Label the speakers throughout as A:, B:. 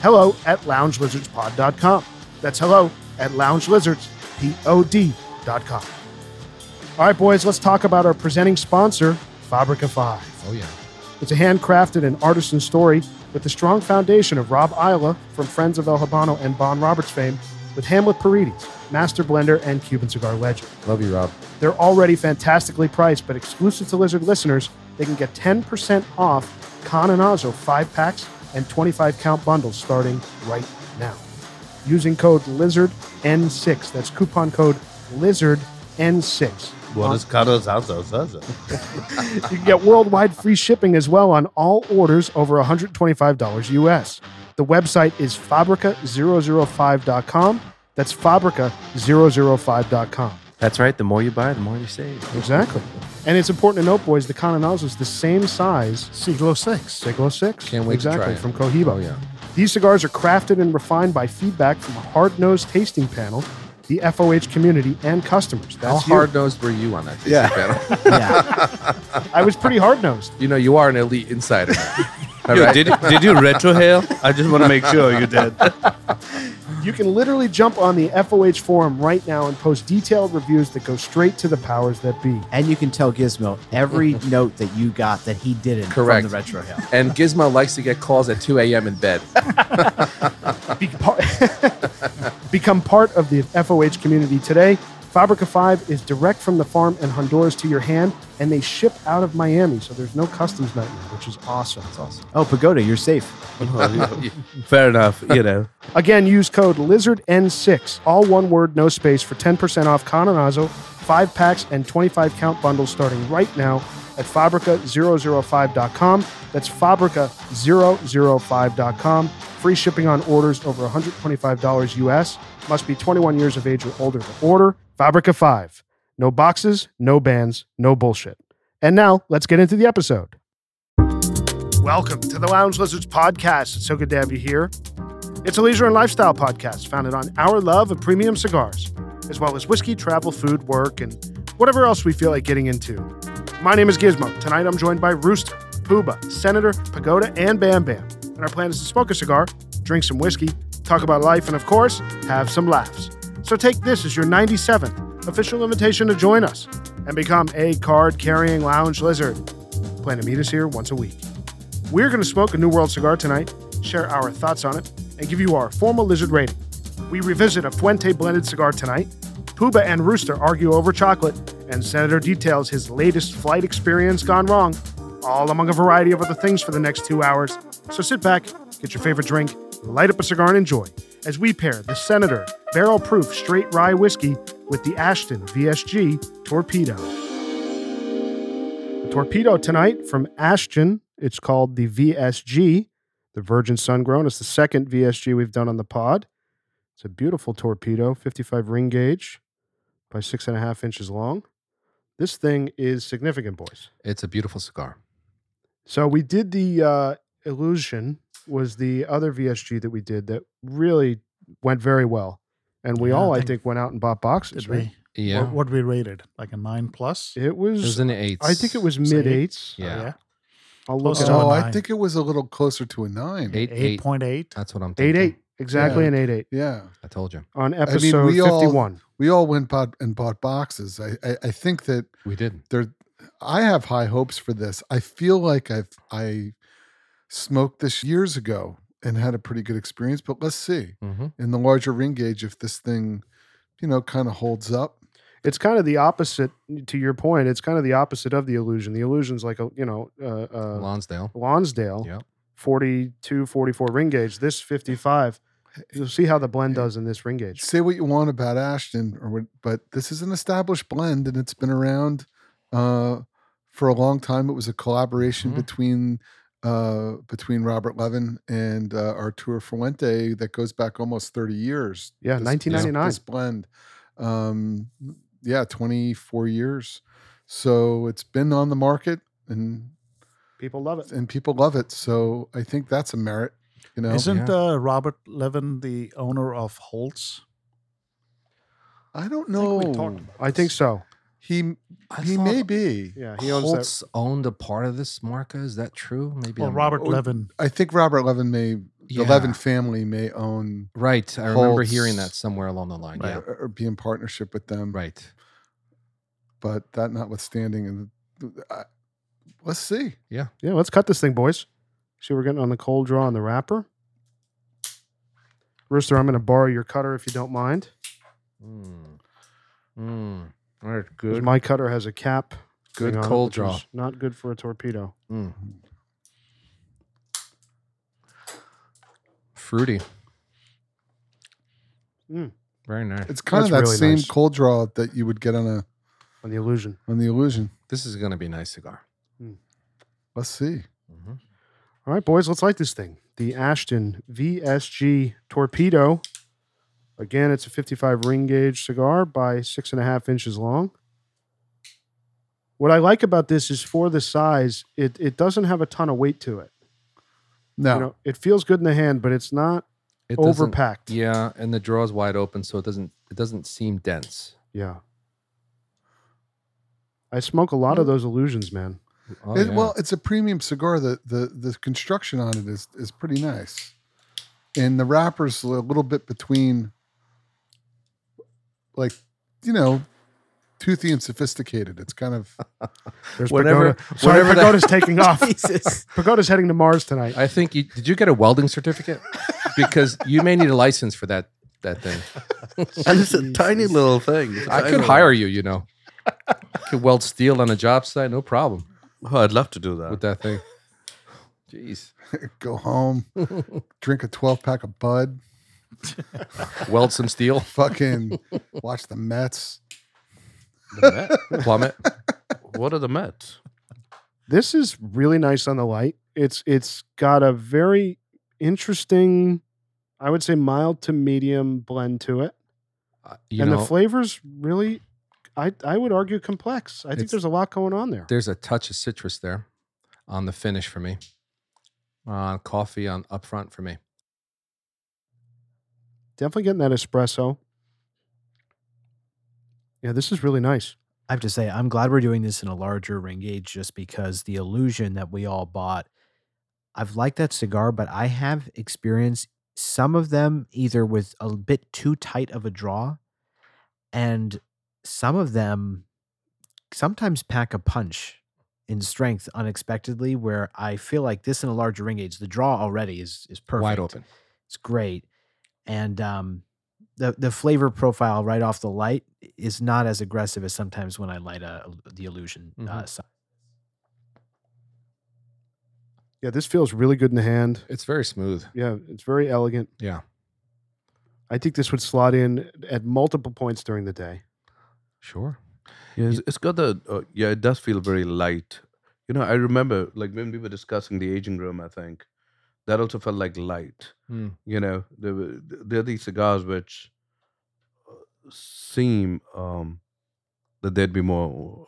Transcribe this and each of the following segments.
A: Hello at loungelizardspod.com. That's hello at loungelizardspod.com. All right, boys, let's talk about our presenting sponsor, Fabrica 5.
B: Oh yeah.
A: It's a handcrafted and artisan story with the strong foundation of Rob Isla from Friends of El Habano and Bon Roberts fame with Hamlet Paredes, master blender and Cuban cigar legend.
B: Love you, Rob.
A: They're already fantastically priced, but exclusive to Lizard listeners, they can get 10% off Cananazo 5 packs and 25 count bundles starting right now. Using code LIZARDN6. That's coupon code LIZARDN6.
C: What is Carlos Alzo Zaza?
A: You can get worldwide free shipping as well on all orders over $125 US. The website is fabrica005.com. That's fabrica005.com.
D: That's right. The more you buy, the more you save.
A: Exactly. And it's important to note, boys, the Cananazo is the same size,
E: Siglo 6.
A: Siglo 6.
B: Can't wait to
A: exactly,
B: try it.
A: from Cohiba.
B: Oh yeah.
A: These cigars are crafted and refined by feedback from a hard-nosed tasting panel, the FOH community, and customers.
B: How
A: That's you.
B: hard nosed were you on that tasting
C: Yeah.
B: panel?
E: Yeah.
A: I was pretty hard-nosed.
B: You know, you are an elite insider. All
C: Yo,
B: right.
C: did, did you retrohale? I just want to make sure you did.
A: You can literally jump on the FOH forum right now and post detailed reviews that go straight to the powers that be.
E: and you can tell Gizmo every note that you got that he didn't
B: Correct.
E: from the retro hill.
B: and Gizmo likes to get calls at 2 a.m. in bed.
A: Be par- Become part of the FOH community today. Fabrica 5 is direct from the farm in Honduras to your hand, and they ship out of Miami, so there's no customs nightmare, which is awesome.
B: That's awesome.
E: Oh, Pagoda, you're safe.
C: Fair enough, you know.
A: Again, use code LIZARDN6, all one word, no space, for 10% off Cananazo, 5 packs, and 25 count bundles starting right now at Fabrica005.com. That's Fabrica005.com. Free shipping on orders over $125 US. Must be 21 years of age or older to order. Fabrica 5. No boxes, no bands, no bullshit. And now, let's get into the episode. Welcome to the Lounge Lizards podcast. It's so good to have you here. It's a leisure and lifestyle podcast founded on our love of premium cigars, as well as whiskey, travel, food, work, and whatever else we feel like getting into. My name is Gizmo. Tonight I'm joined by Rooster, Pooba, Senator, Pagoda, and Bam Bam. And our plan is to smoke a cigar, drink some whiskey, talk about life, and of course, have some laughs. So take this as your 97th official invitation to join us and become a card carrying lounge lizard. Plan to meet us here once a week. We're going to smoke a New World cigar tonight, share our thoughts on it, and give you our formal lizard rating. We revisit a Fuente blended cigar tonight. Pooba and Rooster argue over chocolate, and Senator details his latest flight experience gone wrong, all among a variety of other things for the next two hours. So sit back, get your favorite drink, light up a cigar, and enjoy as we pair the Senator barrel proof straight rye whiskey with the Ashton VSG Torpedo. A torpedo tonight from Ashton. It's called the VSG, the Virgin Sun Grown. It's the second VSG we've done on the pod. It's a beautiful torpedo, 55 ring gauge by six and a half inches long. This thing is significant, boys.
B: It's a beautiful cigar.
A: So we did the uh, illusion was the other VSG that we did that really went very well, and we
E: Yeah, I
A: all I
E: think-
A: think went out and bought boxes.
E: Did
A: Right?
E: we?
B: Yeah.
E: What, what we rated? Like a nine plus?
A: It
B: it was
A: was.
B: in the eights.
A: I think it was
E: was it
A: mid
E: eight?
A: eights.
B: Yeah.
A: I'll look
E: Close
A: it
E: to
A: up.
E: a
F: Oh, I
E: nine.
F: think it was a little closer to a nine.
B: Eight, eight.
E: 8.8.
B: That's what I'm
A: Eight
B: thinking.
A: eight exactly
F: Yeah.
A: an eight eight.
F: Yeah.
B: I told you.
A: on
F: mean,
A: episode
F: we all-
A: 51.
F: We all went bought and bought boxes. I, I, I think that
B: We did.
F: there I have high hopes for this. I feel like I've I smoked this years ago and had a pretty good experience, but let's see
B: Mm-hmm.
F: in the larger ring gauge if this thing, you know, kind of holds up.
A: It's kind of the opposite to your point. It's kind of the opposite of the illusion. The illusion's like a, you know, uh, uh,
B: Lonsdale.
A: Lonsdale,
B: Yep.
A: 42, 44 ring gauge, this 55. You'll see how the blend does in this ring gauge.
F: Say what you want about Ashton or what, but this is an established blend and it's been around uh, for a long time. It was a collaboration
B: Mhm.
F: between uh, between Robert Levin and uh, Arturo Fuente that goes back almost 30 years.
A: Yeah,
F: this-
A: 1999.
F: This, this blend. Um, yeah, 24 years. So it's been on the market and
A: People love it.
F: and people love it. So I think that's a merit. You know,
G: Isn't uh, Robert Levin the owner of Holtz?
F: I don't
A: I think,
F: know.
A: we talked about I think so.
F: he
B: I
F: he
B: thought
F: may be.
A: Yeah, he owns that.
B: Holtz owned a part of this marca. Is that true? Maybe.
G: Well,
B: I'm-
G: Robert
F: Oh,
G: Levin.
F: I think Robert Levin may. The
B: Yeah.
F: Levin family may own
B: Right. I remember
F: Holtz.
B: hearing that somewhere along the line. Yeah.
F: or, or be in partnership with them.
B: Right.
F: But that notwithstanding, and I, let's see.
A: Yeah, let's cut this thing, boys. See, we're getting on the cold draw on the wrapper. Rooster, I'm going to borrow your cutter if you don't mind.
B: Mm. Mm.
C: All right,
A: 'cause
C: good.
A: My cutter has a cap.
B: Good
A: thing on it,
B: cold
A: which
B: draw.
A: is Not good for a torpedo.
B: Mm. Fruity.
A: Mm.
B: Very nice.
F: It's kind of
A: That's
F: that
A: really
F: same
A: nice.
F: cold draw that you would get on a
A: On the illusion.
F: on the illusion.
B: This is going to be a nice cigar.
F: Let's see.
B: Mm-hmm.
A: All right, boys, let's light this thing. The Ashton VSG Torpedo. Again, it's a 55 ring gauge cigar by six and a half inches long. What I like about this is for the size, it, it doesn't have a ton of weight to it.
F: No,
A: You know, it feels good in the hand, but it's not
B: It doesn't-
A: overpacked.
B: Yeah, and the drawer is wide open, so it doesn't it doesn't seem dense.
A: Yeah. I smoke a lot
B: Mm.
A: of those illusions, man.
B: Oh,
F: It-
B: yeah.
F: Well, it's a premium cigar. The, the the construction on it is is pretty nice, and the wrapper's a little bit between, like, you know, toothy and sophisticated. It's kind of
A: There's
B: Whatever-
A: Pagoda. Sorry,
B: whatever that-
A: Pagoda's taking off.
E: Jesus.
A: Pagoda's heading to Mars tonight.
B: I think you did. You get a welding certificate because you may need a license for that that thing.
C: It's a tiny little thing.
B: I could hire you. You know, could weld steel on a job site, no problem
C: Oh, I'd love to do
B: with
C: that.
B: that thing. Jeez,
F: go home, drink a twelve pack of Bud,
B: weld some steel,
F: fucking watch the Mets.
C: The
B: plummet.
C: Met? What are the Mets?
A: This is really nice on the light. It's it's got a very interesting, I would say mild to medium blend to it.
B: Uh, You
A: and
B: know,
A: the flavors really I I would argue complex. I think
B: It's-
A: there's a lot going on there.
B: there's a touch of citrus there on the finish for me. On coffee on up front for me.
A: Definitely getting that espresso. Yeah, this is really nice.
E: I have to say, I'm glad we're doing this in a larger ring gauge just because the illusion that we all bought. I've liked that cigar, but I have experienced some of them either with a bit too tight of a draw, and some of them sometimes pack a punch in strength unexpectedly. Where I feel like this in a larger ring gauge, the draw already is is perfect,
B: Wide open.
E: it's great, and um, the the flavor profile right off the light is not as aggressive as sometimes when I light a the illusion. Uh,
B: Mhm.
E: si-
A: Yeah, this feels really good in the hand.
B: It's very smooth.
A: Yeah, it's very elegant.
B: Yeah.
A: I think this would slot in at multiple points during the day.
B: Sure.
C: Yeah, it's, it's got the uh, yeah. It does feel very light. You know, I remember like when we were discussing the aging room. I think that also felt like light.
F: Hmm.
B: Mm.
C: You know, there were there are these cigars which uh, seem um that they'd be more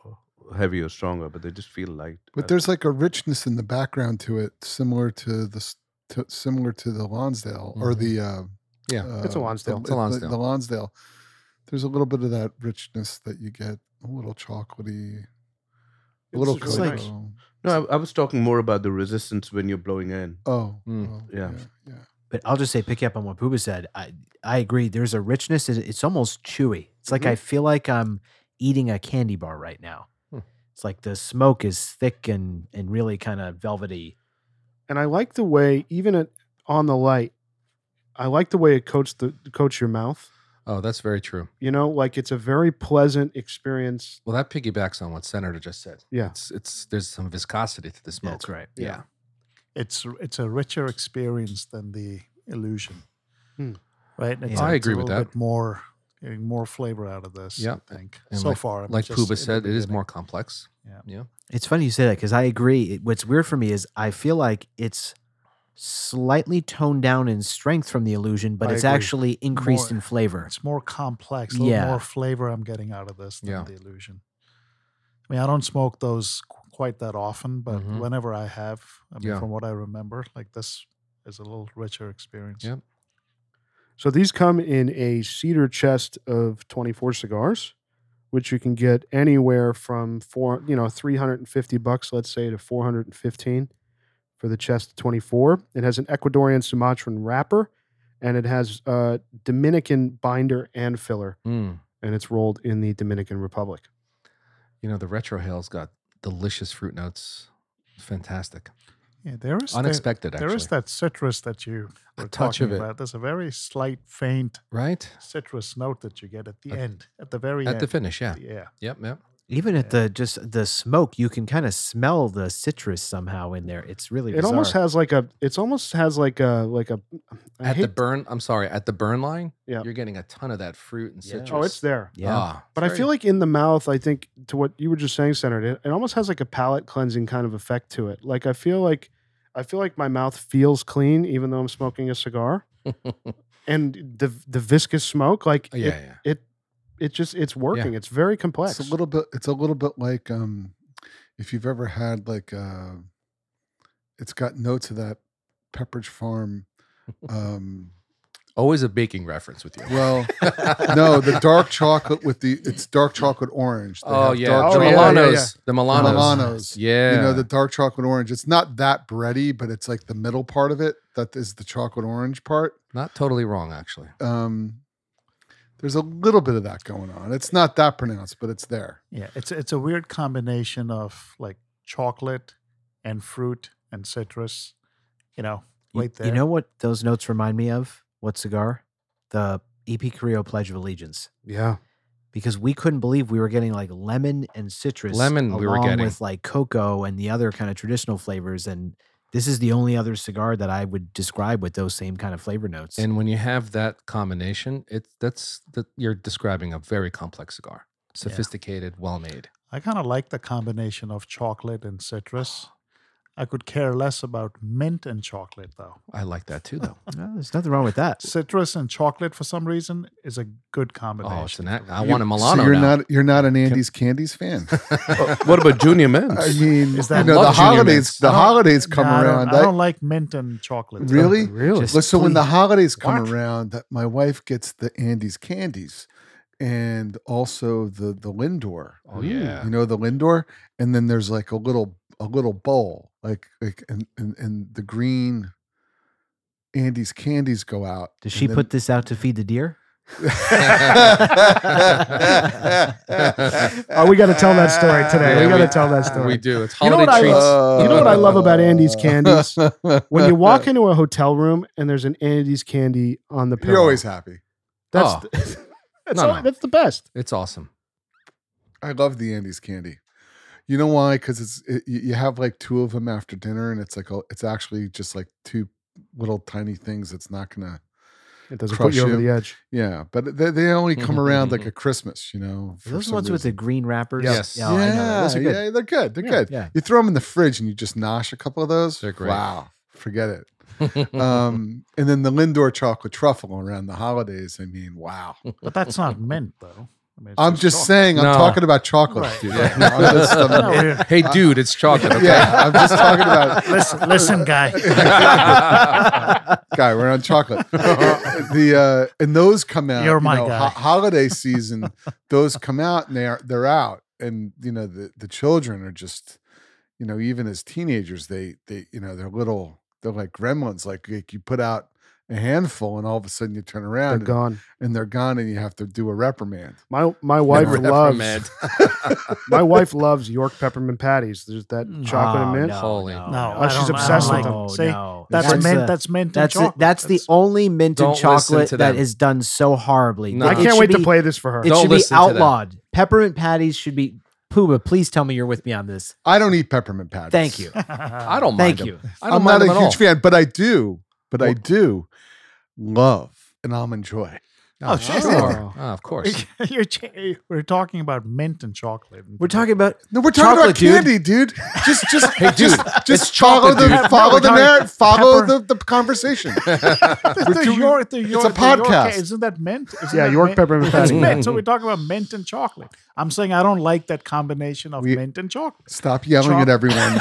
C: uh, heavy or stronger, but they just feel light.
F: But there's like a richness in the background to it, similar to the s- to, similar to the Lonsdale or
B: Mhm.
F: the uh,
B: Yeah,
F: uh,
A: it's a Lonsdale.
F: The,
B: It's a
F: the-
B: Lonsdale.
F: the Lonsdale. There's a little bit of that richness that you get, a little chocolatey, a little
A: It's really nice.
F: cocoa.
C: no. I, I was talking more about the resistance when you're blowing in.
F: Oh,
B: Mm.
F: well,
C: Yeah.
F: yeah,
E: But I'll just say, picking up on what Pooba said, I I agree. There's a richness. it- It's almost chewy. It's like I feel like I'm eating a candy bar right now.
B: Hmm.
E: It's like the smoke is thick and and really kind of velvety.
A: And I like the way, even at, on the light, I like the way it coats the coats your mouth.
B: Oh, that's very true.
A: You know, like it's a very pleasant experience.
B: Well, that piggybacks on what Senator just said.
A: Yeah.
B: It's it's there's some viscosity to the smoke.
E: That's right.
B: Yeah.
G: It's it's a richer experience than the illusion,
A: Hmm.
G: right? It's,
E: I
G: it's
B: agree
G: a
B: with
G: little
B: that.
G: Bit more getting more flavor out of this.
B: Yeah.
G: I think
B: And
G: so
B: like-
G: far. I mean,
B: Like
G: just in
B: Puba
G: the
B: said, it is
G: beginning.
B: more complex.
E: It's funny you say that because I agree. It- what's weird for me is I feel like it's slightly toned down in strength from the illusion, but
A: I
E: it's
A: agree.
E: actually increased
G: More-
E: in flavor.
G: It's more complex, a little
E: Yeah.
G: more flavor I'm getting out of this than
B: Yeah.
G: the illusion. I mean, I don't smoke those qu- quite that often, but
B: Mhm.
G: whenever I have, I mean,
B: Yeah.
G: from what I remember, like this is a little richer experience.
B: Yep.
A: So these come in a cedar chest of 24 cigars, which you can get anywhere from four, you know, 350 bucks, let's say, to 415 for the chest of 24. It has an Ecuadorian Sumatran wrapper, and it has uh, Dominican binder and filler,
B: Mm.
A: and it's rolled in the Dominican Republic.
B: You know, the retro hale's got delicious fruit notes. Fantastic.
G: Yeah, there is that,
B: Unexpected, actually.
G: there is that citrus that you
B: A
G: were
B: touch of
G: talking
B: it,
G: about. There's a very slight, faint
B: right?
G: citrus note that you get at the
B: At-
G: end, at the very
B: At
G: end.
B: the finish, yeah.
G: yeah.
B: Yep, yep.
E: Even at
G: Yeah.
E: the just the smoke, you can kind of smell the citrus somehow in there. It's really
A: It almost
E: bizarre.
A: has like a. It's almost has like a like a. Oh, I
B: at the
A: hate-
B: burn, I'm sorry, at the burn line,
A: Yeah.
B: you're getting a ton of that fruit and
D: Yeah.
B: citrus.
A: oh, it's there.
E: yeah.
B: Ah,
A: But I feel like in the mouth, I think to what you were just saying, Senator, it, it almost has like a palate cleansing kind of effect to it. Like I feel like I feel like my mouth feels clean even though I'm smoking a cigar. and the the viscous smoke, like
B: Oh, yeah,
A: it,
B: yeah.
A: it just it's working. It's very complex.
F: It's a little bit. It's a little bit like um, if you've ever had like uh, it's got notes of that Pepperidge Farm. Um,
B: Always a baking reference with you.
F: well, no, the dark chocolate with the it's dark chocolate orange. They
B: Oh
F: have
B: yeah,
F: dark
B: the
A: Oh, yeah,
F: chocolate-
A: yeah,
B: Milanos,
A: yeah.
B: the Milanos,
F: Milanos.
B: Yeah,
F: You know the dark chocolate orange. It's not that bready, but it's like the middle part of it that is the chocolate orange part.
B: not totally wrong actually.
F: Um, there's a little bit of that going on. It's not that pronounced, but it's there.
G: Yeah, it's it's a weird combination of like chocolate and fruit and citrus, you know,
E: You-
G: right there.
E: You know what those notes remind me of? What cigar? The EP Carrillo Pledge of Allegiance.
A: yeah.
E: Because we couldn't believe we were getting like lemon and citrus.
B: Lemon we were
E: along
B: getting.
E: with like cocoa and the other kind of traditional flavors. And this is the only other cigar that I would describe with those same kind of flavor notes.
B: And when you have that combination, it's that's that you're describing a very complex cigar, sophisticated, well made.
G: I kind of like the combination of chocolate and citrus. I could care less about mint and chocolate though.
B: I like that too, though.
E: No, Oh, there's nothing wrong with that.
G: Citrus and chocolate for some reason is a good combination.
B: oh, it's an. ac- I
F: You-
B: want a Milano
F: So you're
B: now.
F: not you're not an Andy's Candies fan.
C: Oh, what about Junior
F: I
C: Mints?
F: mean,
G: Is that
F: you know,
B: love
F: the
B: Junior
F: holidays
B: Mints?
F: the
G: I don't-
F: holidays come
G: No, I don't-
F: around.
G: I
F: I-
G: don't like mint and chocolate. though.
F: really?
A: Really?
E: Just
F: Look, so when the
E: please-
F: holidays come
G: What?
F: around, that my wife gets the Andy's Candies, and also the the Lindor.
B: Oh yeah,
F: You know the Lindor, and then there's like a little a little bowl, like like and and, and the green Andy's Candies go out.
E: Does she put this out to feed the deer?
A: Oh, we gotta tell that story today.
B: Ah, Yeah,
A: we
B: we-
A: gotta tell that story.
B: we do. It's
A: You know
B: holiday
A: what I
B: treats.
A: you know what I love about
F: Uh,
A: Andy's Candies? when you walk into a hotel room and there's an Andy's candy on the pillow.
F: You're always happy.
A: that's
B: Oh.
A: the, that's,
B: No,
A: all-
B: no.
A: that's the best.
B: it's awesome.
F: I love the Andes candy. You know why? Because it's it, you you have like two of them after dinner, and it's like a, it's actually just like two little tiny things. It's not gonna
A: It doesn't put
F: Crush
A: you over
F: you.
A: the edge.
F: yeah, but they, they only come around like at Christmas, you know.
E: Are
F: for
E: Those
F: some
E: ones with the
F: reason.
E: green wrappers.
B: Yes.
E: Yeah, I know that. Those are
F: Yeah,
E: good.
F: yeah, they're good. They're
A: Yeah.
F: good.
E: Yeah.
F: You throw them in the fridge and you just nosh a couple of those.
B: They're great.
F: Wow, forget it. Um, and then the Lindor chocolate truffle around the holidays. I mean, wow.
G: But that's not mint though. I mean, it's
F: I'm just
G: chocolate.
F: saying. I'm
B: No.
F: talking about chocolate,
G: Right.
F: dude.
B: Yeah.
F: I'm just- I'm-
G: No, we're-
B: hey, dude, it's chocolate. Okay?
F: yeah, I'm just talking about
G: listen, listen, guy.
F: guy. We're on chocolate. the uh, and those come out.
G: You're
F: you
G: my
F: know,
G: guy.
F: holiday season, those come out and they're they're out. And you know the the children are just, you know, even as teenagers, they they you know they're little. They're like gremlins. Like, like you put out a handful, and all of a sudden you turn
A: They're
F: around and,
A: gone.
F: and they're gone, and you have to do a reprimand.
A: My my wife loves
B: Reprimand.
A: my wife loves York peppermint patties. There's that chocolate and
E: Oh,
A: mint.
E: No,
B: Holy-
E: no,
G: No,
E: no.
A: I she's don't- I don't obsessed with like-
G: them.
E: No,
G: See,
E: no.
G: That's
E: That's
G: mint.
E: a-
G: that's mint
E: That's
G: and
E: it.
G: chocolate.
E: That's the only minted
B: Don't listen
E: chocolate
B: to
E: that
B: them.
E: is done so horribly.
B: No.
A: I
E: It
A: can't
E: should
A: wait to
E: be-
A: play this for her.
E: It
B: Don't
E: should be
B: listen to them.
E: outlawed. Peppermint patties should be. Pooba, please tell me you're with me on this.
F: I don't eat peppermint patties.
E: Thank you.
B: I don't mind
E: Thank
B: them.
E: you.
B: I don't
F: I'm
B: mind
F: not a
B: them
F: huge
B: at all.
F: fan, but I do. But I do love an almond joy.
G: Oh, shit.
B: Sure. Ah, of course.
G: You're ch- we're talking about mint and chocolate.
E: We're talking about
F: No, we're talking
E: Chocolate, dude.
F: about candy, dude. Just, just,
B: Hey, dude,
F: just, just follow the
G: dude. No,
F: follow
G: we're
F: the
G: talking
F: narrative, follow
G: pepper.
F: the, the conversation.
G: the, the
F: two-
G: York, the York,
F: a
G: the York-
F: podcast.
G: isn't that mint? Isn't
A: Yeah,
G: that
A: York
G: mint?
A: peppermint
G: That's
A: patty.
G: mint. So we're talking about mint and chocolate. I'm saying I don't like that combination of
F: We-
G: mint and chocolate.
F: Stop yelling
G: Choc-
F: at everyone.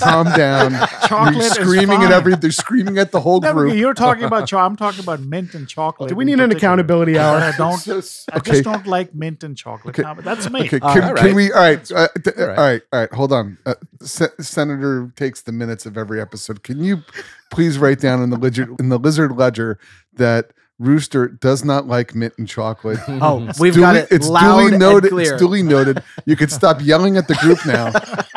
F: Calm down.
G: Chocolate
F: You're
G: is
F: screaming
G: fine.
F: at every. They're screaming at the whole
G: No,
F: group.
G: you're talking about. Cho- I'm talking about mint and chocolate.
A: Do we
G: in
A: need an
G: particular.
A: accountability
G: But
A: hour?
G: I don't.
F: So s-
G: I
F: okay.
G: just don't like mint and chocolate.
F: Okay.
G: combi- That's me.
F: Okay, can,
E: All
F: can
B: right.
F: we? All right, uh, d- all
B: All
F: right,
B: right.
F: all right, Hold on. Uh, Se- Senator takes the minutes of every episode. Can you please write down in the lizard in the lizard ledger that Rooster does not like mint and chocolate?
E: oh, we've
F: Duly-
E: got it
F: It's
E: loud
F: duly noted.
E: and clear.
F: It's duly noted. You could stop yelling at the group now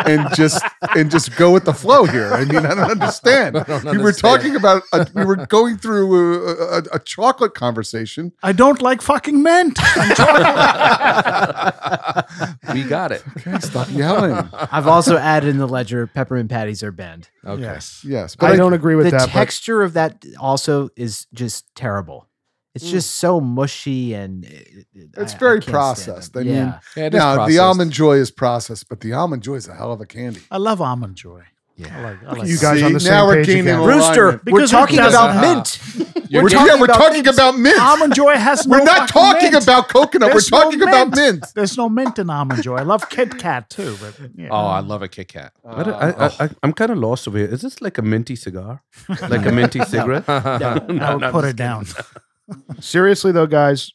F: and just and just go with the flow here. I mean, I don't understand. we were
B: understand.
F: talking about a, we were going through a, a, a chocolate conversation.
G: I don't like fucking mint.
B: we got it.
F: Okay, stop yelling.
E: I've also added in the ledger peppermint patties are banned.
B: Okay.
G: Yes.
F: Yes,
A: I don't agree with
E: the
A: that. but
E: texture of that also is just terrible. It's
A: Mm.
E: just so mushy and it- it-
F: It's
E: I- I
F: very
E: can't stand
F: processed.
E: them.
F: I mean,
E: yeah.
B: Yeah, it is
F: Now the
B: processed.
F: almond joy is processed, but the almond joy is a hell of a candy.
G: I love almond joy. I
B: Yeah.
G: like. I like
A: you
G: that.
A: guys on the
F: now
A: same
F: we're
A: page
F: gaining
A: again.
F: a lot.
E: Rooster, we're
G: Because it
E: talking
G: does-
E: about
B: Uh-huh.
E: mint.
B: You're
E: We're
B: getting-
E: talking
F: yeah, we're
E: about
F: talking
E: mints.
F: about mint.
G: almond joy has no.
F: we're not
G: fucking
F: talking
G: mint.
F: about coconut.
G: There's
F: we're
G: no
F: talking about mint.
G: There's no mint in almond joy. I love Kit Kat too, but yeah.
B: Oh, I love a Kit Kat.
C: What a-
F: Oh.
C: I, I, I, I'm kind of lost over here. Is this like a minty cigar? Like a minty cigarette?
B: Oh.
G: I would
C: no, I'm
G: put
C: just
G: it down.
A: Seriously though, guys,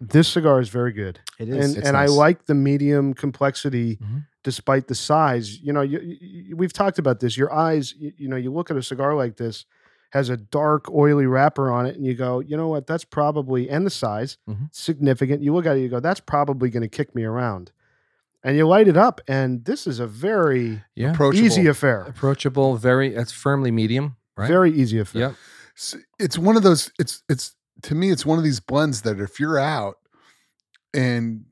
A: this cigar is very good.
E: It
A: and
E: is.
B: It's
A: and
B: nice.
A: I like the medium complexity
B: Mhm.
A: despite the size. You know, you, you, we've talked about this. Your eyes, you, you know, you look at a cigar like this has a dark oily wrapper on it and you go, "You know what? That's probably and the size
B: Mhm.
A: significant." You look at it you go, "That's probably going to kick me around." And you light it up and this is a very
B: Yeah.
F: Approachable.
A: easy affair.
B: Approachable, very, it's firmly medium, right?
A: Very easy affair.
B: Yep.
F: S- It's one of those. It's it's to me. It's one of these blends that if you're out and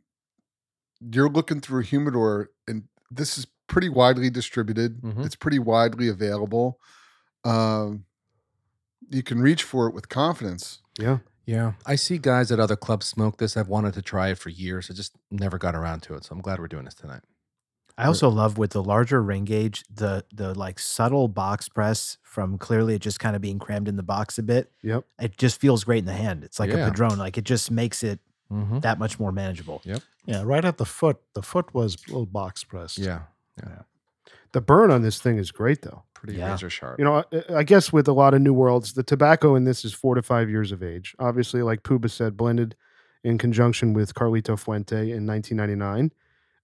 F: you're looking through a humidor, and this is pretty widely distributed.
B: Mhm.
F: It's pretty widely available. Um, you can reach for it with confidence.
B: Yeah. I see guys at other clubs smoke this. I've wanted to try it for years. I just never got around to it. So I'm glad we're doing this tonight.
E: I also love with the larger ring gauge the the like subtle box press from clearly it just kind of being crammed in the box a bit.
A: Yep.
E: It just feels great in the hand. It's like
B: Yeah.
E: a padrone. Like it just makes it
B: Mm-hmm.
E: that much more manageable.
G: Yeah, right at the foot. The foot was a little box pressed.
B: Yeah.
A: The burn on this thing is great though.
B: Pretty
E: Yeah.
B: razor sharp.
A: You know, I- I guess with a lot of new worlds, the tobacco in this is four to five years of age. Obviously, like Puba said, blended in conjunction with Carlito Fuente in 1999,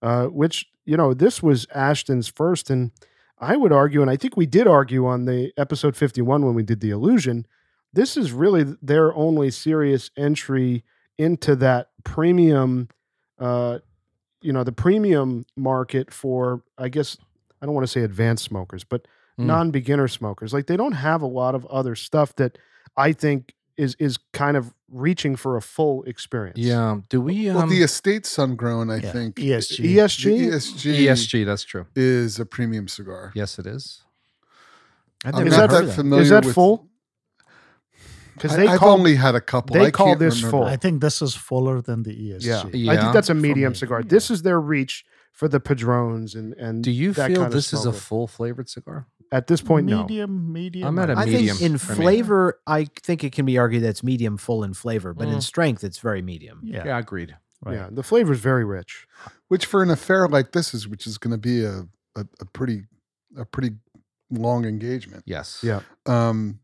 A: uh, which, you know, this was Ashton's first. And I would argue, and I think we did argue on the episode 51 when we did The Illusion, this is really th- their only serious entry into that premium, uh, you know, the premium market for, I guess, I don't want to say advanced smokers, but
B: Mm.
A: non-beginner smokers. Like they don't have a lot of other stuff that I think is is kind of reaching for a full experience.
B: yeah. Do we, um,
F: well, the E estate sun grown, I
G: Yeah. E
F: think
G: ESG.
F: the
A: ESG?
F: ESG,
B: ESG, E that's true.
F: is a premium cigar.
B: Yes, it is.
E: I've
F: I'm
E: never
A: Is
F: not
E: heard
A: that
F: that,
E: of that.
F: familiar.
A: is that
F: with,
A: full? Because
F: I-
A: they
F: I've
A: call
F: only had a couple.
A: they
F: I
A: call
F: can't
A: this
F: remember.
A: full.
G: I think this is fuller than the E ESG.
A: yeah. I
B: Yeah.
A: think that's a
G: For
A: medium
G: me.
A: cigar. This is their reach for the padrones and and
B: Do you
A: that
B: feel
A: kind of
B: this is a
A: smoker.
B: full flavored cigar?
A: at this point no.
G: medium, medium.
B: I'm at a
E: I
B: medium
E: think in
B: for me.
E: flavor, I think it can be argued that's medium full in flavor, but in
B: Mm.
E: strength, it's very medium.
G: Yeah.
B: agreed.
G: Right.
A: Yeah, the flavor is very rich.
F: Which for an affair like this is, which is going to be a, a a pretty a pretty long engagement.
B: Yes.
A: Yeah.
F: Um,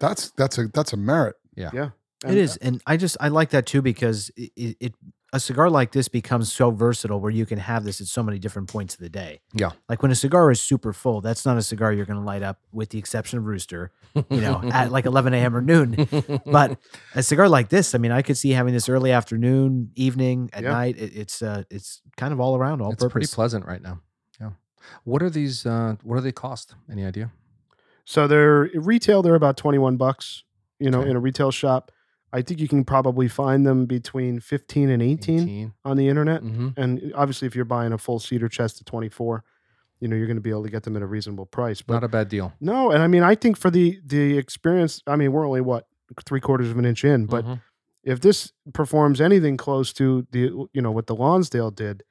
F: that's that's a that's a merit.
A: And-
E: It is, and I just I like that too because it, it, it a cigar like this becomes so versatile where you can have this at so many different points of the day.
B: Yeah.
E: like when a cigar is super full, that's not a cigar you're going to light up, with the exception of Rooster, you know, at like 11 a.m. or noon. But a cigar like this, I mean, I could see having this early afternoon, evening, at
A: Yeah.
E: night. It, it's uh, it's kind of all around, all
B: it's pretty
E: purpose.
B: pleasant right now. Yeah. What are these? Uh, what do they cost? Any idea?
A: So they're retail. They're about twenty one bucks. You know,
B: Okay.
A: in a retail shop, I think you can probably find them between fifteen and eighteen. on the internet.
B: Mm-hmm.
A: And obviously, if you're buying a full cedar chest at 24, you know you're going to be able to get them at a reasonable price. But
B: Not a bad deal.
A: no, and I mean, I think for the the experience, I mean, we're only what three quarters of an inch in, but
B: Mhm.
A: If this performs anything close to the you know what the Lonsdale did,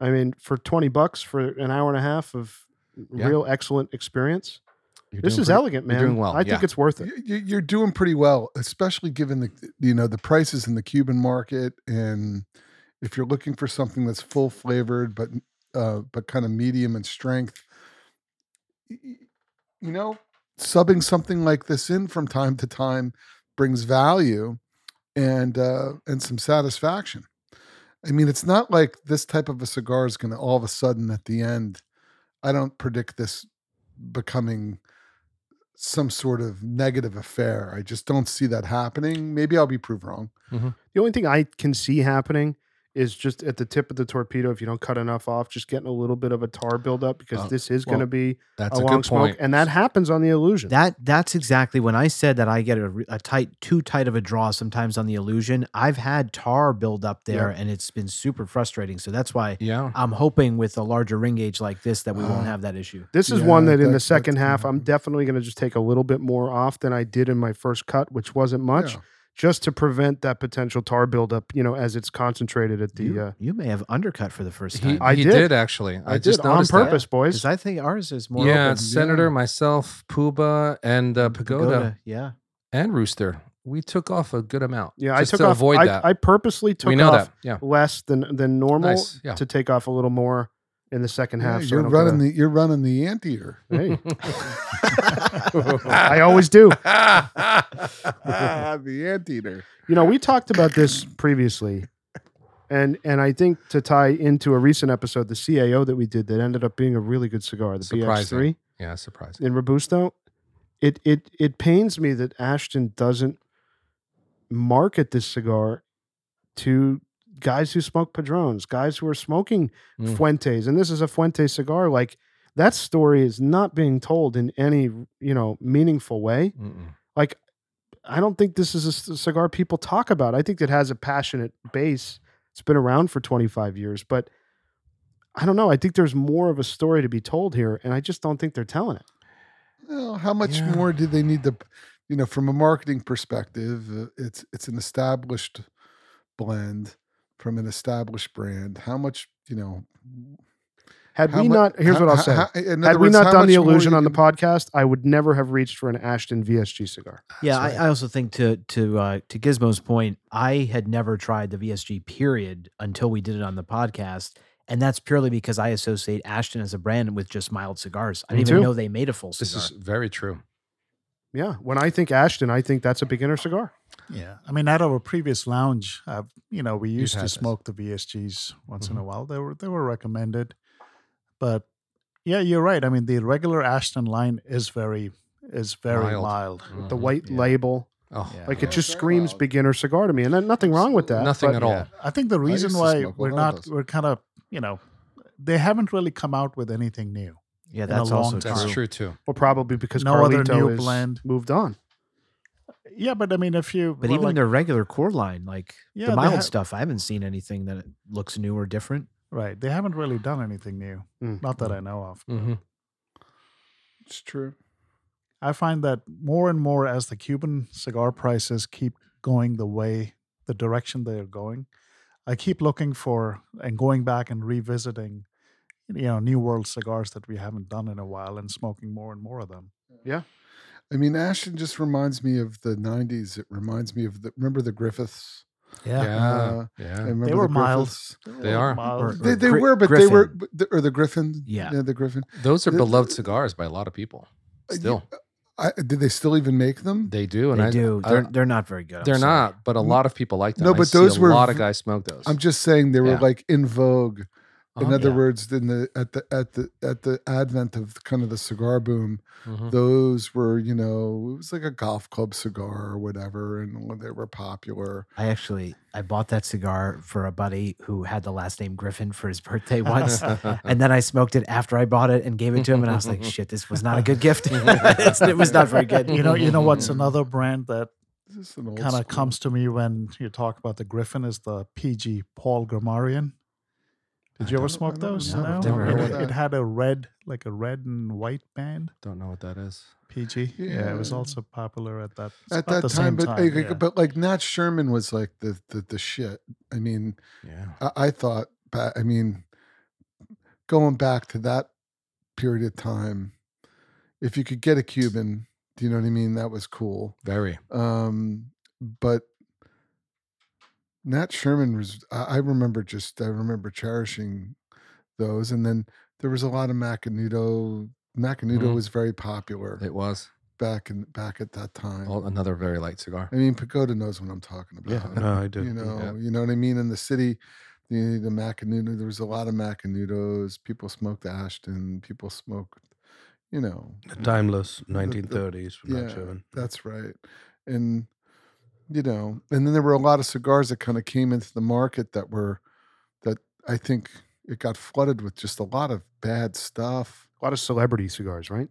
A: I mean, for twenty bucks for an hour and a half of
B: Yeah.
A: real excellent experience,
B: You're
A: this
B: doing
A: is
B: pretty-
A: elegant, man.
B: you're doing well,
A: I think
B: yeah.
A: it's worth it.
F: You- you- You're doing pretty well, especially given the you know the prices in the Cuban market, and if you're looking for something that's full flavored but uh, but kind of medium in strength, y- y- you know, subbing something like this in from time to time brings value and uh, and some satisfaction. I mean, it's not like this type of a cigar is going to all of a sudden at the end. I don't predict this becoming some sort of negative affair. I just don't see that happening. Maybe I'll be proved wrong.
A: The only thing I can see happening is just at the tip of the torpedo, if you don't cut enough off, just getting a little bit of a tar buildup because
B: Oh,
A: this is going
B: well,
A: to be
B: That's
A: a,
B: a,
A: long
B: good
A: smoke,
B: point.
A: and that happens on the illusion.
E: That that's exactly when I said that I get a, re- a tight, too tight of a draw sometimes on the illusion. I've had tar build up there, and it's been super frustrating. So that's why
B: yeah.
E: I'm hoping with a larger ring gauge like this that we
F: Wow.
E: won't have that issue.
A: this is one
F: Yeah,
A: that in the
F: that-
A: second
F: that's gonna
A: half, I'm
F: happen.
A: definitely going to just take a little bit more off than I did in my first cut, which wasn't much,
F: Yeah.
A: just to prevent that potential tar buildup. You know, as it's concentrated at the.
E: you,
A: uh,
E: you may have undercut for the first
B: He,
E: time
A: I
B: he
A: did.
B: did. actually. I,
A: I,
B: just
A: did on
B: noticed that.
A: purpose, boys.
E: because I think ours is more.
B: yeah,
E: open. Mm,
B: Senator, myself, Puba, and uh, Pagoda,
E: Pagoda, Yeah,
B: and Rooster. We took off a good amount.
A: yeah, I
B: just
A: took
B: to
A: off.
B: avoid
A: I,
B: that.
A: I purposely took
B: we know
A: off
B: that. Yeah.
A: less than than normal
B: Nice, yeah.
A: to take off a little more in the second
F: Yeah,
A: half. so I
F: you're
A: don't get a-
F: running the you're running the anteater.
A: Hey. I always do.
F: Ah, the anteater.
A: You know, we talked about this previously. And and I think to tie into a recent episode, the CAO that we did that ended up being a really good cigar, the
B: Surprising.
A: BX3
B: yeah, surprising.
A: in Robusto. It it it pains me that Ashton doesn't market this cigar to guys who smoke padrones, guys who are smoking
B: Mm.
A: Fuentes. And this is a Fuente cigar. Like that story is not being told in any, you know, meaningful way.
B: Mm-mm.
A: I don't think this is a c- cigar people talk about. I think it has a passionate base. It's been around for 25 years, but I don't know. I think there's more of a story to be told here, and I just don't think they're telling it.
F: Well, how much
B: Yeah.
F: more do they need to, you know, from a marketing perspective? uh, It's it's an established blend from an established brand. How much you know?
A: Had
F: how
A: we
F: mu-
A: not, here's
F: how-
A: what I'll
F: how-
A: say.
F: how- in
A: Had
F: other
A: we
F: words,
A: not
F: how
A: done the
F: much more
A: illusion
F: you
A: on the
F: can-
A: podcast, I would never have reached for an Ashton VSG cigar.
E: yeah.
B: That's
E: I, I also think to to uh, to Gizmo's point, I had never tried the VSG period until we did it on the podcast, and that's purely because I associate Ashton as a brand with just mild cigars. I
A: Me
E: didn't even
A: too.
E: know they made a full cigar.
B: This is very true.
A: Yeah. When I think Ashton, I think that's a beginner cigar.
G: Yeah, I mean, at our previous lounge, uh, you know, we used
B: had
G: to
B: this. Mm-hmm.
G: smoke the VSGs once in a while. They were they were recommended, but yeah, you're right. I mean, the regular Ashton line is very is very
B: Mild.
G: mild.
A: The
B: Mhm.
A: white
G: Mm, Yeah.
A: label,
B: Oh,
G: Yeah.
A: like
F: Yeah,
A: it just
F: very
A: screams
F: mild.
A: beginner cigar to me, and then nothing wrong with that.
B: nothing
A: but
B: at all.
F: Yeah.
G: I think the reason
F: used to
G: why
F: smoke a
G: we're
F: lot of
G: not
F: those.
G: we're kind of you know they haven't really come out with anything new.
E: yeah,
G: in a
E: that's also true.
G: long
B: That's true too.
A: Well, probably because
G: No other
A: Carlito
G: new
A: is
G: blend.
A: moved on.
G: Yeah, but I mean, if you
E: But
G: well,
E: even
G: like-
E: their regular core line, like
G: Yeah,
E: the
G: they
E: mild
G: have-
E: stuff, I haven't seen anything that looks new or different.
G: right, they haven't really done anything new.
A: Mm.
G: Not that I know of.
B: Mhm.
F: It's true.
G: I find that more and more as the Cuban cigar prices keep going the way, the direction they are going, I keep looking for and going back and revisiting, you know, New World cigars that we haven't done in a while and smoking more and more of them.
F: I mean, Ashton just reminds me of the '90s. It reminds me of the remember the Griffiths.
B: Yeah.
F: Uh, I
B: Yeah.
F: remember
G: were
F: the
G: mild.
F: Griffiths.
B: They are.
G: Mild.
E: Or
F: They, they
E: Gri-
F: were, but they were,
E: Griffin.
F: but the- or the Griffin.
E: Yeah.
F: the Griffin.
B: Those are
F: the-
B: beloved
F: the-
B: cigars by a lot of people.
F: Uh, you-
B: Still,
F: I, did they still even make them?
B: they do, Oh, and
E: They
B: I
E: do.
B: I-
E: they're they're not very good. I'm
B: they're
E: sorry.
B: not, but a lot of people like them.
F: Mm-hmm. No,
B: I
F: but
B: see
F: those
B: a
F: were
B: lot of
F: v-
B: guys smoke those.
F: I'm just saying they were
B: Yeah.
F: like in vogue. In
B: Oh,
F: other
E: yeah.
F: words, in the at the at the at the advent of kind of the cigar boom,
B: Mhm.
F: those were you know it was like a golf club cigar or whatever, and when they were popular.
E: I actually I bought that cigar for a buddy who had the last name Griffin for his birthday once, and then I smoked it after I bought it and gave it to him, and I was like, "Shit, this was not a good gift. It's- it was not very good."
G: You know, you know what's another brand that
F: This is an old
G: kind
F: school-
G: of comes to me when you talk about the Griffin is the PG Paul Grammarian, Did
B: I
G: you ever
B: don't-
G: smoke
F: I don't
G: those?
B: know.
G: No.
B: I've never heard
G: It-
F: of
G: it
F: that.
G: had a red, like a red and white band.
B: Don't know what that is.
G: PG. Yeah, it was
F: Yeah.
G: also popular at that
F: at
G: about
F: that
G: the
F: time,
G: same
F: but like, like,
G: yeah.
F: but like Nat Sherman was like the the, the shit. I mean,
B: Yeah.
F: I, I thought, ba- I mean, going back to that period of time, if you could get a Cuban, do you know what I mean? That was cool.
B: Very.
F: Um, but Nat Sherman was, I, I remember just, I remember cherishing those. And then there was a lot of Macanudo. Macanudo
B: Mhm.
F: was very popular
B: It was
F: back in back at that time.
B: all, another very light cigar.
F: I mean, Pagoda knows what I'm talking about.
C: No, I do.
F: You know, you know what I mean. In the city, the the Macanudo, there was a lot of Macanudos. People smoked Ashton. People smoked, you know,
C: The timeless
F: the-
C: 1930s from
F: yeah,
C: Nat Sherman.
F: that's right. And you know, and then there were a lot of cigars that kind of came into the market that were that I think it got flooded with just a lot of bad stuff.
A: A lot of celebrity cigars, right?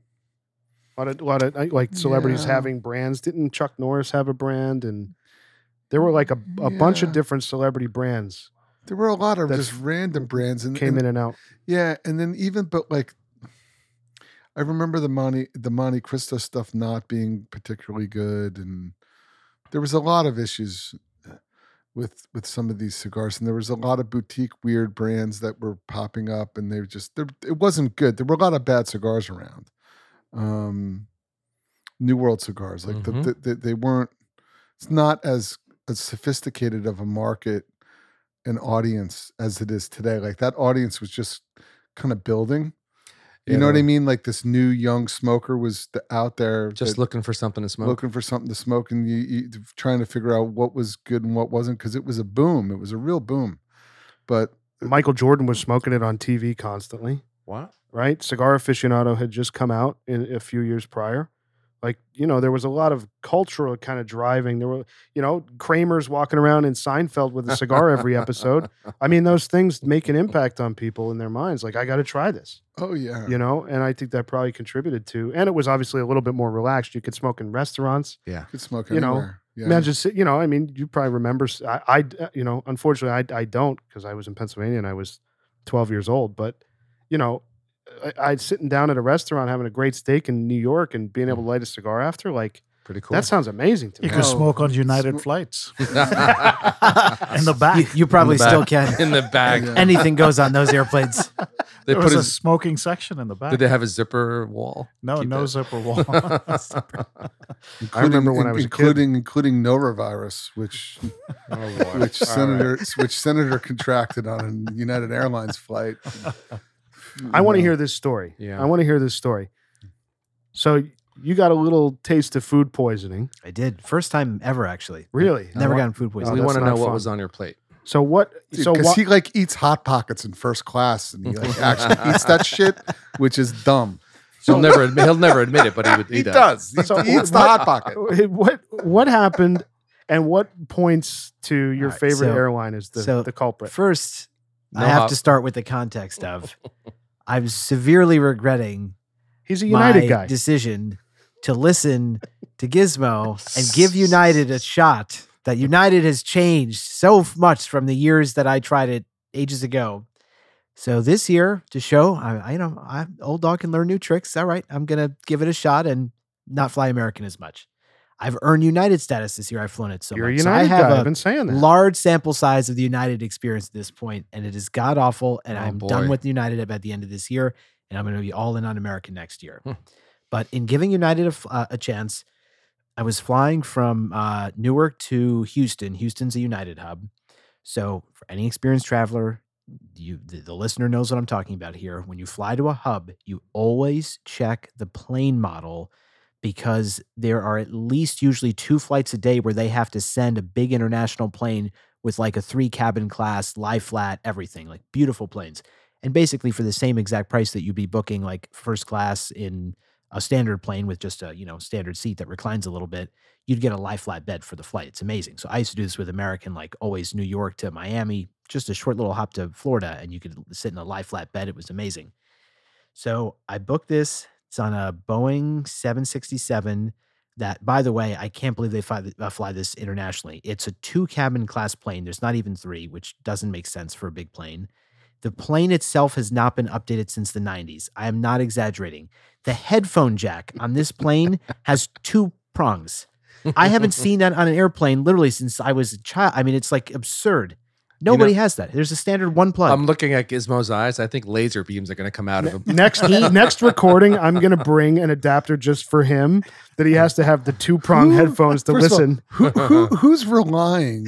A: A lot of, a lot of uh, like celebrities
F: Yeah.
A: having brands. Didn't Chuck Norris have a brand? And there were like a, a bunch of
F: Yeah.
A: different celebrity brands
F: There were a lot of
A: That's-
F: just random brands and
A: came
F: and-
A: in and out.
F: Yeah, and then even but like I remember the Monte the Monte Cristo stuff not being particularly good and there was a lot of issues uh, with with some of these cigars and there was a lot of boutique weird brands that were popping up and they were just there, it wasn't good. There were a lot of bad cigars around. Um New World cigars like
B: Mhm.
F: the, the, the, they weren't it's not as as sophisticated of a market an audience as it is today. Like that audience was just kind of building. You
B: Yeah,
F: know
B: they
F: what I
B: were
F: mean? Like this new young smoker was th- out there
B: Just
F: that-
B: looking for something to smoke.
F: looking for something to smoke and you, you, trying to figure out what was good and what wasn't because it was a boom. It was a real boom. But
A: Michael Jordan was smoking it on TV constantly.
C: What?
A: right? Cigar Aficionado had just come out in, a few years prior. Like, you know, there was a lot of cultural kind of driving. There were, you know, Kramer's walking around in Seinfeld with a cigar every episode. I mean, those things make an impact on people in their minds. Like, I got to try this,
F: oh yeah,
A: you know? And I think that probably contributed to, and it was obviously a little bit more relaxed. You could smoke in restaurants.
F: you could smoke
A: you know,
F: anywhere. yeah.
A: Imagine, sit- you know, I mean, you probably remember. s- I, I d- you know, unfortunately, I, I don't because I was in Pennsylvania and I was 12 years old. But, you know, I, I'd sitting down at a restaurant having a great steak in New York and being
F: Mm.
A: able to light a cigar after, like,
B: Pretty cool.
A: that sounds amazing to
G: You
A: me.
G: could
F: Oh,
G: smoke on United
F: smo-
G: flights in
B: in
G: the
E: You,
G: back.
E: you probably still can.
B: in the bag.
F: Yeah.
E: Anything goes on those airplanes.
B: They
G: there was
B: put
G: a
B: a,
G: smoking section in the back.
B: did they have a zipper
F: Oh,
B: wall?
G: no,
B: keep
G: no
B: that?
G: zipper wall.
A: I remember
F: Including-
A: when I
F: in-
A: was a kid.
F: including including norovirus, which which
B: All right.
F: senator which senator contracted on a United Airlines flight.
A: I want to
F: You know.
A: hear this story.
B: Yeah.
A: I want to hear this story. So you got a little taste of food poisoning.
E: I did. First time ever, actually.
A: Really?
E: Never
B: I
E: gotten food
A: Oh,
B: we
E: poisoning.
A: that's
B: want to know
A: not
B: what
A: fun.
B: was on your plate.
A: So what?
F: Dude,
A: so
F: 'cause
A: what?
F: he like eats hot pockets in first class and he like actually eats that shit, which is dumb.
B: He'll never admit, he'll never admit it, but he would. He, does.
F: He,
A: So
F: he eats the
A: what-
F: hot pocket.
A: what what happened and what points to your
E: All right,
A: favorite
E: so-
A: airline is the,
E: so
A: the culprit?
E: First, I
B: No
E: have
B: hop.
E: to start with the context of I'm severely regretting
A: He's a United
E: my
A: guy.
E: decision to listen to Gizmo and give United a shot. That United has changed so f- much from the years that I tried it ages ago. So this year, to show I, I you know I old dog can learn new tricks. All right, I'm gonna give it a shot and not fly American as much. I've earned United status this year. I've flown it so
A: You're a
E: much. So
A: United
E: I have
A: guy.
E: a
A: I've been saying that.
E: large sample size of the United experience at this point, and it is god awful. And
B: Oh,
E: I'm
B: boy.
E: done with United at the end of this year, and I'm going to be all in on American next year.
B: Hmm.
E: But in giving United a, f- uh, a chance, I was flying from uh, Newark to Houston. Houston's a United hub, so for any experienced traveler, you the, the listener knows what I'm talking about here. When you fly to a hub, you always check the plane model because there are at least usually two flights a day where they have to send a big international plane with like a three cabin class, lie flat, everything, like beautiful planes. And basically for the same exact price that you'd be booking like first class in a standard plane with just a, you know, standard seat that reclines a little bit, you'd get a lie flat bed for the flight. It's amazing. So I used to do this with American, like always New York to Miami, just a short little hop to Florida, and you could sit in a lie flat bed. It was amazing. So I booked this. It's on a Boeing 767. That, by the way, I can't believe they fly, th- uh, fly this internationally. It's a two cabin class plane. There's not even three, which doesn't make sense for a big plane. The plane itself has not been updated since the 90s. I am not exaggerating. The headphone jack on this plane has two prongs. I haven't seen that on an airplane literally since I was a child. I mean, it's like absurd. Nobody has that. There's a standard one plug.
B: I'm looking at Gizmo's eyes. I think laser beams are going to come out of him.
A: Next next recording, I'm gonna bring an adapter just for him that he has to have the two prong
F: Who-
A: headphones to
F: first of all,
A: listen.
F: who, who who's relying?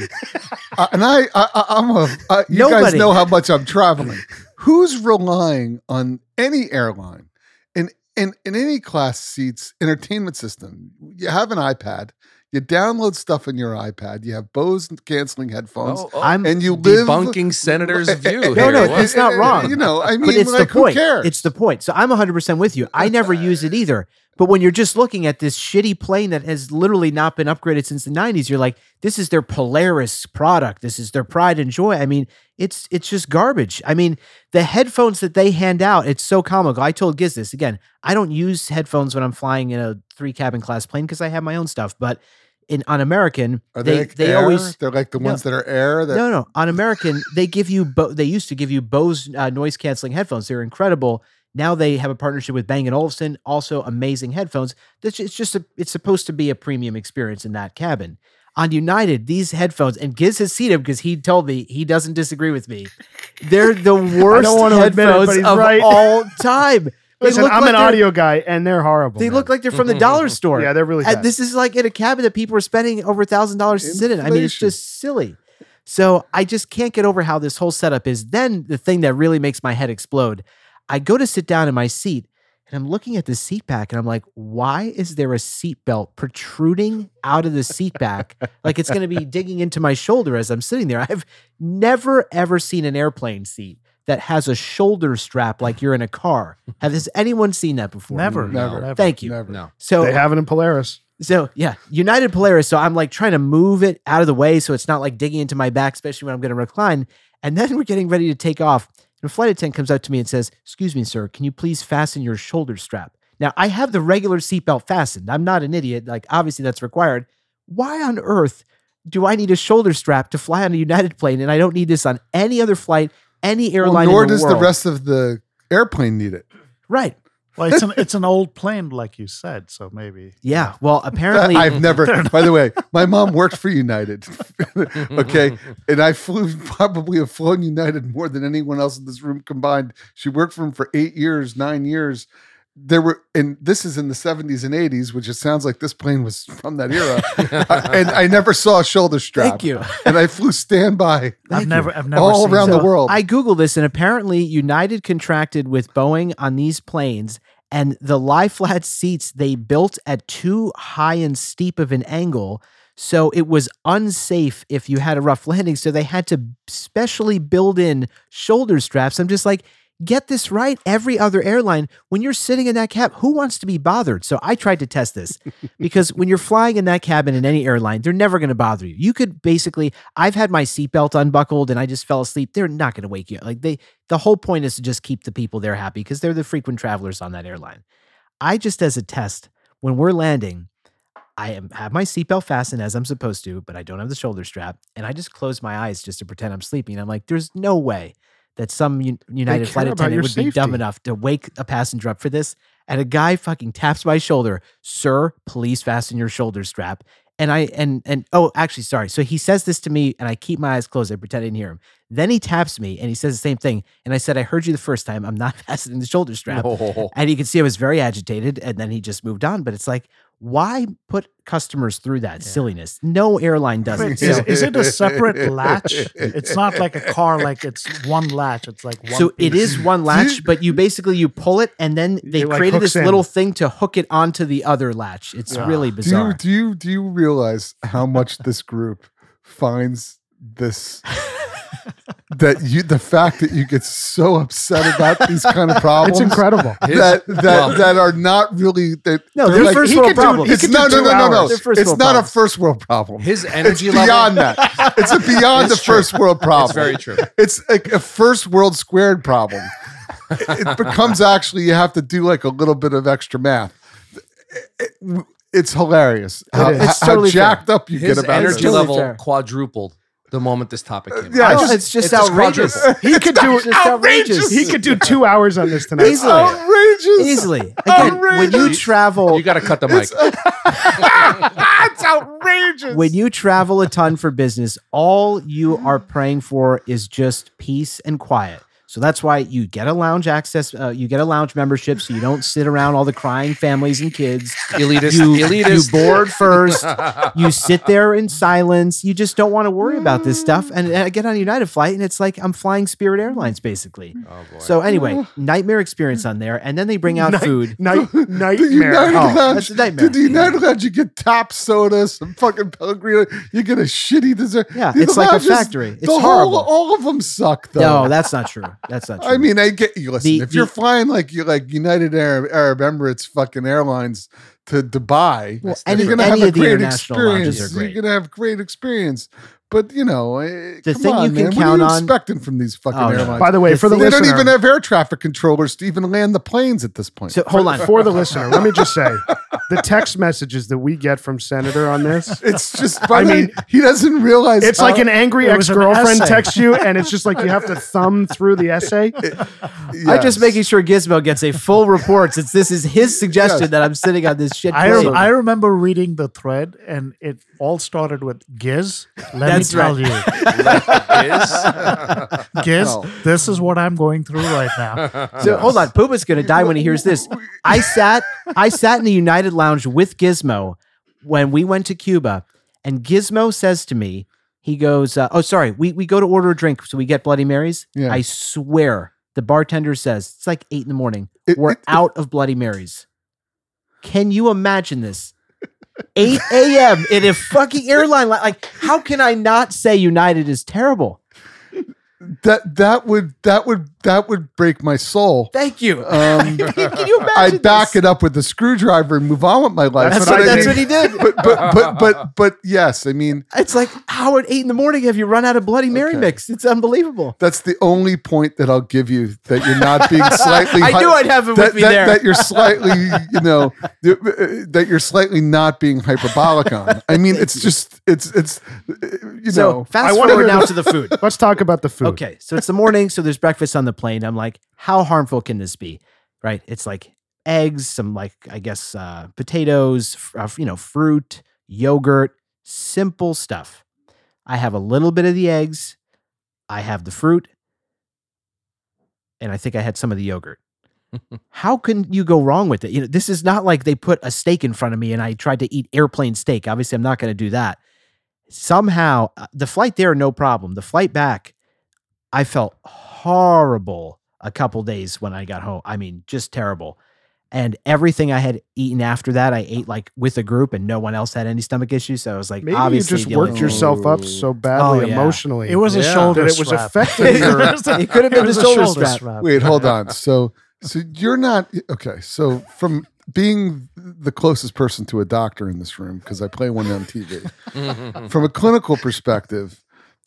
F: Uh, and I, I, I- I'm a. Uh, you guys
E: Nobody.
F: know how much I'm traveling. Who's relying on any airline in in in any class seats entertainment system? You have an iPad. You download stuff on your iPad. You have Bose canceling headphones,
B: Oh, oh,
E: I'm
F: and you live.
B: debunking Senator's view.
F: No,
B: here.
E: no,
B: What?
E: he's not wrong.
F: You know, I mean,
E: but it's
F: like,
E: the point.
F: who cares?
E: It's the point. So I'm 100% with you. I never use it either. But when you're just looking at this shitty plane that has literally not been upgraded since the 90s, you're like, this is their Polaris product. This is their pride and joy. I mean, it's it's just garbage. I mean, the headphones that they hand out, it's so comical. I told Giz this again. I don't use headphones when I'm flying in a three cabin class plane because I have my own stuff. But in on American,
F: Are
E: they,
F: like
E: they
F: air?
E: always
F: they're like the
E: No.
F: ones that are air that
E: no, no. On American, they give you Bo- they used to give you Bose uh, noise canceling headphones. They're incredible. Now they have a partnership with Bang & Olufsen, also amazing headphones. That's it's just a, it's supposed to be a premium experience in that cabin. On United, these headphones and Giz has seen him because he told me he doesn't disagree with me. They're the worst
A: want to admit it, but
E: headphones
A: he's
E: of
A: right.
E: all time. They
A: Listen,
E: look
A: I'm
E: like
A: an
E: they're-
A: audio guy and they're horrible.
E: They
A: man.
E: look like they're from the dollar store.
A: Yeah, they're really
E: Uh,
A: bad.
E: this is like in a cabin that people are spending over a thousand dollars to sit in. I mean, it's
F: Inflation.
E: just silly. So I just can't get over how this whole setup is. Then the thing that really makes my head explode, I go to sit down in my seat and I'm looking at the seat back and I'm like, why is there a seat belt protruding out of the seat back? like it's going to be digging into my shoulder as I'm sitting there. I've never ever seen an airplane seat that has a shoulder strap like you're in a car. Has anyone seen that before?
G: Never,
F: Never.
G: never.
E: Thank you.
F: never.
B: No.
E: So
A: they have it in Polaris.
E: so yeah, United Polaris. So I'm like trying to move it out of the way so it's not like digging into my back, especially when I'm going to recline. And then we're getting ready to take off. And a flight attendant comes up to me and says, Excuse me, sir, can you please fasten your shoulder strap? Now I have the regular seatbelt fastened. I'm not an idiot. Like obviously that's required. Why on earth do I need a shoulder strap to fly on a United plane? And I don't need this on any other flight, any
F: Well,
E: airline.
F: nor
E: in the
F: does the
E: world.
F: rest of the airplane need it.
E: Right.
G: Well, it's an it's an old plane, like you said. So maybe
E: Yeah. Well, apparently
F: I've never. By the way, my mom worked for United. okay, and I flew probably have flown United more than anyone else in this room combined. She worked for him for eight years, nine years. There were, and this is in the seventies and eighties, which it sounds like this plane was from that era. and I never saw a shoulder strap.
E: Thank you.
F: And I flew standby
E: Thank you.
G: I've never I've never
F: all
G: seen
F: around
G: that.
F: the world.
E: I googled this, and apparently United contracted with Boeing on these planes, and the lie flat seats they built at too high and steep of an angle, so it was unsafe if you had a rough landing. So they had to specially build in shoulder straps. I'm just like. Get this right. Every other airline, when you're sitting in that cab, who wants to be bothered? So I tried to test this because when you're flying in that cabin in any airline, they're never going to bother you. You could basically, I've had my seatbelt unbuckled and I just fell asleep. They're not going to wake you. up. Like they, the whole point is to just keep the people there happy because they're the frequent travelers on that airline. I just, as a test, when we're landing, I am, have my seatbelt fastened as I'm supposed to, but I don't have the shoulder strap, and I just close my eyes just to pretend I'm sleeping. And I'm like, there's no way that some Un- United
A: care
E: flight
A: about
E: attendant
A: your
E: would be dumb
A: safety.
E: enough to wake a passenger up for this. And a guy fucking taps my shoulder, sir. Please fasten your shoulder strap. And I and and oh, actually, sorry. So he says this to me, and I keep my eyes closed. I pretend I didn't hear him. Then he taps me, and he says the same thing. And I said, I heard you the first time. I'm not fastening the shoulder strap.
B: No.
E: And you can see I was very agitated, and then he just moved on. But it's like, why put customers through that silliness? No airline does
G: Wait,
E: it.
G: is,
E: So,
G: is it a separate latch? It's not like a car, like it's one latch. It's like one.
E: so it
G: piece.
E: is one latch, but you basically you pull it, and then they
A: It, like,
E: created
A: hooks
E: this little
A: in.
E: thing to hook it onto the other latch. It's really
F: do you,
E: bizarre.
F: do you do you realize how much this group finds this that you the fact that you get so upset about these kind of
A: It's
F: problems
A: incredible.
F: that that
B: Well-
F: that are not really that
E: No,
F: they're
E: they're first
F: "He
E: world
F: could do-
E: problems.
F: it's
A: He could
F: no,
A: do
F: no,
A: two
F: no, no, no,
A: hours."
E: They're first
F: It's
E: world
F: not
E: problems.
F: a first world problem.
B: His
F: it's
B: energy level.
F: beyond that. It's a beyond the first world problem.
B: It's very true.
F: It's like a first world squared problem. it becomes actually you have to do like a little bit of extra math. It's hilarious how,
E: is. It's
F: how
E: totally fair.
F: jacked up you
B: His
F: get about
B: energy
E: Totally
F: this.
B: level
E: fair.
B: quadrupled the moment this topic came.
F: Yeah,
B: up.
E: No,
F: it's just-
E: it's just
B: it's
E: outrageous.
F: describable.
E: He could do
F: It's
E: it. outrageous.
A: He could do two hours on this tonight.
F: It's
E: Easily.
F: outrageous.
E: easily. Again, when you
F: Outrageous.
E: travel,
B: You got to cut the mic.
F: It's, it's outrageous.
E: when you travel a ton for business, all you are praying for is just peace and quiet. So that's why you get a lounge access, uh, you get a lounge membership, so you don't sit around all the crying families and kids.
B: elitist.
E: You, you
B: elitist.
E: board first. You sit there in silence. You just don't want to worry about this stuff. And I get on a United flight, and it's like I'm flying Spirit Airlines, basically.
B: Oh boy.
E: So anyway, nightmare experience on there, and then they bring out
A: Night-
E: food.
A: Night,
F: The
A: nightmare.
F: United
E: Oh,
F: Lounge.
E: that's a nightmare.
F: Did the United Lounge, you get top soda, some fucking Pellegrino. You get a shitty dessert.
E: Yeah,
F: The
E: it's like a
F: lounges-
E: factory. It's
F: the whole-
E: horrible.
F: all of them suck, though.
E: no, that's not true. That's not true.
F: I mean, I get you. Listen,
E: The-
F: if you're
E: the-
F: flying like you like United Arab, Arab Emirates fucking airlines to Dubai,
E: Well,
F: you're
E: any-
F: gonna
E: any
F: have a
E: of the
F: great
E: international lounges
F: experience.
E: are great.
F: You're gonna have great experience. But you know, the come
E: thing you can
F: on, man.
E: count
F: what are you
E: on-
F: expecting from these fucking
E: Oh, no.
F: airlines?
A: By the way,
E: If
A: for the
F: they
A: listener,
F: don't even have air traffic controllers to even land the planes at this point.
E: so hold on.
A: for the listener, let me just say the text messages that we get from Senator on this.
F: it's just, by
A: I
F: the way,
A: mean,
F: he doesn't realize.
A: It's
F: how-
A: like an angry
G: It was
A: ex
G: an
A: girlfriend
G: essay.
A: texts you, and it's just like you have to thumb through the essay.
E: I'm just
F: Yes.
E: making sure Gizmo gets a full report since this is his suggestion
F: Yes.
E: that I'm sitting on this shit.
G: I,
E: plane.
G: rem- I remember reading the thread and it all started with Giz.
E: That's
G: Let me tell you, Giz,
F: No.
G: this is what I'm going through right now.
E: So hold on, Poopa's gonna die when he hears this. I sat I sat in the United Lounge with Gizmo when we went to Cuba, and Gizmo says to me, he goes, uh, "Oh, sorry, we we go to order a drink, so we get Bloody Marys."
F: Yeah.
E: I swear, the bartender says it's like eight in the morning.
F: It-
E: We're
F: it-
E: out of Bloody Marys. Can you imagine this? 8 a.m. in a fucking airline. li- Like, how can I not say United is terrible?
F: that that would that would that would break my soul.
E: Thank you.
F: Um,
E: can you imagine?
F: I'd back
E: this?
F: it up with a screwdriver and move on with my life.
E: That's,
A: what
E: what,
A: I
E: that's
A: did.
E: what he did.
F: but but but but but yes, I mean
E: It's like how at eight in the morning have you run out of Bloody Mary
F: Okay.
E: mix? It's unbelievable.
F: that's the only point that I'll give you that you're not being slightly.
E: I
F: hy-
E: knew I'd have it
F: that,
E: with me
F: that,
E: there.
F: that you're slightly, you know, th- uh, that you're slightly not being hyperbolic on. I mean, it's just, it's, it's, uh, you
E: so
F: know,
E: fast
A: I wanna
E: forward
A: hear
E: now
A: the-
E: to the food.
A: Let's talk about the food.
E: Okay, so it's the morning, so there's breakfast on the plane. I'm like, how harmful can this be? Right? It's like eggs, some like I guess uh, potatoes, fr- uh, you know, fruit, yogurt, simple stuff. I have a little bit of the eggs. I have the fruit, and I think I had some of the yogurt. How can you go wrong with it? You know, this is not like they put a steak in front of me and I tried to eat airplane steak. Obviously, I'm not going to do that. Somehow, uh, the flight there, no problem. The flight back, I felt horrible a couple days when I got home. I mean, just terrible. And everything I had eaten after that, I ate like with a group, and no one else had any stomach issues. So I was like,
A: Maybe you
E: obviously,
A: just
E: the only
A: worked
E: thing-
A: yourself up so badly
E: Oh, yeah.
A: emotionally.
G: It was a
C: Yeah.
G: shoulder
A: that it was
G: strap.
A: affecting your.
E: It could have been
G: It was
E: the
G: a
E: shoulder strap.
F: wait, hold on. So, so you're not, okay. So from being the closest person to a doctor in this room, because I play one on TV, from a clinical perspective,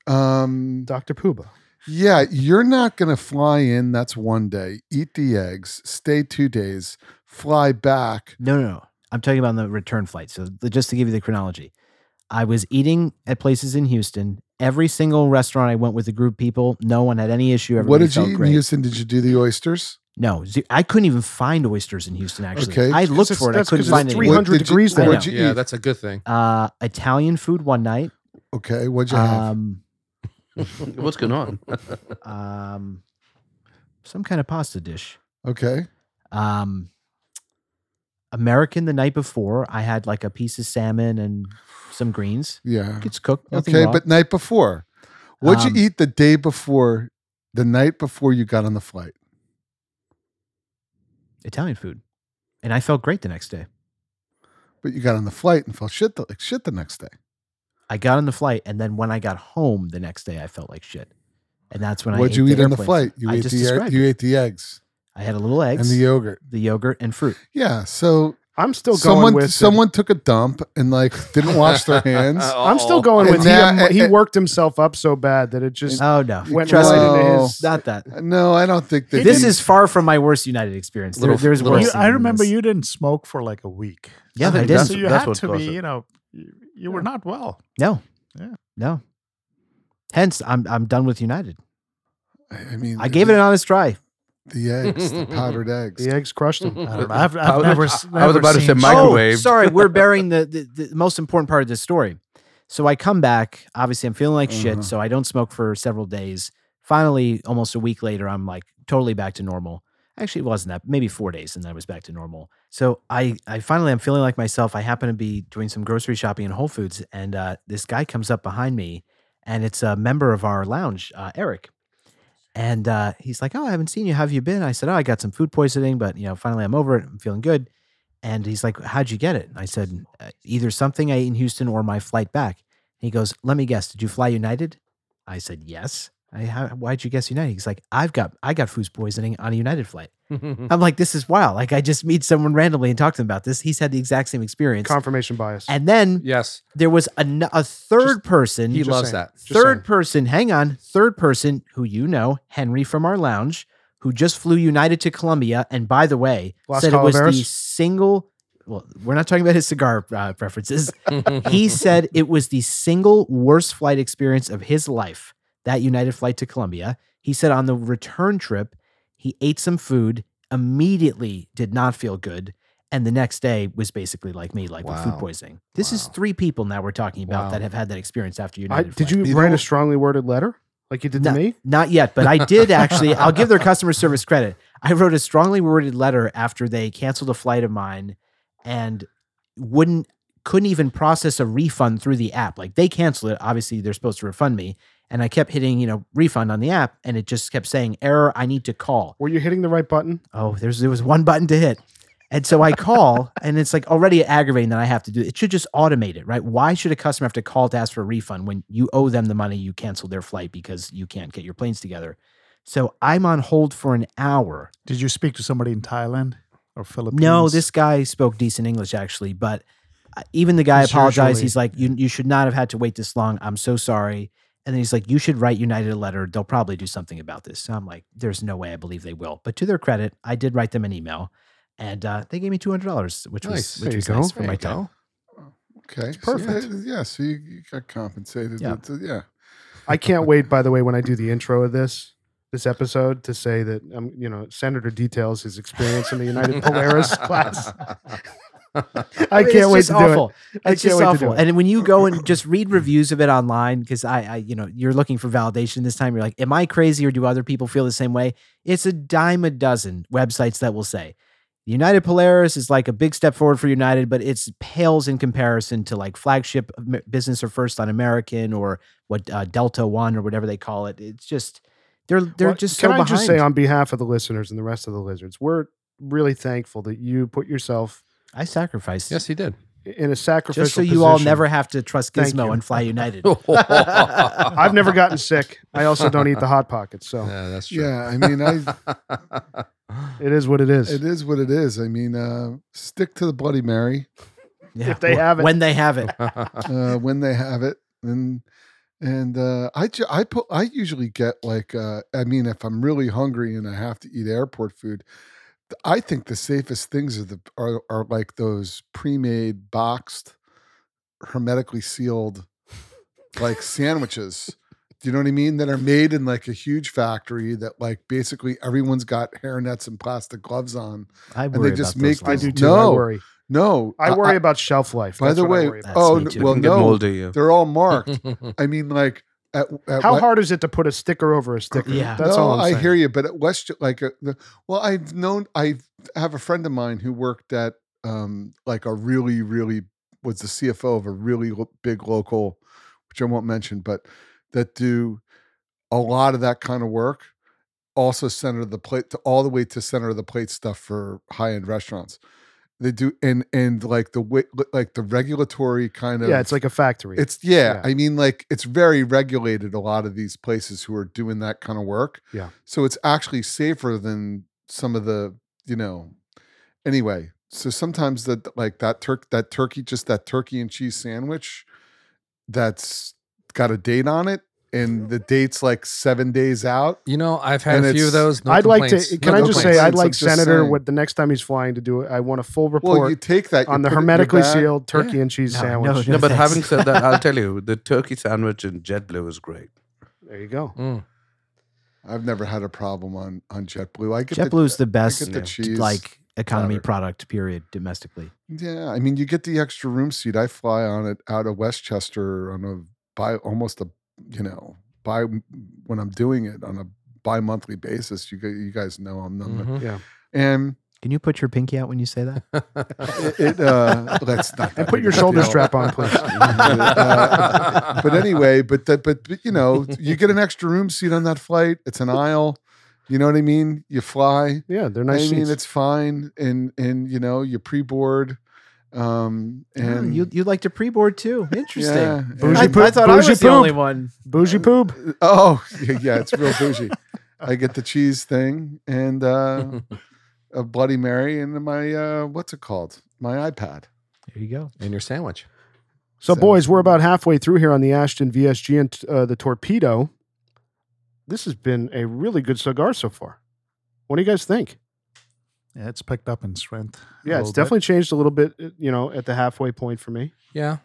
F: um,
A: Dr. Pooba.
F: Yeah, you're not going to fly in. That's one day. Eat the eggs, stay two days, fly back.
E: No, no, no. I'm talking about on the return flight. So th- just to give you the chronology, I was eating at places in Houston. Every single restaurant I went with a group of people, no one had any issue. Everybody
F: what did you
E: felt
F: eat
E: great.
F: in Houston? Did you do the oysters?
E: No, ze- I couldn't even find oysters in Houston. Actually,
F: Okay.
E: I looked
A: It's-
E: for it. I
A: that's 'cause
E: couldn't
A: it's
E: find any.
A: 300
F: What did you-
A: degrees there.
F: What'd you
B: yeah,
F: eat?
B: that's a good thing.
E: Uh, Italian food one night.
F: okay, what'd you have?
E: Um,
C: What's going on?
E: um, some kind of pasta dish.
F: Okay,
E: Um, American the night before, I had like a piece of salmon and some greens.
F: yeah.
E: It's cooked. Nothing
F: Okay,
E: raw.
F: but night before. What'd
E: Um,
F: you eat the day before, the night before you got on the flight?
E: Italian food, and I felt great the next day.
F: But you got on the flight and felt shit the, like shit the next day.
E: I got on the flight, and then when I got home the next day, I felt like shit. And that's when I
F: What'd
E: ate
F: you eat on the
E: airplane
F: flight?
E: food.
F: You
E: I
F: ate
E: just
F: the air-
E: described
F: you
E: it.
F: ate the eggs
E: I had a little eggs,
F: and the yogurt.
E: the yogurt, and fruit.
F: Yeah, so
A: I'm still going
F: someone
A: with. the-
F: someone took a dump and like didn't wash their hands.
A: I'm still going
F: And
A: with.
F: now-
A: he, he
F: and-
A: worked himself up so bad that it just
E: Oh no,
A: went
E: trust
A: right
E: me,
F: No.
A: into his.
E: not that.
F: No, I don't think they
E: This
F: did.
E: is far from my worst United experience. There-
B: Little-
E: there's
B: little-
E: worse.
G: You,
E: than
G: I remember
E: this.
G: you didn't smoke for like a week.
E: Yeah, I
C: think
E: did.
C: that's-
G: So you
C: that's
G: had
C: what
G: to
C: caused
G: be,
C: it.
G: you know, you, you were not well.
E: No.
G: Yeah.
E: No. Hence, I'm I'm done with United.
F: I I mean,
E: I gave it an honest try.
F: the eggs, the powdered eggs.
A: The eggs crushed
E: Mm-hmm.
A: them.
G: I don't know. I've, I've
C: I was-
G: never,
C: I-
G: s-
C: I was
G: never
C: about to say
G: seen-
C: micro- microwaved.
E: Oh, sorry, we're burying the, the, the most important part of this story. So I come back. Obviously, I'm feeling like
F: Uh-huh.
E: shit. So I don't smoke for several days. Finally, almost a week later, I'm like totally back to normal. Actually, it wasn't that. Maybe four days, and I was back to normal. So I, I finally, I'm feeling like myself. I happen to be doing some grocery shopping in Whole Foods, and uh, this guy comes up behind me, and it's a member of our lounge, uh, Eric. And uh, he's like, "Oh, I haven't seen you. How have you been?" I said, "Oh, I got some food poisoning, but you know, finally, I'm over it. I'm feeling good." And he's like, How'd you get it? And I said, "Uh, Either something I ate in Houston or my flight back. And he goes, Let me guess, did you fly United? I said, Yes. I, how, why'd you guess United? He's like, I've got I got food poisoning on a United flight.
A: Hmm.
E: I'm like, this is wild. Like I just meet someone randomly and talk to them about this. He's had the exact same experience.
A: Confirmation bias.
E: and then
B: yes,
E: there was an, a third person
B: he
A: Just
B: loves
A: saying.
B: that.
A: Just
E: third
A: saying.
E: person, hang on, third person who you know, Henry from our lounge, who just flew United to Colombia, and by the way,
A: Las
E: said it was the
A: Calaveras?
E: single. Well, we're not talking about his cigar uh, preferences. he said it was the single worst flight experience of his life. That United flight to Colombia. He said on the return trip, he ate some food, immediately did not feel good, and the next day was basically like me, like with food
B: Wow.
E: poisoning. This is
B: Wow.
E: three people now we're talking about
B: Wow.
E: that have had that experience after
A: I,
E: United.
A: did
E: flight.
A: you
F: You
A: write
F: know-
A: a strongly worded letter like you did
E: No.
A: to me?
E: Not yet, but I did actually. I'll give their customer service credit. I wrote a strongly worded letter after they canceled a flight of mine and wouldn't couldn't even process a refund through the app. Like they canceled it. Obviously, they're supposed to refund me. And I kept hitting, you know, refund on the app and it just kept saying, error, I need to call.
A: Were you hitting the right button?
E: Oh, there's there was one button to hit. And so I call and it's like already aggravating that I have to do it. should just automate it, right? Why should a customer have to call to ask for a refund when you owe them the money you canceled their flight because you can't get your planes together? So I'm on hold for an hour.
G: Did you speak to somebody in Thailand or Philippines?
E: No, this guy spoke decent English actually, but uh, even the guy
A: He's
E: apologized.
A: usually-
E: He's like, you, you should not have had to wait this long. I'm so sorry. And then he's like, you should write United a letter. They'll probably do something about this. So I'm like, there's no way I believe they will. But to their credit, I did write them an email and uh, they gave me $200, which
B: Nice.
E: was,
A: There
E: which
A: you
E: was
A: go.
E: nice for
B: There
E: my
B: you
E: time.
B: go.
F: Okay, so,
A: perfect.
F: yeah, yeah, so you, you got compensated.
E: Yeah.
F: That's- yeah.
A: I can't wait, by the way, when I do the intro of this this episode to say that um, you know Senator details his experience in the United Polaris class. I,
E: mean,
A: can't
E: it's
A: wait
E: just
A: to do
E: awful.
A: it. I
E: it's
A: can't
E: just
A: wait to
E: awful.
A: do it.
E: And when you go and just read reviews of it online, because I, I, you know, you're looking for validation this time. You're like, am I crazy or do other people feel the same way? It's a dime a dozen websites that will say United Polaris is like a big step forward for United, but it's pales in comparison to like flagship Am- business or first on American or what uh, Delta One or whatever they call it. It's just they're they're
A: Well,
E: just
A: Can
E: so
A: I
E: behind.
A: just say on behalf of the listeners and the rest of the lizards, we're really thankful that you put yourself
E: I sacrificed.
B: Yes, he did.
A: in a sacrificial
E: Just so you all
A: position.
E: never have to trust
A: Thank
E: Gizmo
A: you.
E: and fly United.
B: yeah,
A: I've never gotten sick. I also don't eat the hot pockets, so
B: that's true.
F: Yeah, I mean, I
A: it is what it is.
F: it is what it is. I mean, uh, stick to the Bloody Mary
E: Yeah,
A: If they
E: wh-
A: have it.
E: When they have it.
F: uh, when they have it, and and uh, I ju- I put I usually get like uh, I mean, if I'm really hungry and I have to eat airport food, th- I think the safest things are the are, are like those pre-made boxed, hermetically sealed, like sandwiches. Do you know what I mean? That are made in like a huge factory that like basically everyone's got hairnets and plastic gloves on.
E: I worry
F: they just
E: about those
F: make
A: I
E: things.
A: do too. I
F: No.
A: worry.
F: No,
A: I worry about shelf life.
F: by
A: That's what
F: the
A: I
F: way,
A: worry about.
E: That's
F: oh
E: me
F: n-
E: too.
F: well,
C: can get
F: no,
C: moldy. yeah.
F: they're all marked. I mean, like at, at
A: how
F: what-
A: hard is it to put a sticker over a sticker?
E: uh, Yeah.
A: that's
F: no,
A: all I'm
F: I
A: saying.
F: hear you, but at West, like, uh, the, well, I've known, I have a friend of mine who worked at, um, like a really, really was the CFO of a really lo- big local, which I won't mention, but that do a lot of that kind of work. Also, center of the plate to all the way to center of the plate stuff for high end restaurants. They do, and and like the way, like the regulatory kind of
A: Yeah, it's like a factory.
F: it's yeah,
A: Yeah.
F: I mean, like it's very regulated. A lot of these places who are doing that kind of work.
A: Yeah.
F: So it's actually safer than some of the you know. Anyway, so sometimes that like that turk that turkey just that turkey and cheese sandwich, that's got a date on it, and the date's like seven days out.
B: you know, I've had
F: And
B: a few
F: it's-
B: of those. No
A: I'd like
B: complaints.
A: to.
B: No
A: Can I just say
B: complaints.
A: I'd
F: complaints, I'm
A: like
F: just
A: Senator
F: saying.
A: what the next time he's flying to do it. I want a full report
F: Well, you take that you
A: on the
F: put it in your
A: hermetically
F: bag.
A: sealed turkey and cheese
E: No,
A: sandwich.
E: no,
C: No, but
E: Thanks.
C: having said that, I'll tell you, the turkey sandwich in JetBlue is great.
A: There you go.
B: Mm.
F: I've never had a problem on on JetBlue. I get
E: JetBlue's the
F: I
E: best
F: get the
C: Yeah.
F: cheese.
E: like economy
C: Louder.
E: product period domestically.
F: Yeah, I mean, you get the extra room seat. I fly on it out of Westchester on a by almost a you know by when I'm doing it on a bi-monthly basis. You gu- you guys know I'm number
A: Mm-hmm.
B: Mhm.
F: and
E: Can you put your pinky out when you say that?
F: it, it uh, let's not
A: And
F: that
A: put
F: big
A: your
F: of a
A: shoulder
F: deal.
A: strap on, please.
F: Uh, But anyway, but that but, but you know you get an extra room seat on that flight. It's an aisle. You know what I mean? You fly.
A: Yeah, they're nice
F: I mean,
A: seats.
F: it's fine, and and you know you pre-board, um,
E: Oh,
F: and
E: you you like to pre-board too. Interesting.
F: yeah,
A: Bougie
E: I,
F: and-
A: poop,
E: I thought I was
A: bougie
E: the only
A: poop.
E: one.
A: Bougie poob.
F: oh yeah, yeah, it's real bougie. I get the cheese thing and uh, a Bloody Mary and my uh, what's it called? My iPad.
E: There you go.
B: and your sandwich.
A: So,
F: So-
A: boys, we're about halfway through here on the Ashton VSG and uh, the Torpedo. This has been a really good cigar so far. What do you guys think?
G: Yeah, it's picked up in strength. a
A: Yeah, it's
G: little bit.
A: definitely changed a little bit, uh, you know, at the halfway point for me.
B: Yeah.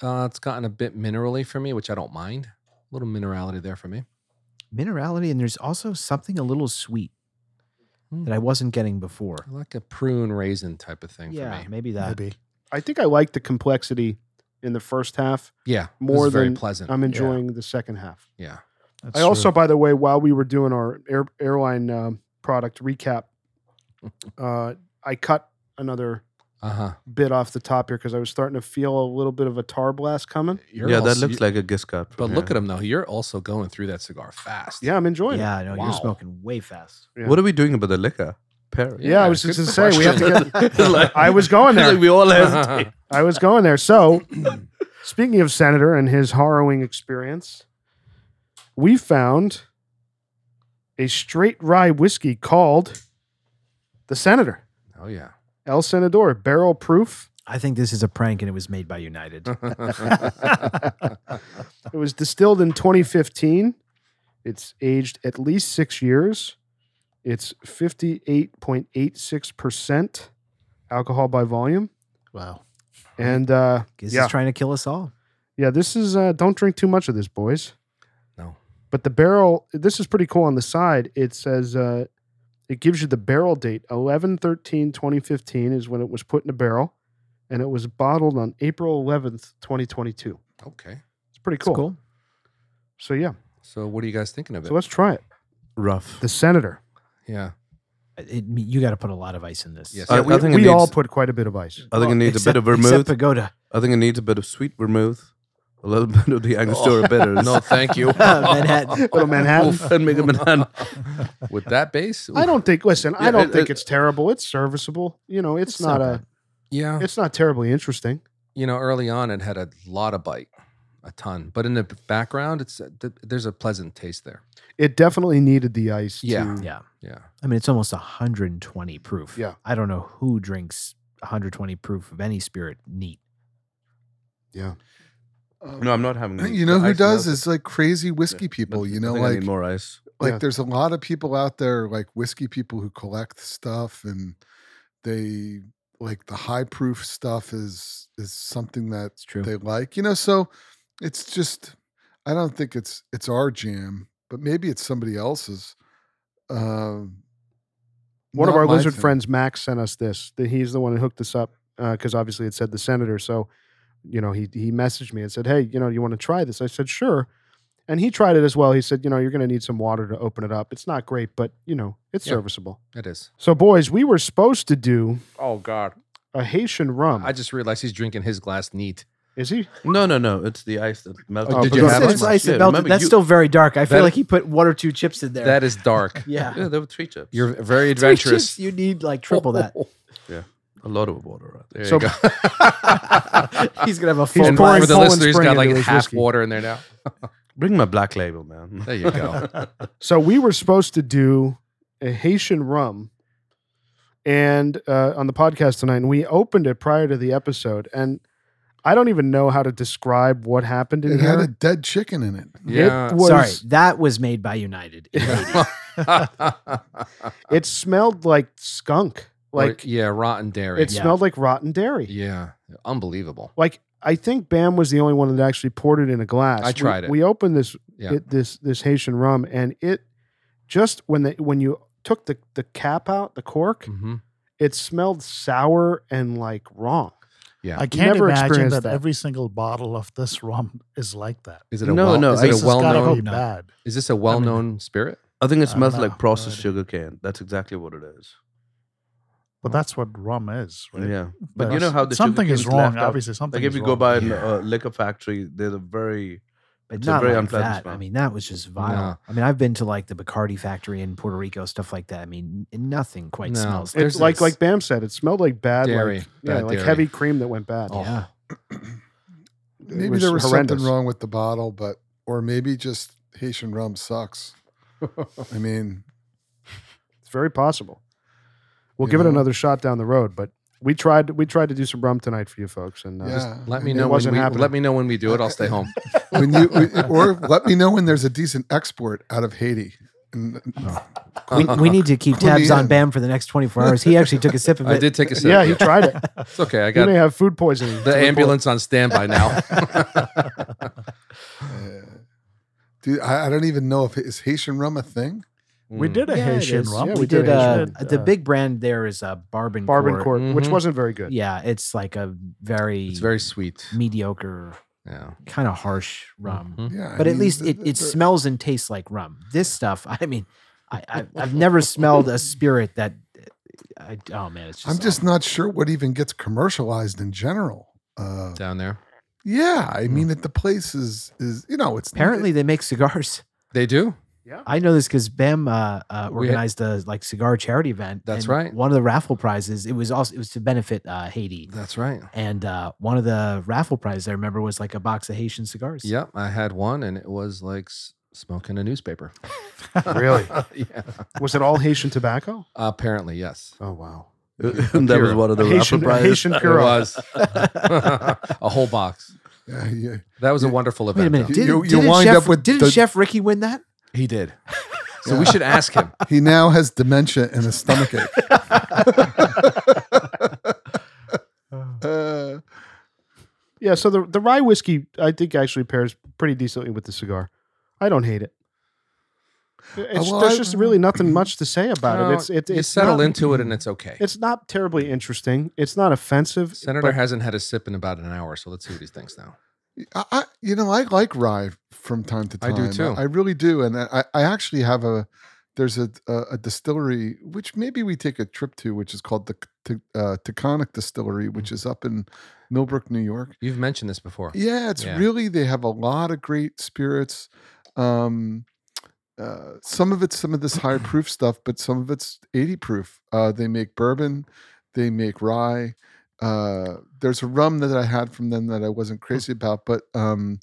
B: Uh, it's gotten a bit minerally for me, which I don't mind. A little minerality there for me.
E: Minerality, and there's also something a little sweet
B: Hmm.
E: that I wasn't getting before.
B: I like a prune raisin type of thing
E: Yeah,
B: for me.
E: maybe that.
G: maybe.
A: I think I like the complexity in the first half.
B: Yeah. this
A: More
B: is very
A: than-
B: pleasant.
A: I'm enjoying the second half.
B: yeah.
G: That's
A: I also,
G: true.
A: by the way, while we were doing our air, airline um, product recap, uh, I cut another
B: Uh huh.
A: bit off the top here because I was starting to feel a little bit of a tar blast coming.
C: yeah, that looks like a gift card.
B: But look at him though. You're also going through that cigar fast.
A: Yeah, I'm enjoying it.
E: Yeah, I know
B: Wow.
E: you're smoking way fast.
A: Yeah.
C: What are we doing about the liquor? Perry.
A: Yeah, I was just
B: good
A: gonna say, we have to
B: question.
C: Like-
A: I was going there.
C: Like we all hesitate.
A: I was going there. So, speaking of Senator and his harrowing experience, we found a straight rye whiskey called the Senator,
B: oh yeah.
A: El Senador, barrel proof.
E: I think this is a prank, and it was made by United.
A: It was distilled in 2015. It's aged at least six years. It's 58.86% alcohol by volume.
G: wow.
A: And uh,
E: This
A: Yeah.
E: is trying to kill us all.
A: yeah, this is, uh, don't drink too much of this, boys.
B: No.
A: But the barrel, this is pretty cool on the side. It says, uh, it gives you the barrel date 11 13 2015 is when it was put in a barrel. And it was bottled on April 11th, 2022.
B: Okay.
A: It's pretty
E: It's
A: cool.
E: cool.
A: So, yeah.
B: So what are you guys thinking of it?
A: So let's try it.
C: Rough.
A: The Senator.
B: yeah.
E: It- you got to put a lot of ice in this.
B: Yes.
C: I,
A: Yeah,
C: I
A: we,
C: think it
A: we
C: needs,
A: all put quite a bit of ice.
C: I think it needs
E: Except-
C: a bit of vermouth.
E: Except pagoda.
C: I think it needs a bit of sweet vermouth, a little bit of the Angostura bitters.
B: Oh. No, thank you.
E: Manhattan.
A: Little Manhattan.
C: Oof, and make a banana.
B: With that base,
A: I don't think. Listen, I
C: Yeah,
A: don't
C: it-
A: think
C: it-
A: it's terrible. It's serviceable. You know, it's,
E: It's
A: not,
E: not
A: a.
B: Yeah.
A: It's not terribly interesting.
B: you know, early on it had a lot of bite, a ton. But in the background, it's uh, th- there's a pleasant taste there.
A: It definitely needed the ice.
B: Yeah.
A: To,
E: Yeah.
B: Yeah.
E: I mean, it's almost 120 proof.
A: Yeah.
E: I don't know who drinks 120 proof of any spirit neat.
F: Um,
C: No, I'm not having. any-
F: You know
C: the
F: who
C: ice
F: does
C: melted.
F: is like crazy whiskey
C: Yeah,
F: people.
C: but
F: You
C: I
F: know,
C: think I need
F: like
C: more ice.
F: like
A: Yeah.
F: there's a lot of people out there like whiskey people who collect stuff and they like the high proof stuff is is something that
E: It's true.
F: they like. You know, so it's just I don't think it's it's our jam, but maybe it's somebody else's. Um,
A: One of
F: not
A: our
F: my
A: lizard
F: thing.
A: friends, Max, sent us this. That he's the one who hooked us up because obviously it said the senator. So, you know, he he messaged me and said, "Hey, you know, you want to try this?" I said, "Sure." And he tried it as well. He said, "You know, you're going to need some water to open it up. It's not great, but you know, it's
B: Yeah.
A: serviceable."
B: It is.
A: So, boys, we were supposed to do
B: Oh God.
A: a Haitian rum.
B: Mm. I just realized he's drinking his glass neat.
A: Is he?
C: No, no, no. It's the ice that melted.
A: Oh,
E: But
A: did
E: you
A: you
E: said
A: have
E: it's
A: much?
E: ice that
C: Yeah,
E: melted.
C: remember,
E: That's
C: you-
E: still very dark. I
B: That-
E: feel like he put one or two chips in there.
B: That is dark.
E: yeah.
C: Yeah, there were three chips.
B: You're very
E: Three chips,
B: adventurous.
E: You need like triple that.
C: a lot of water. Right there.
B: There
A: So-
B: you go.
E: He's gonna have a
A: He's
E: full
B: and
A: pouring
B: for the
A: Poland
B: listener, he's
A: Spring
B: got like
A: into his
B: half
A: whiskey.
B: water in there now.
C: Bring my black label, man.
B: There you go.
A: So we were supposed to do a Haitian rum, and uh, on the podcast tonight, and we opened it prior to the episode, and I don't even know how to describe what happened in
F: It
A: here.
F: had a dead chicken in it.
B: Yeah.
A: It was.
E: Sorry, that was made by United.
A: It smelled like skunk.
B: Or-
A: Like
B: yeah, rotten dairy.
A: it smelled like rotten dairy.
B: yeah, unbelievable.
A: Like I think Bam was the only one that actually poured it in a glass.
B: I
A: We-
B: tried it.
A: We opened this
B: Yeah.
A: it, this this Haitian rum, and it just when the when you took the the cap out, the cork,
B: hmm
A: it smelled sour and like wrong.
B: Yeah.
G: I can't
A: Never
G: imagine
A: experienced
G: that,
A: that.
G: every single bottle of this rum is like that.
B: Is it a
C: No,
B: well?
C: no,
B: Is
C: I-
B: it
C: This has
B: a well
G: gotta
B: known?
G: be bad.
B: Is this a well known spirit?
C: I think it
G: I don't
C: smells
G: know.
C: like
G: No
C: processed
G: idea.
C: sugar cane. That's exactly what it is.
G: But that's what rum is, right?
C: Yeah. But you know how the
G: something
C: sugar
G: is
C: cane's
G: wrong.
C: left out.
G: Obviously, something.
C: Like if
G: is
C: you go uh,
G: wrong.
C: by a liquor factory, there's a very
E: But
C: It's a
E: not
C: very
E: like
C: unpleasant
E: that. I
C: smell.
E: mean, that was just vile.
B: No.
E: I mean, I've been to like the Bacardi factory in Puerto Rico, stuff like that. I mean, n- nothing quite
B: No.
E: smells.
B: There's
A: It's like
B: this-
A: like Bam said, it smelled like bad
B: Dairy,
A: like yeah,
B: bad
A: like
B: dairy.
A: heavy cream that went bad.
E: Oh. Yeah.
A: It
F: Maybe
A: was
F: there was
A: horrendous.
F: something wrong with the bottle, but or maybe just Haitian rum sucks. I mean,
A: It's very possible. We'll
F: You
A: give
F: know?
A: it another shot down the road, but we tried we tried to do some rum tonight for you folks, and uh,
F: yeah.
B: Let me
A: It
B: know when
A: wasn't
B: we,
A: happening.
B: let me know when we do it. I'll stay home.
F: when you or let me know when there's a decent export out of Haiti. And,
E: we, we need to keep
F: Clue me
E: tabs on
F: in.
E: Bam for the next 24 hours. He actually took a sip of it.
B: I did take a sip.
A: yeah, he tried it.
B: It's okay. I
A: He may
B: got
A: have food poisoning. to
B: the
A: report.
B: ambulance on standby now.
F: uh, dude, I, I don't even know if is Haitian rum a thing.
C: mm.
G: we
B: Mm.
G: did a
E: Yeah, it
G: Haitian
E: is.
G: rum.
A: Yeah,
E: we,
A: we
E: did.
A: did a
E: uh,
A: Haitian.
E: the big brand there is a Bourbon
A: Bourbon Court, which
B: Mhm.
A: wasn't very good.
E: Yeah, it's like a very
B: It's very sweet.
E: mediocre,
B: Yeah.
E: kind of harsh rum.
B: Mhm.
F: Yeah, Mm-hmm. I
E: But at
F: mean,
E: least
F: the-
E: it,
F: the-
E: it
F: the-
E: smells and tastes like rum. This stuff, I mean, I, I, I've never smelled a spirit that. I, oh man, it's just.
F: I'm just not sure what even gets commercialized in general. Uh,
B: Down there.
F: yeah,
B: Mm-hmm.
F: I mean, at the place is is you know it's
E: Apparently, they make cigars.
B: They do.
E: I know this because Bam uh, uh,
B: We had-
E: organized a like cigar charity event.
B: That's
E: and
B: right.
E: One of the raffle prizes, it was also it was to benefit uh, Haiti,
B: That's right.
E: and uh, one of the raffle prizes I remember was like a box of Haitian cigars.
B: Yep. I had one and it was like s- smoking a newspaper.
A: Really?
B: yeah.
A: Was it all Haitian tobacco?
B: Apparently, yes.
A: Oh wow.
C: that was
B: Pure.
C: one of the
A: Haitian,
C: Haitian,
A: Haitian
B: It
A: Puro.
B: was a whole box.
F: Yeah, uh, yeah.
B: That was a
F: You-
B: wonderful
E: Wait a
B: event.
E: minute,
F: You-
E: did,
F: you
E: didn't
F: wind
E: Chef,
F: up with
E: didn't
F: the-
E: Chef Ricky win that?
B: though. He did. So we should ask him.
F: He now has dementia and a stomach ache. uh,
A: Yeah, so the the rye whiskey I think actually pairs pretty decently with the cigar. I don't hate it. It's,
F: well,
A: there's
F: I-
A: just really nothing much to say about
B: No,
A: it. It's it,
B: you
A: it's
B: settle
A: not, Mm.
B: into it and it's okay.
A: It's not terribly interesting. It's not offensive.
B: Senator
A: but
B: hasn't had a sip in about an hour, so let's see what he thinks now.
F: I, I, you know, I like rye from time to
B: I
F: time.
B: do too.
F: I, really do, and I, I actually have a there's a, a a distillery which maybe we take a trip to, which is called the T- uh, Taconic Distillery,
B: Mm-hmm.
F: which is up in Millbrook, New York.
B: You've mentioned this before.
F: Yeah, it's
B: Yeah.
F: really they have a lot of great spirits. Um, uh, some of it's some of this high proof stuff, but some of it's 80 proof. Uh, they make bourbon, they make rye. Uh, there's a rum that I had from them that I wasn't crazy about, but um,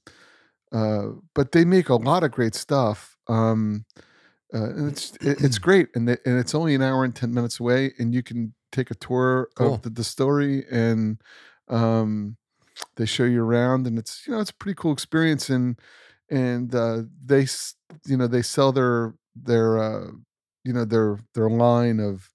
F: uh, but they make a lot of great stuff. Um, uh, and it's it- it's great, and they, and it's only an hour and ten minutes away, and you can take a tour
B: Cool.
F: of the distillery, and um, they show you around, and it's you know it's a pretty cool experience, and and uh, they s- you know they sell their their uh, you know their their line of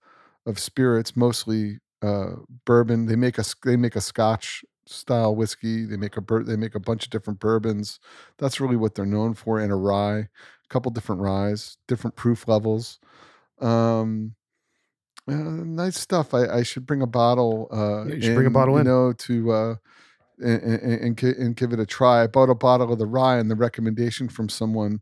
F: of spirits mostly uh, bourbon. They make a s- they make a Scotch style whiskey. They make a bur- they make a bunch of different bourbons. That's really what they're known for, and a rye, a couple different ryes, different proof levels. Um, uh, nice stuff. I, I should bring a bottle. Uh,
A: Yeah, you should bring a bottle
F: you
A: in.
F: know, to uh, and, and gi- and give it a try. I bought a bottle of the rye, and the recommendation from someone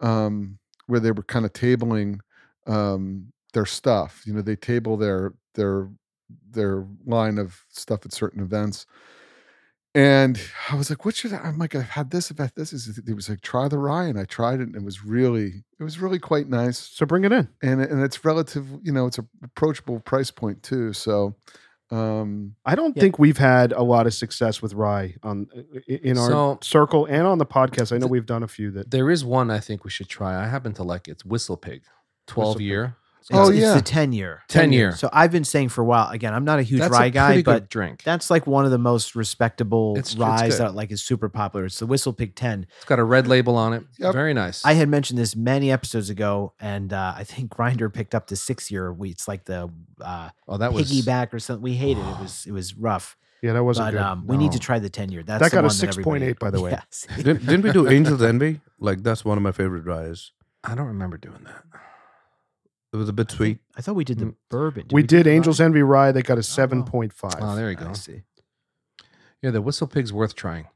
F: um, where they were kind of tabling um, their stuff. You know, they table their their their line of stuff at certain events. And I was like, "What should I?" I'm like, "I've had this, I've had this." It was like, "Try the rye," and I tried it, and it was really, it was really quite nice
A: So bring it in.
F: and and it's relative you know it's a approachable price point too so um
A: I don't
E: Yeah.
A: think we've had a lot of success with rye on uh, i- in our
B: So-
A: circle and on the podcast. I know
B: Th-
A: we've done a few that
B: There is one I think we should try. I happen to like it. it's Whistle Pig, twelve
A: Whistle Pig.
B: year,
E: It's,
F: Oh,
E: it's
F: yeah.
E: the ten year.
B: 10 year.
E: So I've been saying for a while. Again, I'm not a huge rye guy,
B: pretty
E: but
B: good drink.
E: That's like one of the most respectable
B: It's- it's
E: ryes
B: good.
E: that like is super popular. It's the Whistle Pig 10.
B: it's got a red label on it.
F: Yep.
B: Very nice.
E: I had mentioned this many episodes ago, and uh, I think Grinder picked up the six year wheat. It's like the uh,
B: oh, that was
E: piggyback or something. We hated it. It was it was rough.
A: Yeah, that wasn't
E: But
A: good.
E: um, we need to
C: No.
E: try the 10 year. That's
A: That
E: the
A: got a
E: one everybody-
A: 6.8, by the way.
E: Yes.
C: Didn't, didn't we do Angels Envy? Like that's one of my favorite dries.
B: I don't remember doing that.
C: It was a bit
E: I think-
C: sweet.
E: I thought we did the
B: Mm.
E: bourbon.
A: we
E: do
A: did
E: the
A: Angels
E: rye?
A: Envy Rye. They got a 7.5.
B: Oh, there you go.
D: I see.
B: Yeah, the whistle pig's worth trying.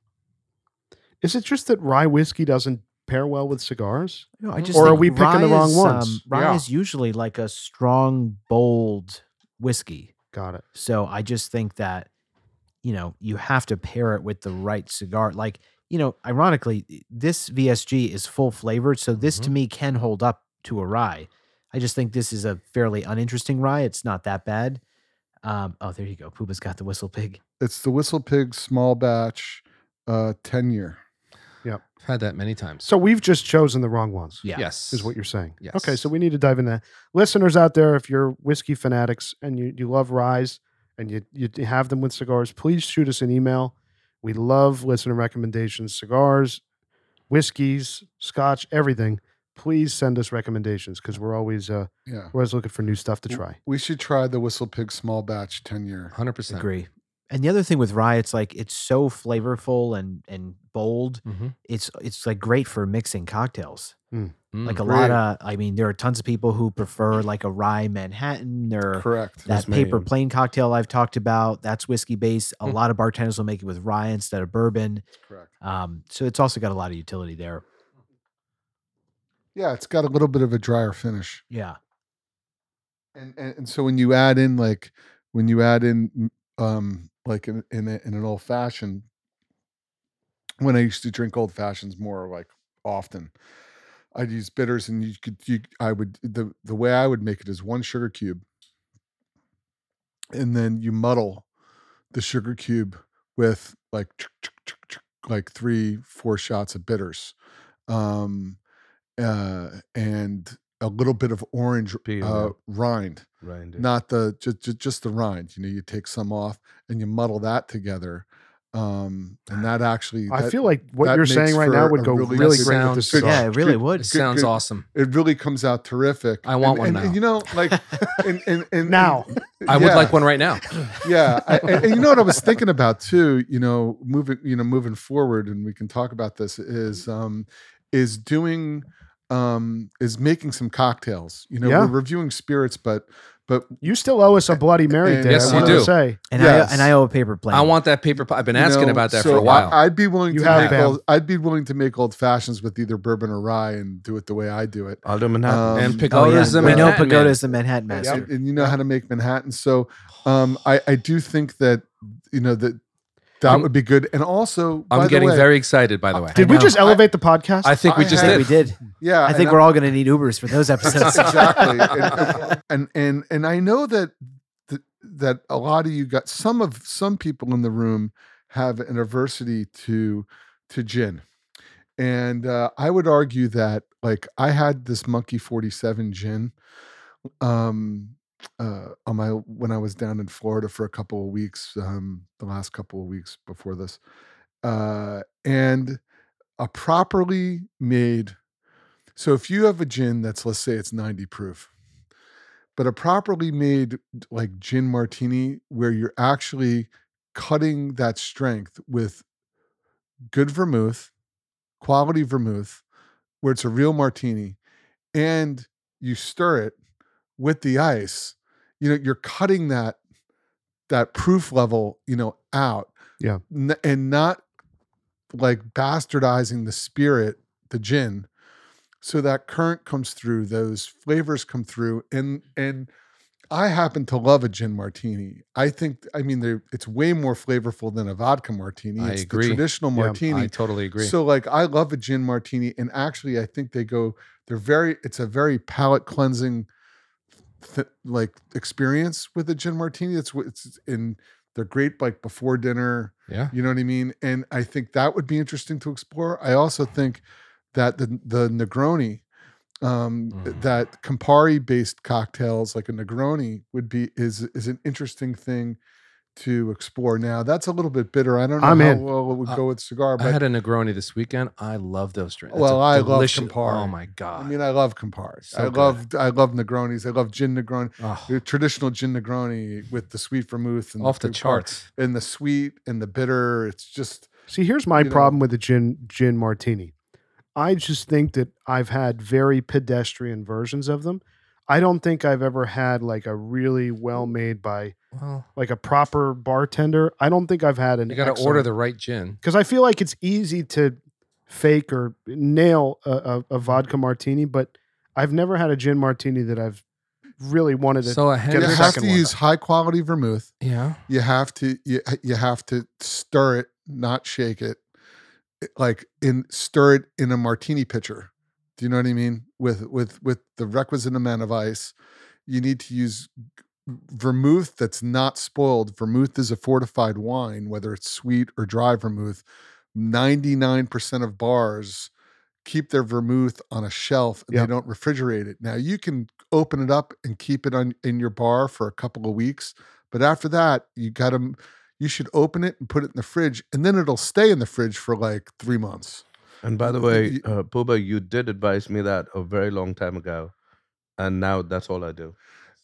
A: Is it just that rye whiskey doesn't pair well with cigars?
E: No, I
B: Mm.
E: just
B: Or are
E: think
A: we picking
E: rye
A: the wrong
E: is, um,
A: ones?
E: rye
A: Yeah.
E: is usually like a strong, bold whiskey.
A: Got it.
E: So I just think that, you know, you have to pair it with the right cigar. Like, you know, ironically, i- this VSG is full flavored. So this to me can hold up to a rye. I just think this is a fairly uninteresting rye. It's not that bad. Um, oh, there you go. Pooba's got the whistle pig.
F: It's the Whistle Pig small batch, uh, ten year.
B: I've had that many times.
A: So we've just chosen the wrong ones.
E: Yeah.
B: yes,
A: is what you're saying.
B: Yes.
A: Okay, so we need to dive into that. Listeners out there, if you're whiskey fanatics and you, you love ryes and you, you have them with cigars, please shoot us an email. We love listener recommendations, cigars, whiskeys, scotch, everything. Please send us recommendations because we're always uh,
F: Yeah,
A: we're always looking for new stuff to try.
F: we should try the Whistle Pig small batch ten year.
B: hundred percent
E: Agree. And the other thing with rye, it's like it's so flavorful and and bold.
B: Mm-hmm.
E: It's it's like great for mixing cocktails.
B: Hmm.
E: Like a
F: Great.
E: lot of, I mean, there are tons of people who prefer like a rye Manhattan or
F: Correct.
E: that
C: That's me.
E: paper plain cocktail I've talked about. That's whiskey based. A
B: Hmm.
E: lot of bartenders will make it with rye instead of bourbon.
F: Correct.
E: Um, so it's also got a lot of utility there.
F: Yeah, it's got a little bit of a drier finish.
E: Yeah.
F: and, and and so when you add in like when you add in m- um like in in, a, in an old fashioned when i used to drink old fashions more like often i'd use bitters and you could you i would the the way i would make it is one sugar cube and then you muddle the sugar cube with like like three four shots of bitters um uh and a little bit of orange
C: Peel,
F: uh,
C: yeah.
F: rind,
C: Ryan did.
F: not the just, just the rind. You know, you take some off and you muddle that together, um, and that actually.
A: I
F: that-
A: feel like what
F: that
A: you're saying
F: makes
A: right now
F: for
A: would
F: a
A: go really,
F: really
A: great
F: good
A: with this
B: sound.
A: cigar.
E: Yeah, it really
F: good-
E: would.
B: It sounds
F: good.
B: awesome.
F: it really comes out terrific.
B: I want
F: and,
B: one
F: and,
B: now.
F: And you know, like and and, and
A: Now.
B: I would
F: yeah.
B: like one right now.
F: yeah I, and, and you know what i was thinking about too you know moving you know moving forward and we can talk about this is um is doing um is making some cocktails you know
A: Yeah.
F: we're reviewing spirits but but
A: You still owe us a Bloody Mary,
F: And-
A: Dave.
B: Yes,
A: I
B: you
A: wanted to
B: do.
A: Say
E: And I
F: Yes.
E: and I owe a paper plane.
B: I want that paper. pi- I've been
F: you
B: asking
F: know,
B: about that
F: so
B: for a while.
F: I, would be willing
A: You
F: to
A: have,
F: make
A: Bam.
F: old, i'd be willing to make old fashions with either bourbon or rye and do it the way i do it
C: Aldo Manhattan.
F: Um,
B: and
E: Oh,
B: Pagoda
E: yeah.
B: is the
E: we know
B: Manhattan
E: Pagoda
B: man.
E: is the Manhattan
A: Yeah.
E: master.
F: and, and you know how to make manhattan so um i i do think that you know that that
B: I'm-
F: would be good and also by
B: I'm
F: the
B: getting
F: way,
B: very excited. By the way,
A: Did we
E: know.
A: just
F: I-
A: elevate the podcast?
B: I think we
F: I
B: just
E: Yeah,
F: had-
B: did.
E: we did.
F: yeah
E: I
F: and
E: think we're all going to need Ubers for those episodes.
F: exactly. And, and and and I know that th- that a lot of you got some of some people in the room have an aversity to to gin, and uh, I would argue that like I had this Monkey Forty Seven gin, um, uh, on my when I was down in Florida for a couple of weeks, um, the last couple of weeks before this, uh, and a properly made so if you have a gin that's let's say it's 90 proof, but a properly made like gin martini where you're actually cutting that strength with good vermouth, quality vermouth, where it's a real martini, and you stir it with the ice, you know, you're cutting that that proof level, you know, out.
A: Yeah.
F: N- and not like bastardizing the spirit, the gin, so that current comes through those flavors come through and and i happen to love a gin martini i think i mean they're- it's way more flavorful than a vodka martini
B: I
F: it's
B: agree.
F: the traditional
A: Yeah,
F: martini
B: I totally agree.
F: so like i love a gin martini and actually i think they go they're very it's a very palate cleansing th- like experience with a gin martini it's what it's in they're great like before dinner
B: yeah,
F: you know what I mean? And I think that would be interesting to explore. I also think that the the Negroni, um,
B: Mm.
F: that Campari based cocktails like a Negroni would be is is an interesting thing to explore now. That's a little bit bitter. I don't know
A: I'm
F: how
A: in.
F: well it would
B: Uh,
F: go with cigar,
B: I had
F: but
B: a Negroni this weekend. I love those drinks.
F: Well, I
B: I
F: love Campari.
B: Oh my
F: I,
B: god!
F: mean, I love Campari.
B: So
F: I
B: good.
F: love I love Negronis. I love gin Negroni,
B: Oh,
F: the traditional gin Negroni with the sweet vermouth and
B: off the
F: Campari,
B: charts.
F: and the sweet and the bitter. It's just
A: See, here's my
F: You know-
A: problem with the gin gin martini. I just think that I've had very pedestrian versions of them. I don't think I've ever had like a really well made by
B: Well,
A: like a proper bartender. I don't think I've had an.
B: you got to order the right gin.
A: because I feel like it's easy to fake or nail a, a, a vodka martini, but I've never had a gin martini that I've really wanted to.
B: So uh, a
A: Get
F: you
A: a
B: Henderson,
F: have
A: second
F: to
A: one.
F: use high quality vermouth.
B: yeah.
F: you have to you, you have to stir it not shake it eh, like in stir it in a martini pitcher do you know what i mean with with with the requisite amount of ice you need to use vermouth that's not spoiled vermouth is a fortified wine whether it's sweet or dry vermouth 99% of bars keep their vermouth on a shelf and
A: Yep.
F: they don't refrigerate it now you can open it up and keep it on in your bar for a couple of weeks but after that, you got to you should open it and put it in the fridge, and then it'll stay in the fridge for like three months.
C: And by the
F: Y-
C: way,
F: y-
C: uh, Pooba, you did advise me that a very long time ago, and now that's all I do.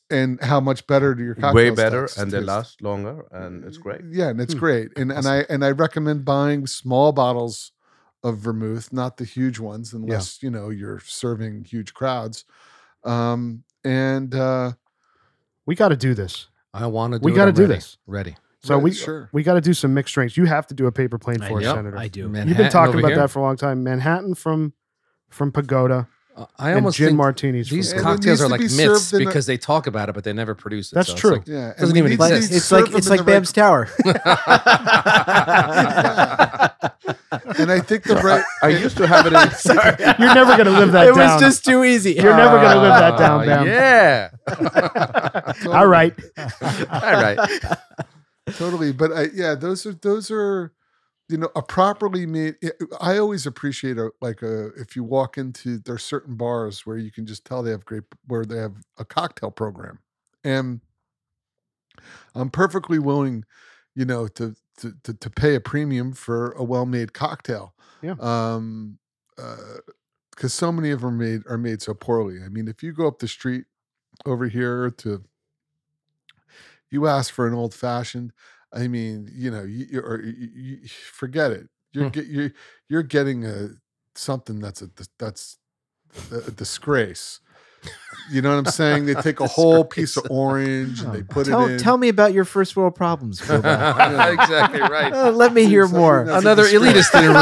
F: And how much better do your cocktails
C: Way better,
F: taste-
C: and they
F: taste?
C: last longer, and it's great.
F: Yeah, and it's
A: Hmm.
F: great. And and I and I recommend buying small bottles of vermouth, not the huge ones, unless you know you're serving huge crowds. Um, and uh,
A: we got to do this.
B: I want to.
A: We gotta
B: got to
A: do this.
B: Ready.
A: So
F: but
A: we uh,
F: sure.
A: we got to do some mixed drinks. You have to do a paper plane
E: I
A: for us,
B: know.
A: Senator.
E: I do.
B: Manhattan
A: You've been talking
B: over
A: about
B: here.
A: that for a long time. Manhattan from from Pagoda
B: Uh, I
A: and
B: almost
A: gin
B: think
A: martinis.
B: these
A: from
F: And it
B: cocktails
F: needs
B: are
F: to
B: like
F: be
B: myths
F: served in a-
B: because they talk about it, but they never produce it.
A: That's
B: so it's
A: true.
B: like-
F: Yeah, and
B: Doesn't
F: we
B: even
F: need
B: But
F: to
B: exist.
E: it's
F: serve
E: like
F: them
E: it's
F: in
E: like
F: the right-
E: Bam's Tower.
F: and I think the right.
C: I used to have it in.
E: Sorry.
A: You're never gonna live that
E: It
A: down.
E: was just too easy.
A: You're never gonna live that down,
B: Ah,
A: Bam.
B: Yeah.
A: All right,
B: All right.
F: totally but I, yeah those are those are you know a properly made i always appreciate a like a if you walk into there's certain bars where you can just tell they have great where they have a cocktail program and i'm perfectly willing you know to to to, to pay a premium for a well-made cocktail
A: Yeah.
F: um because so many of them are made are made so poorly i mean if you go up the street over here to you ask for an old fashioned i mean you know you, you- or you, you- forget it you're
B: Hmm.
F: get, you're you're getting a something that's a dis- that's a, a disgrace you know what i'm saying they take a whole piece of orange
A: Oh,
F: and they put it
E: Tell,
F: in
E: tell me about your first world problems. Bilbo.
B: exactly right.
E: Uh, let me hear
F: Something
E: more.
F: that's a
B: Another
F: disgrace.
B: elitist in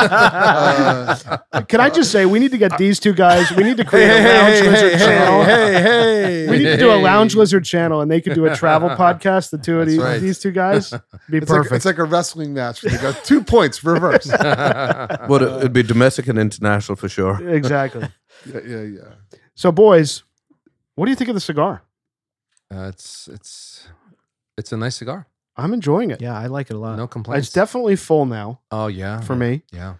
B: a room.
F: Uh,
A: can I just say we need to
B: Uh,
A: get these two guys? We need to create a lounge lizard channel.
F: hey
A: We need to do a
B: Hey.
A: lounge lizard channel, and they could do a travel podcast. The two of
B: That's
A: these,
B: right.
A: these two guys, be
F: it's like,
A: perfect.
F: it's like a wrestling match where they got two points reverse yeah
C: Well, it- it'd be domestic and international for sure.
A: exactly.
F: yeah yeah
A: So, boys, what do you think of the cigar?
B: Uh, it's it's it's a nice cigar.
A: I'm enjoying it.
E: Yeah, I like it a lot.
B: No
A: Uh, It's
B: complaints.
A: definitely full now
B: oh yeah.
A: for me.
B: Yeah.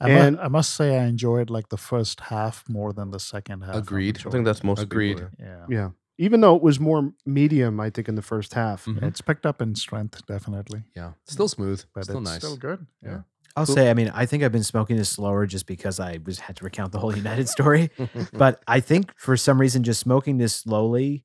G: I, mu-
A: And-
G: I must say, I enjoyed like the first half more than the second half. I'm
C: I
B: Agreed.
C: think
G: enjoying.
C: that's most
B: Agreed.
C: People,
G: yeah.
A: Yeah, even though it was more medium, I think in the first half.
B: Mhm.
G: It's picked up in strength, definitely.
B: Yeah. Still smooth.
G: But
B: still
G: it's
B: nice.
G: still good. Yeah.
E: I'll say, I mean, I think I've been smoking this slower just because I was had to recount the whole United story. but I think for some reason, just smoking this slowly,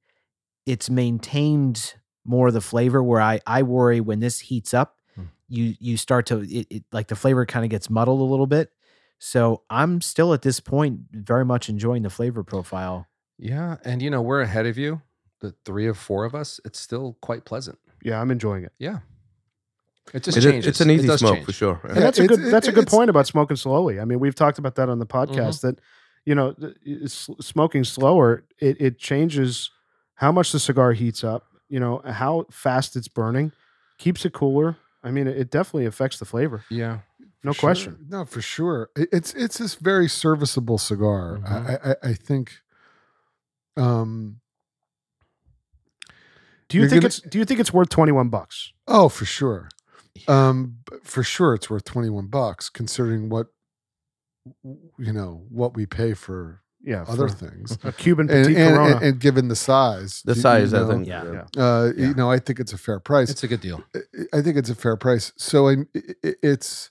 E: it's maintained more of the flavor. Where I I worry when this heats up,
B: Mm.
E: you you start to it, it like the flavor kind of gets muddled a little bit. So I'm still at this point very much enjoying the flavor profile.
B: Yeah, and you know we're ahead of you. The three or four of us. It's still quite pleasant.
A: Yeah, I'm enjoying it.
B: Yeah. It just
C: It is-
B: changes.
C: it's an
B: It
C: easy
B: does
C: smoke
B: change.
C: for sure. yeah.
A: And that's a
F: it's-
A: good
F: it-
A: that's a good
F: it's-
A: point about smoking slowly. I mean, we've talked about that on the podcast that you know, th- s- smoking slower it it changes how much the cigar heats up, you know, how fast it's burning, keeps it cooler. I mean, it definitely affects the flavor.
B: Yeah.
A: No
F: Sure.
A: question.
F: No, for sure. I- It's it's this very serviceable cigar. I
A: Mm-hmm.
F: I, I, I think. Um.
A: Do you
F: You're
A: think
F: gonna-
A: it's do you think it's worth 21 bucks?
F: Oh, for sure. Um, b- for sure, it's worth twenty one bucks considering what w- you know what we pay for
A: yeah,
F: other
A: for
F: things.
A: a Cuban
F: And,
A: petite
F: and,
A: Corona.
F: and, and given the size,
C: The
F: you- you
C: size, I
F: know,
C: think.
E: Yeah.
C: uh,
F: Uh,
B: Yeah.
F: You know, I think it's a fair price.
B: It's a good deal.
F: I- I think it's a fair price. So I'm, i- i- it's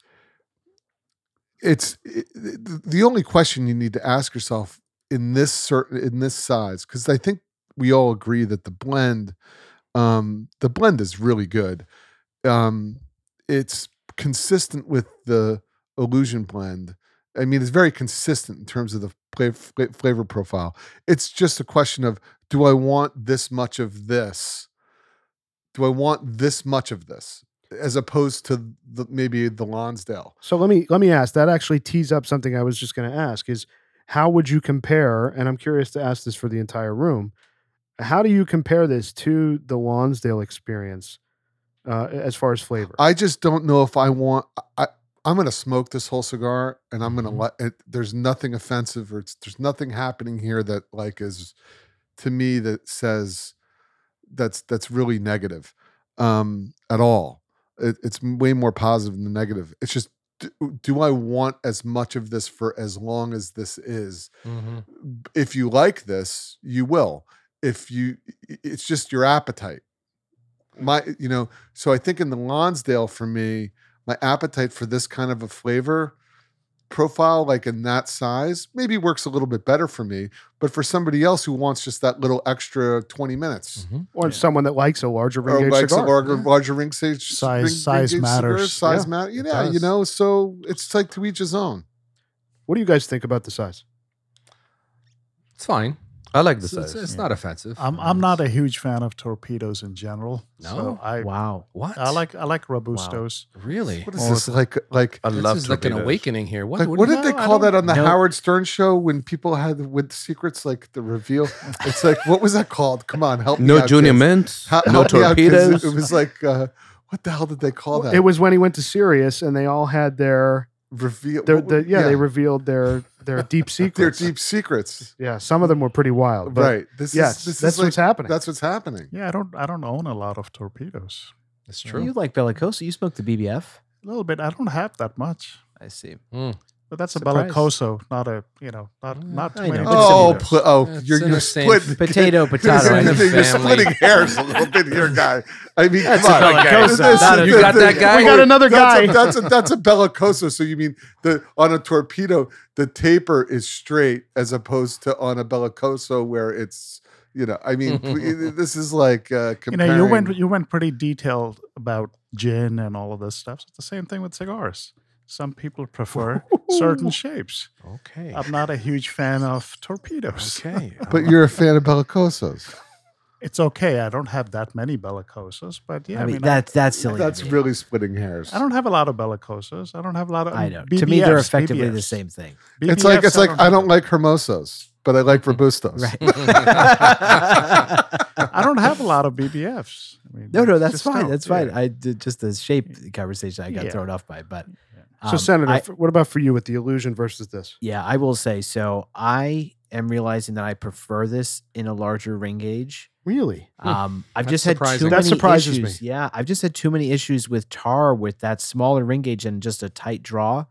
F: it's i- the the only question you need to ask yourself in this certain in this size because I think we all agree that the blend um, the blend is really good. Um, it's consistent with the illusion blend. I mean, it's very consistent in terms of the fla- fla- flavor profile. It's just a question of do I want this much of this? do I want this much of this as opposed to the, maybe the Lonsdale?
A: So let me let me ask. That actually tees up something I was just going to ask is how would you compare and I'm curious to ask this for the entire room. How do you compare this to the Lonsdale experience uh, as far as flavor?
F: I just don't know if I want. I, I'm going to smoke this whole cigar, and I'm going to
B: Mhm.
F: let. It, there's nothing offensive, or it's, there's nothing happening here that like is to me that says that's that's really negative um, at all. It, it's way more positive than negative. It's just. Do, do I want as much of this for as long as this is?
B: Mm-hmm.
F: if you like this, you will. If you, i- it's just your appetite. My, you know, so I think in the Lonsdale for me, my appetite for this kind of a flavor profile, like in that size, maybe works a little bit better for me. But for somebody else who wants just that little extra 20 minutes
B: Mm-hmm.
A: or someone that likes a larger
G: Mm-hmm.
A: ring
F: or
A: gauge
F: likes
A: cigar?
F: a larger, larger ring stage,
G: Size-
F: ring,
G: size
F: gauge cigar,
G: matters.
F: size
A: Yeah,
F: matter.
B: it
F: Yeah, you
B: does.
F: know, so it's like to each his own.
A: What do you guys think about the size?
B: It's fine.
C: I like the
B: It's, it's,
C: size.
B: it's not offensive.
G: I'm I'm not a huge fan of torpedoes in general.
B: No?
G: so I
E: Wow.
B: What?
G: I like I like robustos.
B: Really?
F: What is
G: Or
F: this like? Like
C: I
B: This
C: love
B: is like an
C: torpedoes.
B: awakening here. What,
F: Like,
B: what-
F: what, did
B: no,
F: they
B: I
F: call
B: don't-
F: that on the
E: No.
F: Howard Stern show when people had with secrets like the reveal? It's like what was that called? Come on, help me
C: No
F: out,
C: junior
F: kids.
C: mints.
F: Hel-
C: no
F: help me out, 'cause
C: torpedoes.
F: It was like uh, what the hell did they call that?
A: It was when he went to Sirius and they all had their,
F: reveal.
A: their,
F: what
A: the,
F: would-
A: yeah, they revealed their their deep
F: their
A: secrets.
F: deep secrets.
A: Yeah, some of them were pretty wild. But
F: right. This
A: Yes,
F: is this
A: that's
F: is like,
A: what's happening.
F: That's what's happening.
G: Yeah, I don't I don't own a lot of torpedoes.
B: It's
E: You
B: true.
E: like Bellicosa? You smoked the BBF?
G: A little bit. I don't have that much.
E: I see.
B: Mm.
G: But that's
E: Surprise.
G: a bellicoso, not a you know, not
B: Mm,
G: not too
E: I
G: many.
E: know.
G: different
F: Oh,
G: flavors.
F: pl- oh,
B: It's
F: you're
B: in
F: you're
B: the same
F: splitting
E: Potato, potato.
B: in
F: You're,
B: the same-
E: I think.
B: family.
F: splitting hairs a little bit here, guy. I mean,
E: That's
F: come
E: a
F: on.
E: bellicoso.
F: This-
E: Not a-
B: You got that guy?
A: We got another
F: that's
A: guy.
F: A, that's a that's a bellicoso. So you mean the on a torpedo, the taper is straight as opposed to on a bellicoso where it's you know. I mean, pl- this is like uh,
G: you
F: comparing.
G: know, you went you went pretty detailed about gin and all of this stuff. It's the same thing with cigars. Some people prefer certain shapes.
B: Okay.
G: I'm not a huge fan of torpedoes.
B: Uh, Okay.
F: but you're a fan of bellicosos.
G: It's okay. I don't have that many bellicosos, but yeah, I mean, I,
E: that's that's silly. to
F: That's
E: me.
F: really splitting hairs.
G: I don't have a lot of bellicosos. I don't have a lot of
E: I know. to me, they're
G: BBFs,
E: effectively the
G: BBFs.
E: same thing.
F: It's like
G: BBFs,
F: it's like I don't
G: have.
F: like hermosos, but I like robustos.
E: Right.
G: I don't have a lot of BBFs. I mean,
E: no, no,
G: I
E: that's
G: just
E: fine.
G: don't.
E: That's
G: Yeah.
E: fine. I did just the shape conversation I got
G: Yeah.
E: thrown off by, but
A: so,
E: um,
A: Senator,
E: I-
A: f- what about for you with the illusion versus this?
E: Yeah, I will say so. I am realizing that I prefer this in a larger ring gauge.
A: Really?
B: Hmm.
E: Um, I've
B: That's
E: just had
B: surprising.
E: too
A: That
E: many
A: surprises me.
E: issues. Yeah, I've just had too many issues with tar with that smaller ring gauge and just a tight draw.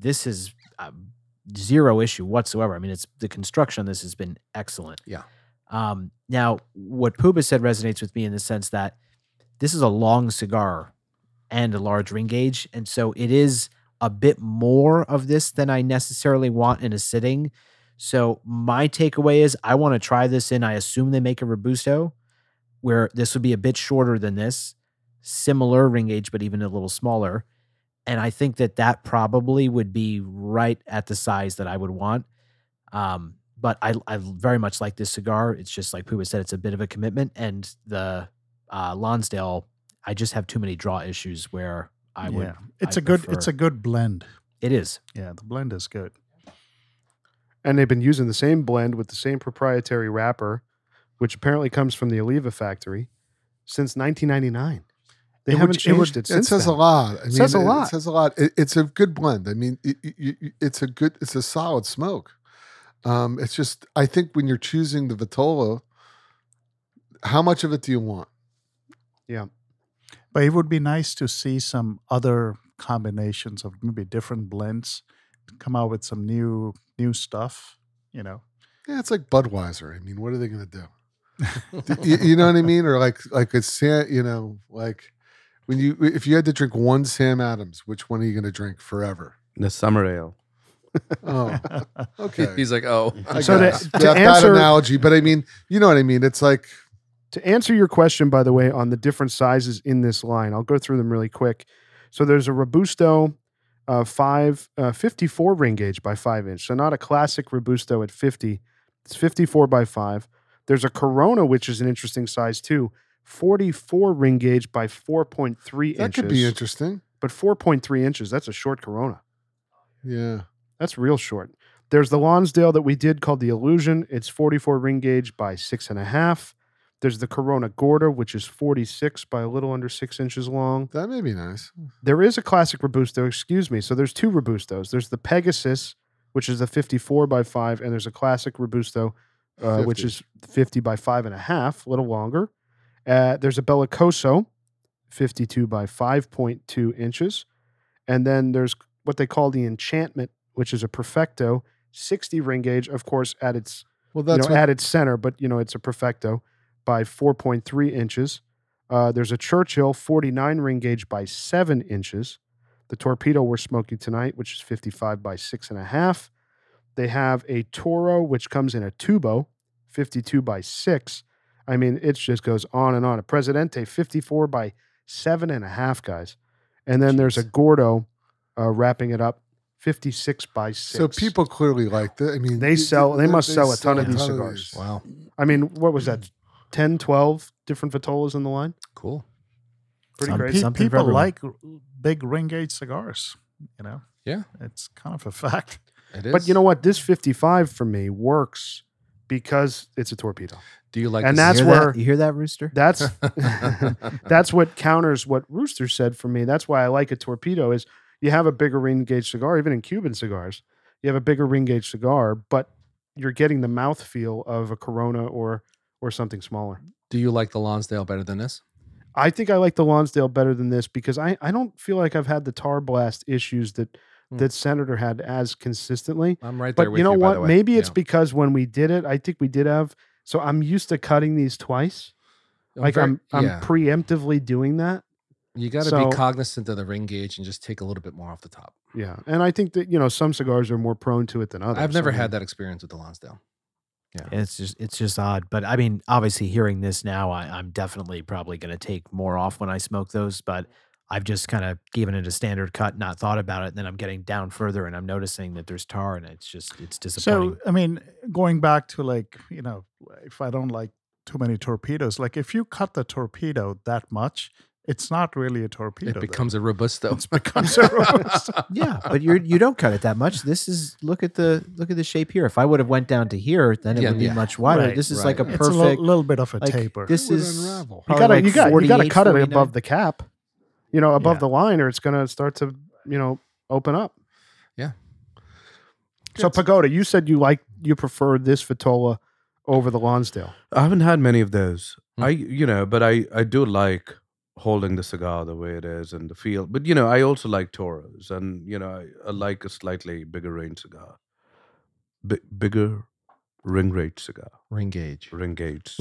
E: This is uh, zero issue whatsoever. I mean, it's the construction on this has been excellent.
B: Yeah.
E: Um, now, what Puba said resonates with me in the sense that this is a long cigar and a large ring gauge, and so it is a bit more of this than I necessarily want in a sitting. So my takeaway is I want to try this in. I assume they make a robusto where this would be a bit shorter than this, similar ring gauge, but even a little smaller. And I think that that probably would be right at the size that I would want. Um, but I, I very much like this cigar. It's just like Pooh said, it's a bit of a commitment. And the uh, Lonsdale, I just have too many draw issues where I would.
G: Yeah. It's
E: I
G: a good. It's
E: prefer-
G: a good blend.
E: It is.
G: Yeah, the blend is good.
A: And they've been using the same blend with the same proprietary wrapper, which apparently comes from the Oliva factory, since 1999. They
G: It would-
A: haven't
G: it
A: changed it,
G: would-
A: since.
F: it says
A: then.
F: a lot. I
A: It says a lot.
F: It says a lot. It- it's a good blend. I mean, it, it- it- it's a good, it's a solid smoke. Um, it's just, I think when you're choosing the Vitola, how much of it do you want?
G: But it would be nice to see some other combinations of maybe different blends, come out with some new new stuff. You know,
F: Yeah, it's like Budweiser. I mean, what are they going to do? D- y- you, know what I mean? Or like like a Sam, you know, like when you if you had to drink one Sam Adams, which one are you going to drink forever?
C: The summer ale.
F: Oh, okay.
B: He's like, oh,
F: I
A: So to-
F: guess.
A: to
F: that, bad
A: answer-
F: analogy, but I mean, you know what I mean. It's like
A: To answer your question, by the way, on the different sizes in this line, I'll go through them really quick. So there's a Robusto uh, five, uh, 54 ring gauge by 5 inch. So not a classic Robusto at 50. It's 54 by 5. There's a Corona, which is an interesting size too. 44 ring gauge by 4.3
F: that
A: inches.
F: could be interesting.
A: But 4.3 inches, that's a short Corona.
F: Yeah,
A: That's real short. There's the Lonsdale that we did called the Illusion. It's 44 ring gauge by six and a half. There's the Corona Gorda, which is 46 by a little under six inches long.
F: that may be nice.
A: There is a classic Robusto, excuse me. So there's two Robustos. There's the Pegasus, which is a 54 by five, and there's a classic Robusto, uh, which
F: 50.
A: is 50 by five and a half, a little longer. Uh, there's a Bellicoso, 52 by 5.2 inches. And then there's what they call the Enchantment, which is a Perfecto, 60 ring gauge, of course, at its
F: Well, that's
A: you know,
F: what,
A: at its center, but you know it's a perfecto by 4.3 inches. Uh, there's a Churchill 49 ring gauge by seven inches. The torpedo we're smoking tonight, which is 55 by six and a half. They have a Toro, which comes in a tubo, 52 by six. I mean, it just goes on and on. A Presidente 54 by seven and a half, guys. And then there's a Gordo uh, wrapping it up, 56 by six.
F: so people clearly like that. I mean,
A: They sell- they must sell a ton of these cigars.
F: these.
B: wow,
A: I mean, what was that? 10, 12 different Vitolas in the line?
B: cool.
A: Pretty
E: Some
A: great.
G: Pe-
E: Something for
G: people
E: everyone.
G: like r- big ring gauge cigars. You know.
B: Yeah.
G: It's kind of a fact.
B: It is.
A: But you know what? This 55 for me works because it's a torpedo.
B: do you like?
A: and
B: the-
A: that's
E: you hear
A: where-
E: that? you hear that rooster.
A: That's that's what counters what Rooster said for me. That's why I like a torpedo is you have a bigger ring gauge cigar, even in Cuban cigars, you have a bigger ring gauge cigar, but you're getting the mouthfeel of a Corona or or something smaller.
B: do you like the Lonsdale better than this?
A: I think I like the Lonsdale better than this because I, I don't feel like I've had the tar blast issues that
B: Hmm.
A: that Senator had as consistently.
B: I'm right there
A: But
B: with
A: you know
B: by the
A: what?
B: way.
A: Maybe it's
B: Yeah.
A: because when we did it, I think we did have. So I'm used to cutting these twice. like
B: Oh, very-
A: I'm I'm
B: yeah.
A: preemptively doing that.
B: you got to
A: so-
B: be cognizant of the ring gauge and just take a little bit more off the top.
A: Yeah, and I think that you know some cigars are more prone to it than others.
B: I've never
A: I mean,
B: had that experience with the Lonsdale.
E: And it's just it's just odd. But I mean, obviously, hearing this now, I, I'm definitely probably going to take more off when I smoke those. But I've just kind of given it a standard cut, not thought about it. And then I'm getting down further, and I'm noticing that there's tar, and it's just it's disappointing.
G: So I mean, going back to like you know, if I don't like too many torpedoes, like if you cut the torpedo that much, it's not really a torpedo.
B: It
G: then.
B: becomes a robusto.
G: It becomes a robusto.
E: yeah, but you're you don't cut it that much. This is look at the look at the shape here. If I would have went down to here, then it
B: Yeah,
E: would be
B: yeah.
E: much wider.
A: Right,
E: this is like a
B: right.
G: It's
E: perfect.
G: a lo- little bit of a
E: like,
G: taper.
E: This
F: It would
E: is
F: unravel.
A: You
E: probably
A: gotta
E: like
A: you got you gotta
E: 48,
A: cut it
E: 49.
A: above the cap, you know, above
E: Yeah.
A: the line, or it's gonna start to you know open up.
B: Yeah.
A: So pagoda, you said you like you prefer this Vitola over the Lonsdale.
C: I haven't had many of those.
B: Hmm.
C: I you know, but I I do like holding the cigar the way it is and the feel. But you know, I also like Toros, and you know, I, I like a slightly bigger range cigar, B- bigger ring rate cigar,
B: ring gauge.
C: ring gauge.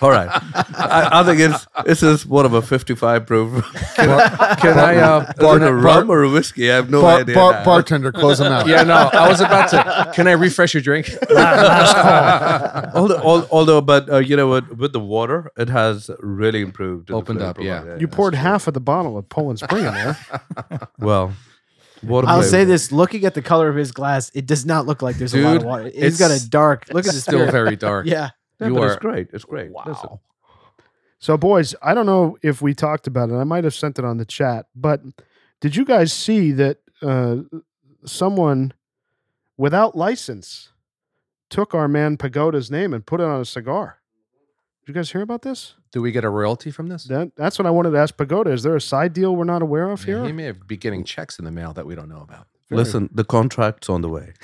C: All right, I, I think it's this is what about fifty five proof. can, I- can I uh, is it a rum or a whiskey? I have no
F: Bar-
C: idea.
F: bar-
C: now.
F: bartender, close them out.
B: yeah, no, I was about to. Can I refresh your drink?
C: although, al- although, but uh, you know what? With the water, it has really improved. in the
B: Opened
C: flavor
B: up, yeah.
C: profile.
A: You
C: that's
A: poured
C: true.
A: half of the bottle of Poland Spring in there.
C: Well, water.
E: I'll
C: flavor.
E: say this: looking at the color of his glass, it does not look like there's a lot of
B: Dude,
E: water. He's got
B: it's
E: a dark. Look at
B: It's
E: this.
B: still very dark.
E: Yeah,
C: No,
B: you
C: but
B: are-
C: it's great. It's great. Listen,
B: Wow.
A: So, boys, I don't know if we talked about it. I might have sent it on the chat, but did you guys see that uh, someone without license took our man Pagoda's name and put it on a cigar? Did you guys hear about this?
B: Do we get a royalty from this?
A: That, that's what I wanted to ask Pagoda. Is there a side deal we're not aware of
B: Yeah,
A: here?
B: he may have- be getting checks in the mail that we don't know about.
C: listen, the contract's on the way.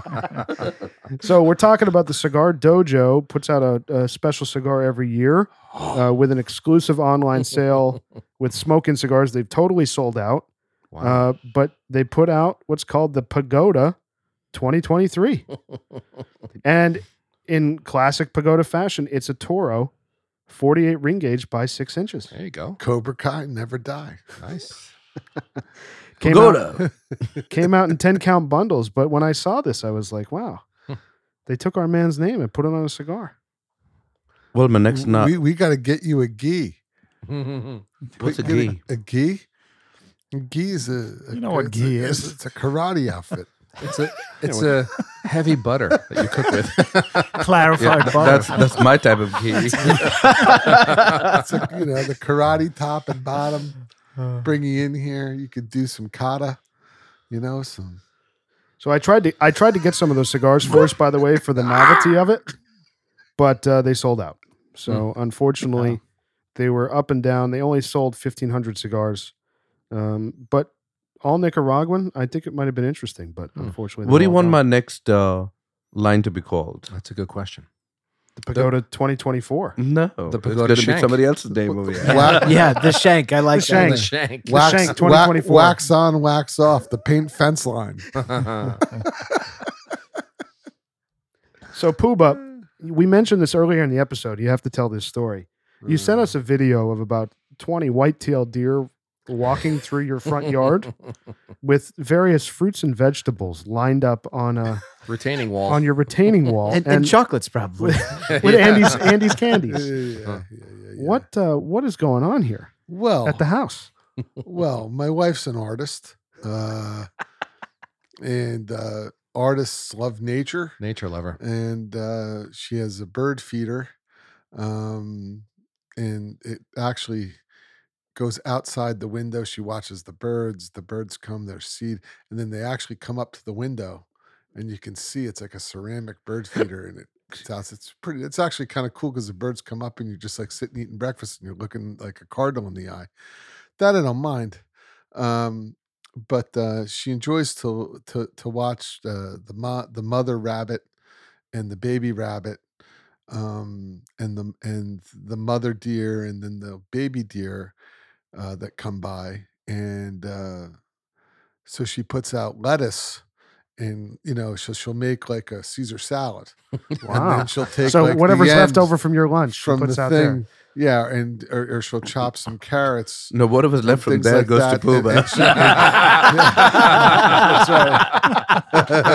A: so we're talking about the Cigar Dojo puts out a, a special cigar every year uh, with an exclusive online sale with smoking cigars. They've totally sold out.
B: Wow.
A: Uh, but they put out what's called the Pagoda 2023. and in classic pagoda fashion, it's a Toro, 48 ring gauge by six inches.
B: There you go.
F: Cobra Kai never die.
B: Nice.
A: Came out, came out in 10 count bundles, but when I saw this, I was like, wow,
B: Hmm.
A: they took our man's name and put it on a cigar.
C: Well, my next nut.
F: We we got to get you a gi.
C: What's a
F: Get
C: gi?
F: A gi. A gi is a, a
G: You know what
F: it's
G: gi
F: a-
G: is.
F: It's a karate outfit.
B: It's a it's a heavy butter that you cook with.
G: Clarified butter.
C: That's that's my type of gi.
F: It's like you know the karate top and bottom.
G: Uh.
F: Bringing in here, you could do some kata. You know some.
A: So I tried to I tried to get some of those cigars for us, by the way, for the novelty of it, but uh, they sold out. So
C: Hmm.
A: unfortunately, they were up and down. They only sold fifteen hundred cigars, um, but all Nicaraguan. I think it might have been interesting, but
B: Hmm.
A: unfortunately,
C: What do
A: they're
C: you
A: all
C: want my
A: gone.
C: next uh, line to be called?
B: That's a good question.
A: the Pagoda twenty twenty four?
C: No,
B: pagoda
C: it's going to
B: shank.
C: be somebody else's name over here.
F: Wow.
E: yeah, the shank. I like
A: The
E: that.
A: shank.
B: Shank.
A: Wow. Shank
F: wa-
A: 2024.
F: wax on, wax off. The paint fence line.
A: So Pooba, we mentioned this earlier in the episode. You have to tell this story. You sent
C: Hmm.
A: us a video of about twenty white-tailed deer walking through your front yard. with various fruits and vegetables lined up on a
B: Retaining wall.
A: on your retaining wall
E: And, and chocolates, probably.
A: with
B: Yeah.
A: Andy's Andy's
F: Yeah,
A: candies.
F: yeah, yeah,
B: Huh.
F: yeah, yeah, yeah.
A: What uh, what is going on here
F: Well,
A: at the house?
F: well, my wife's an artist, uh, and uh, artists love nature,
B: Nature lover.
F: and uh, she has a bird feeder, um, and it actually goes outside the window. She watches the birds. The birds come, their seed, and then they actually come up to the window, and you can see it's like a ceramic bird feeder, and it. It's, outs- it's pretty. It's actually kind of cool because the birds come up and you're just like sitting eating breakfast and you're looking like a cardinal in the eye. That I don't mind. Um, but uh, she enjoys to to to watch uh, the mo- the mother rabbit and the baby rabbit um, and the and the mother deer and then the baby deer uh, that come by and uh, so she puts out lettuce and you know she'll she'll make like a Caesar salad and
A: Wow.
F: then she'll take
A: so
F: like, the
A: whatever's left
F: ends
A: over from your lunch she
F: from
A: puts
F: the
A: out
F: thing yeah and or, or she'll chop some carrots
C: No, whatever's left from
F: things
C: there
F: like
C: goes
F: that,
C: to Pooh
F: and- and she-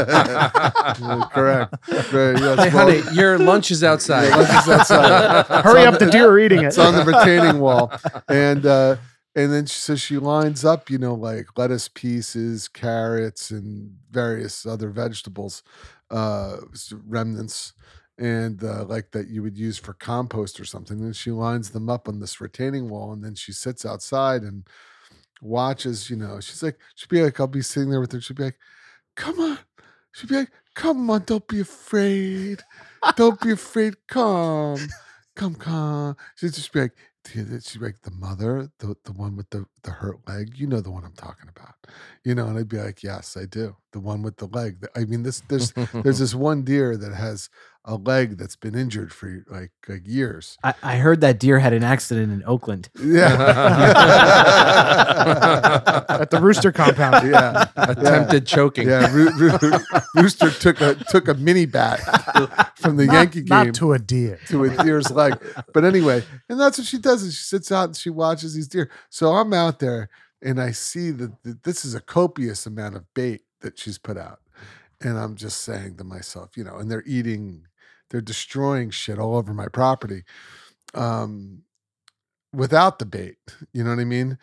F: Yeah, correct. Very, yes,
B: Hey,
F: well,
B: honey, your lunch is outside.
F: Yeah, lunch is outside.
A: there. Hurry up, the deer are eating it.
F: it's on the retaining wall, and uh, and then she, so she lines up, you know, like lettuce pieces, carrots, and various other vegetables, uh, s- remnants, and uh, like that you would use for compost or something. Then she lines them up on this retaining wall, and then she sits outside and watches. You know, she's like, she'd be like, I'll be sitting there with her. She'd be like, "Come on," she'd be like, "Come on, don't be afraid, don't be afraid, come." come, come. She'd just be like, she'd be like, the mother, the, the one with the, the hurt leg, you know the one I'm talking about. You know, and I'd be like, yes, I do. The one with the leg. I mean, this there's there's this one deer that has a leg that's been injured for like like years.
E: I, I heard that deer had an accident in Oakland.
F: Yeah.
A: at the rooster compound.
F: yeah.
B: Attempted choking.
F: Yeah, Roo- Roo- Rooster took a took a mini bat from the
G: not,
F: Yankee game.
G: not to a deer.
F: to a deer's leg. But anyway, and that's what she does. Is she sits out and she watches these deer. So I'm out there and I see that th- this is a copious amount of bait that she's put out. And I'm just saying to myself, you know, and they're eating, they're destroying shit all over my property um, without the bait. You know what I mean?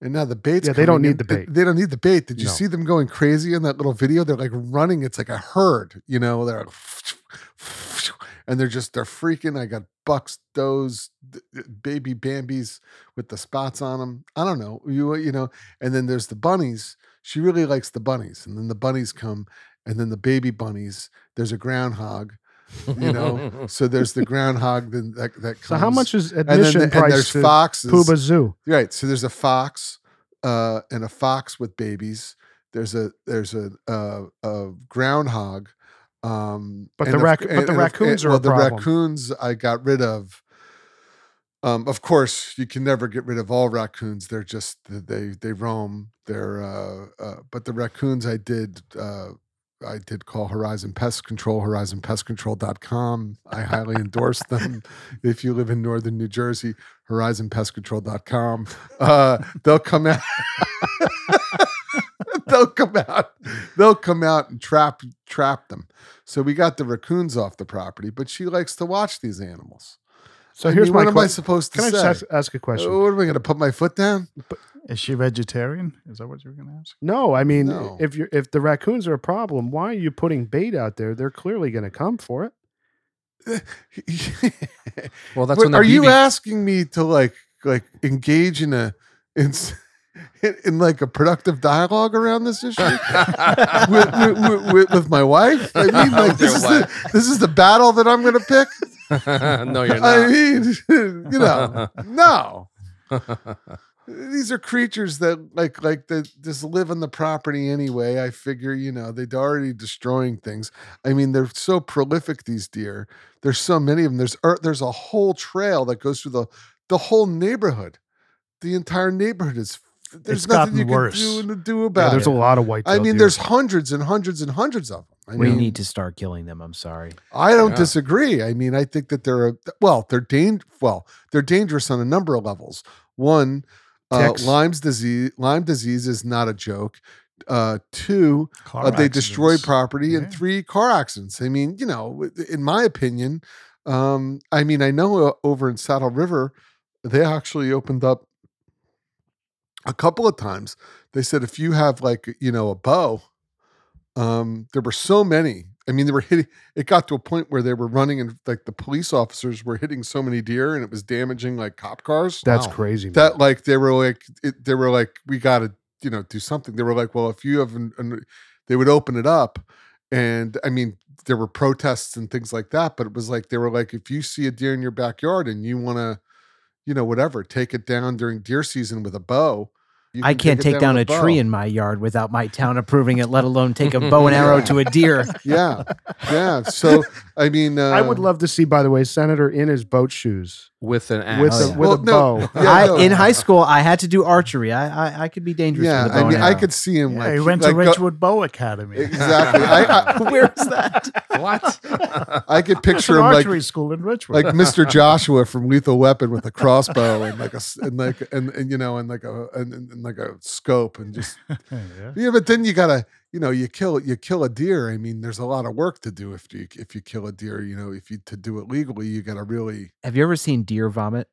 F: And now the bait's
A: Yeah, they don't
F: coming in-
A: need the bait.
F: They don't need the bait. Did you
A: No.
F: see them going crazy in that little video? They're like running. It's like a herd. You know, they're like, and they're just they're freaking. I got bucks, does, d- d- baby Bambies with the spots on them. I don't know. You you know. And then there's the bunnies. She really likes the bunnies. And then the bunnies come, and then the baby bunnies. There's a groundhog. You know. so there's the groundhog. Then that that comes.
A: So how much is
F: And
A: admission
F: then the- and
A: price
F: there's
A: to
F: foxes.
A: Pooba Zoo?
F: Right. So there's a fox, uh, and a fox with babies. There's a there's a a, a groundhog. Um,
A: But
F: and
A: the
F: of-
A: rac- but
F: and-
A: the
F: and of-
A: raccoons are
F: and-
A: a
F: well, the
A: problem.
F: raccoons I got rid of. Um, of course, you can never get rid of all raccoons. They're just they they roam. They're uh, uh, but the raccoons I did uh, I did call Horizon Pest Control, horizonpestcontrol.com. I highly endorse them. If you live in northern New Jersey, horizonpestcontrol.com. Uh, they'll come out. they'll come out. They'll come out and trap trap them. So we got the raccoons off the property, but she likes to watch these animals.
A: So
F: I
A: here's
F: mean,
A: my
F: what am I
A: question.
F: supposed to
A: Can I
F: say?
A: just ask, ask a question?
F: what am I going to put my foot down?
G: Is she vegetarian? Is that what you were going to ask?
A: No, I mean,
F: No.
A: if you are if the raccoons are a problem, why are you putting bait out there? They're clearly going to come for it.
B: Well, that's
F: Wait,
B: when the
F: are you
B: BB
F: asking me to like like engage in a in s- in, in like a productive dialogue around this issue with, with, with, with my wife? I mean, like
B: With
F: this
B: your
F: is the, this is the battle that I'm going to pick.
B: no, you're
F: I
B: not.
F: mean, you know, no. These are creatures that like like that just live on the property anyway. I figure, you know, they're already destroying things. I mean, they're so prolific these deer. There's so many of them. There's er, there's a whole trail that goes through the the whole neighborhood. The entire neighborhood is there's
G: It's
F: nothing
G: gotten
F: you
G: worse.
F: can do and do
A: Yeah,
F: about
A: there's
F: it.
A: a lot of white.
F: I mean, there's hundreds and hundreds and hundreds of them. I
E: We
F: mean,
E: need to start killing them. I'm sorry.
F: I don't
B: Yeah.
F: disagree. I mean, I think that they're well, they're dang, well, they're dangerous on a number of levels. One, uh,
A: Ticks.
F: Lyme's disease. Lyme disease is not a joke. Uh, two,
G: Car
F: uh, they destroy
G: accidents.
F: property, and
G: Yeah.
F: three, car accidents. I mean, you know, in my opinion, um, I mean, I know uh, over in Saddle River, they actually opened up a couple of times. They said if you have like you know a bow, um, there were so many. I mean, they were hitting. It got to a point where they were running, and like the police officers were hitting so many deer, and it was damaging like cop cars
A: that's
B: Wow.
A: crazy. man.
F: that like they were like it, they were like we got to you know do something they were like well if you have an, an- they would open it up and i mean there were protests and things like that but it was like they were like if you see a deer in your backyard and you want to you know whatever take it down during deer season with a bow you
E: I can't
F: it
E: take down,
F: with
E: a tree
F: bow.
E: in my yard without my town approving it, let alone take a bow and arrow to a deer.
F: yeah yeah so i mean uh,
A: I would love to see, by the way, Senator in his boat shoes
B: With an axe.
A: with
E: Oh,
A: a,
E: yeah.
A: with
F: Well,
A: a
F: no.
A: bow.
F: Yeah,
E: I,
F: no.
E: in high school, I had to do archery. I I, I could be dangerous.
F: yeah
E: with a bow
F: i mean
E: and
F: i
E: arrow.
F: could see him
G: Yeah,
F: like
G: he went
F: like, uh,
G: to
F: go-
G: Ridgewood Bow Academy.
F: exactly I, I
E: Where's that?
B: what?
F: i could
G: It's an
F: picture him like
G: archery school in Ridgewood.
F: like Mr. Joshua from Lethal Weapon with a crossbow and like a s- and like and, and you know and like a and, and and like a scope and just
G: Yeah.
F: yeah. But then you gotta you know you kill you kill a deer. I mean, there's a lot of work to do if you if you kill a deer. You know, if you to do it legally, you gotta really
E: Have you ever seen deer vomit?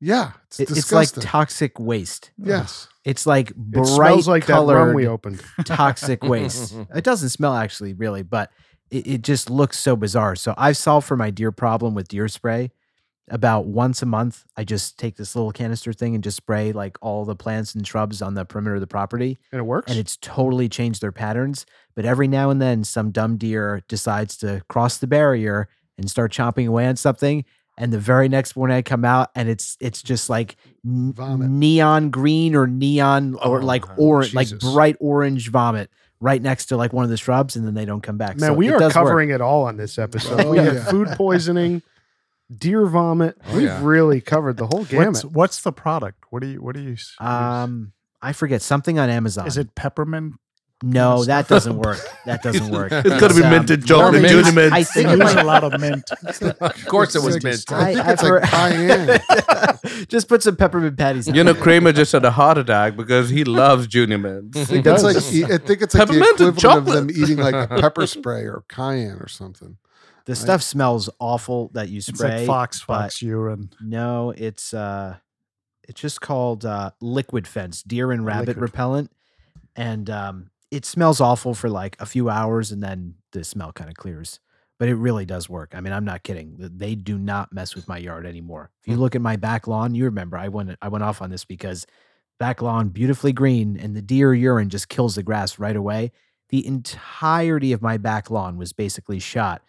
F: yeah. It's
E: It- it's like
F: disgusting.
E: toxic waste.
F: yes.
E: It's like
A: It
E: bright
A: smells like that rum
E: colored
A: we opened.
E: toxic waste. It doesn't smell actually really, but it, it just looks so bizarre. So I've solved for my deer problem with deer spray about once a month. I just take this little canister thing and just spray like all the plants and shrubs on the perimeter of the property.
A: And it works.
E: And it's totally changed their patterns. But every now and then some dumb deer decides to cross the barrier and start chomping away on something. And the very next morning I come out and it's it's just like n-
F: Vomit.
E: neon green or neon or
B: Oh,
E: like
B: wow.
E: orange like
A: Jesus.
E: bright orange vomit right next to like one of the shrubs and then they don't come back.
A: Man,
E: So
A: we
E: it
A: are
E: does work.
A: covering it all on this episode.
F: Oh,
A: we had
F: yeah.
A: food poisoning, deer vomit.
B: Oh,
A: We've
B: yeah.
A: really covered the whole gamut.
G: What's what's the product? What do you what do you s- use?
E: um I forget something on Amazon.
G: Is it peppermint?
E: no, that doesn't work. That doesn't work.
B: It's gotta
E: It's,
B: be
E: um,
D: minted chocolate
E: I-
D: juice mint.
E: I think it
G: There's
E: might
G: a lot of mint.
B: of course it was
F: It's
B: mint.
F: like- I think
E: I-
F: it's
E: I've
F: like
E: heard-
F: cayenne.
E: Just put some peppermint patties. in
D: You
E: it.
D: know, Kramer just had a heart attack because he loves junior mints.
B: He
F: It's
A: does.
F: like e- I think it's like the
D: Peppermint and
F: equivalent of them eating like a pepper spray or cayenne or something.
E: the stuff smells awful that you
G: It's
E: spray.
G: like fox
E: but-
G: fox urine.
E: No, it's uh it's just called uh liquid fence, deer and rabbit
G: Liquid.
E: repellent. And um it smells awful for like a few hours and then the smell kind of clears. But it really does work. I mean, I'm not kidding. Th- They do not mess with my yard anymore. If
G: Hmm.
E: you look at my back lawn, you remember I went I went off on this because back lawn beautifully green and the deer urine just kills the grass right away. The entirety of my back lawn was basically shot.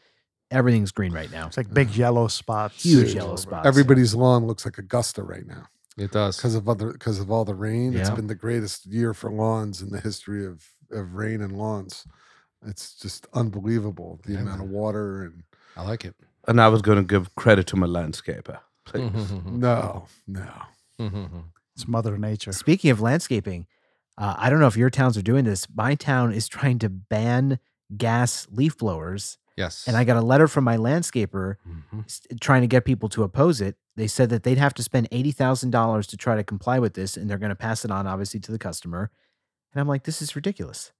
E: Everything's green right now.
G: It's like big yellow spots.
E: Huge
F: Dude,
E: yellow spots.
F: Everybody's lawn looks like Augusta right now.
B: It does.
F: because of other because of all the rain. It's
E: Yeah.
F: been the greatest year for lawns in the history of of rain and lawns. It's just unbelievable the
B: Yeah,
F: amount of water and
B: I like it.
D: And I was going to give credit to my landscaper.
F: no, no.
G: It's Mother Nature.
E: Speaking of landscaping, Uh, I don't know if your towns are doing this. My town is trying to ban gas leaf blowers.
B: Yes.
E: And I got a letter from my landscaper
B: Mhm.
E: s- trying to get people to oppose it. They said that they'd have to spend $80,000 to try to comply with this, and they're going to pass it on, obviously, to the customer. And I'm like, this is ridiculous.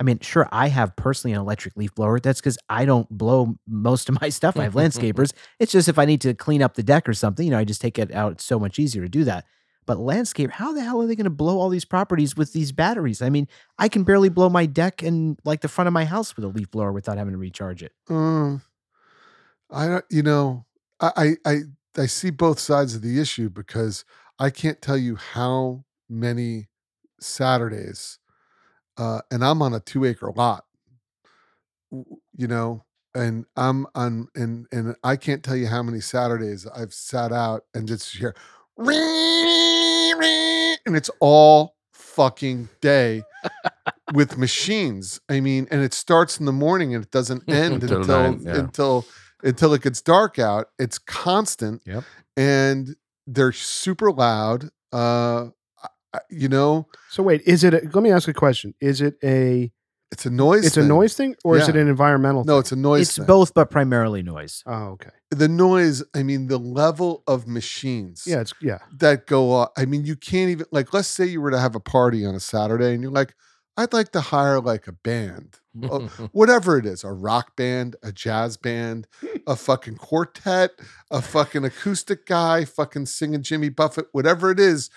E: I mean, sure, I have personally an electric leaf blower. That's because I don't blow most of my stuff. I have landscapers. It's just if I need to clean up the deck or something, you know, I just take it out. It's so much easier to do that. But landscape, how the hell are they going to blow all these properties with these batteries? I mean, I can barely blow my deck and like the front of my house with a leaf blower without having to recharge it.
F: Uh, I don't. You know, I, I I I see both sides of the issue because I can't tell you how many Saturdays, uh, and I'm on a two acre lot. w- You know, and I'm on and and I can't tell you how many Saturdays I've sat out and just hear, and it's all fucking day. With machines, I mean, and it starts in the morning and it doesn't end
C: Until
F: until
C: nine, yeah.
F: until until it gets dark out. It's constant.
B: Yep.
F: And they're super loud. Uh, I- I- you know,
A: So wait, is it? A, let me ask a question. Is it a?
F: it's a noise.
A: It's, a
F: thing.
A: noise thing, or is
F: Yeah.
A: it an environmental?
F: No, it's a noise.
E: it's
F: thing.
E: both, but primarily noise.
A: thing? Oh, okay.
F: the noise. I mean, the level of machines.
A: Yeah, it's yeah.
F: that go on. I mean, you can't even like. Let's say you were to have a party on a Saturday, and you're like, I'd like to hire like a band, Oh, whatever it is, a rock band, a jazz band, a fucking quartet, a fucking acoustic guy, fucking singing Jimmy Buffett, whatever it is.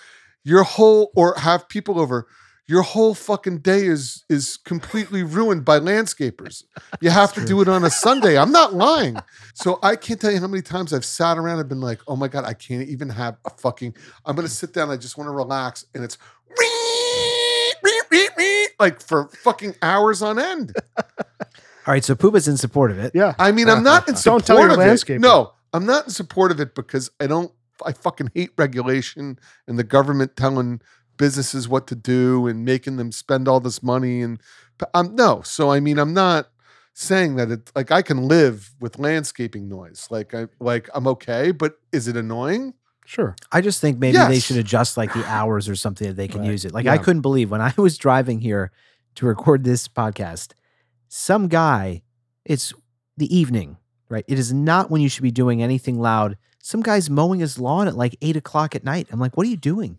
F: Your whole or have people over. Your whole fucking day is is completely ruined by landscapers. You have to do it on a Sunday. I'm not lying. So I can't tell you how many times I've sat around and been like, oh my God, I can't even have a fucking, I'm going to sit down. I just want to relax. And it's like for fucking hours on end.
E: All right, so Puba's in support of it.
A: Yeah.
F: I mean, I'm not in
A: Don't
F: support
A: tell your
F: of
A: landscaper.
F: it. No, I'm not in support of it because I don't, I fucking hate regulation and the government telling businesses what to do and making them spend all this money. And I'm no. So, I mean, I'm not saying that it's like I can live with landscaping noise. Like I like I'm okay, but is it annoying?
A: Sure.
E: I just think maybe they
F: Yes.
E: should adjust like the hours or something that they can
B: Right.
E: use it. Like I
B: Yeah.
E: couldn't believe when I was driving here to record this podcast, some guy, it's the evening, right? It is not when you should be doing anything loud. Some guy's mowing his lawn at like eight o'clock at night. I'm like, what are you doing?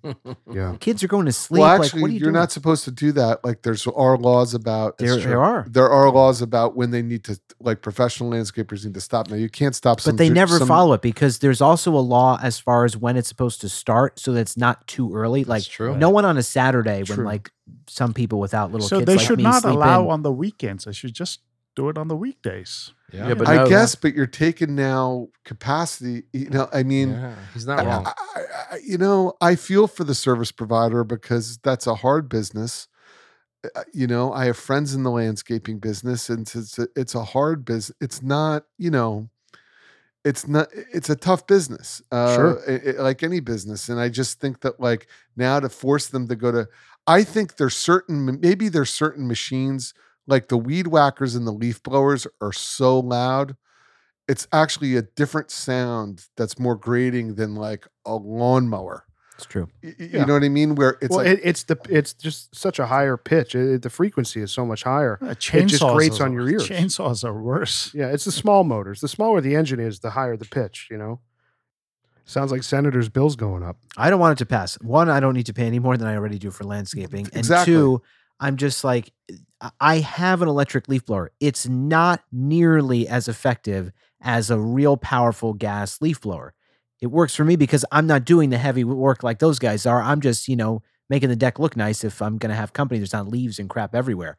A: Yeah.
E: Kids are going to sleep.
F: well,
E: like,
F: actually,
E: what are you
F: you are
E: doing?
F: not supposed to do that. Like there's are laws about
E: there, there are.
F: there are laws about when they need to like professional landscapers need to stop. Now you can't stop, some
E: But they
F: ju-
E: never
F: some-
E: follow it because there's also a law as far as when it's supposed to start, so that's not too early. like
B: That's true.
E: no one on a Saturday when
F: True.
E: like some people without little
G: so
E: kids
G: they
E: like
G: should
E: me
G: not
E: sleep
G: allow
E: in.
G: on the weekends. They should just do it on the weekdays.
B: Yeah.
C: Yeah, but
F: I
C: no-
F: guess, but you're taking now capacity. You know, I mean,
B: Yeah, he's not
F: I-
B: wrong.
F: I, I, I- you know, I feel for the service provider because that's a hard business. Uh, You know, I have friends in the landscaping business, and it's it's a, it's a hard business. It's not, you know, it's not. It's a tough business, uh,
A: Sure.
F: i- i- like any business. And I just think that, like now, to force them to go to, I think there's certain, maybe there's certain machines like the weed whackers and the leaf blowers are so loud it's actually a different sound that's more grating than like a lawnmower.
E: It's true.
F: Y- y- You,
A: Yeah.
F: know what I mean? Where it's
A: well,
F: like,
A: it, it's the it's just such a higher pitch. It- it- the frequency is so much higher.
G: Uh, chainsaws
A: just grates
G: are-
A: on your ears.
G: Chainsaws are worse.
A: Yeah, it's the small motors. The smaller the engine is, the higher the pitch. You know. Sounds like senators' bills going up.
E: I don't want it to pass. One, I don't need to pay any more than I already do for landscaping. And
F: Exactly.
E: two, I'm just like, I- I have an electric leaf blower. It's not nearly as effective as a real powerful gas leaf blower. It works for me because I'm not doing the heavy work like those guys are. I'm just, you know, making the deck look nice if I'm going to have company. There's not leaves and crap everywhere.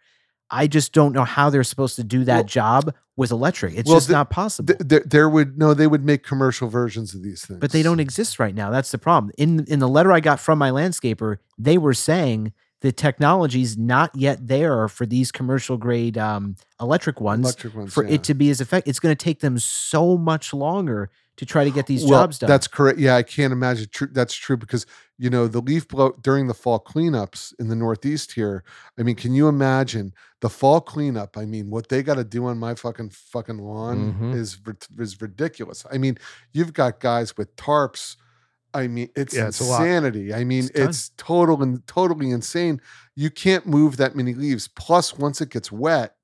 E: I just don't know how they're supposed to do that
F: Well-
E: job with electric. It's
F: Well,
E: just
F: the-
E: not possible.
F: th- there, there would no, they would make commercial versions of these things,
E: but they don't exist right now. That's the problem. In in the letter I got from my landscaper, they were saying the technology's not yet there for these commercial grade um, electric ones
F: electric ones
E: for
F: yeah.
E: it to be as effective. It's going to take them so much longer to try to get these
F: Well,
E: jobs done.
F: That's correct. Yeah, I can't imagine. True, that's true because you know the leaf blow during the fall cleanups in the Northeast here. I mean, can you imagine the fall cleanup? I mean, what they got to do on my fucking fucking lawn
B: Mhm.
E: Mm-hmm.
F: is rid- is ridiculous. I mean, you've got guys with tarps. I- I mean, it's
A: Yeah, it's a lot.
F: insanity. I mean,
E: It's
F: it's,
E: done.
F: total and totally insane. You can't move that many leaves. Plus, once it gets wet,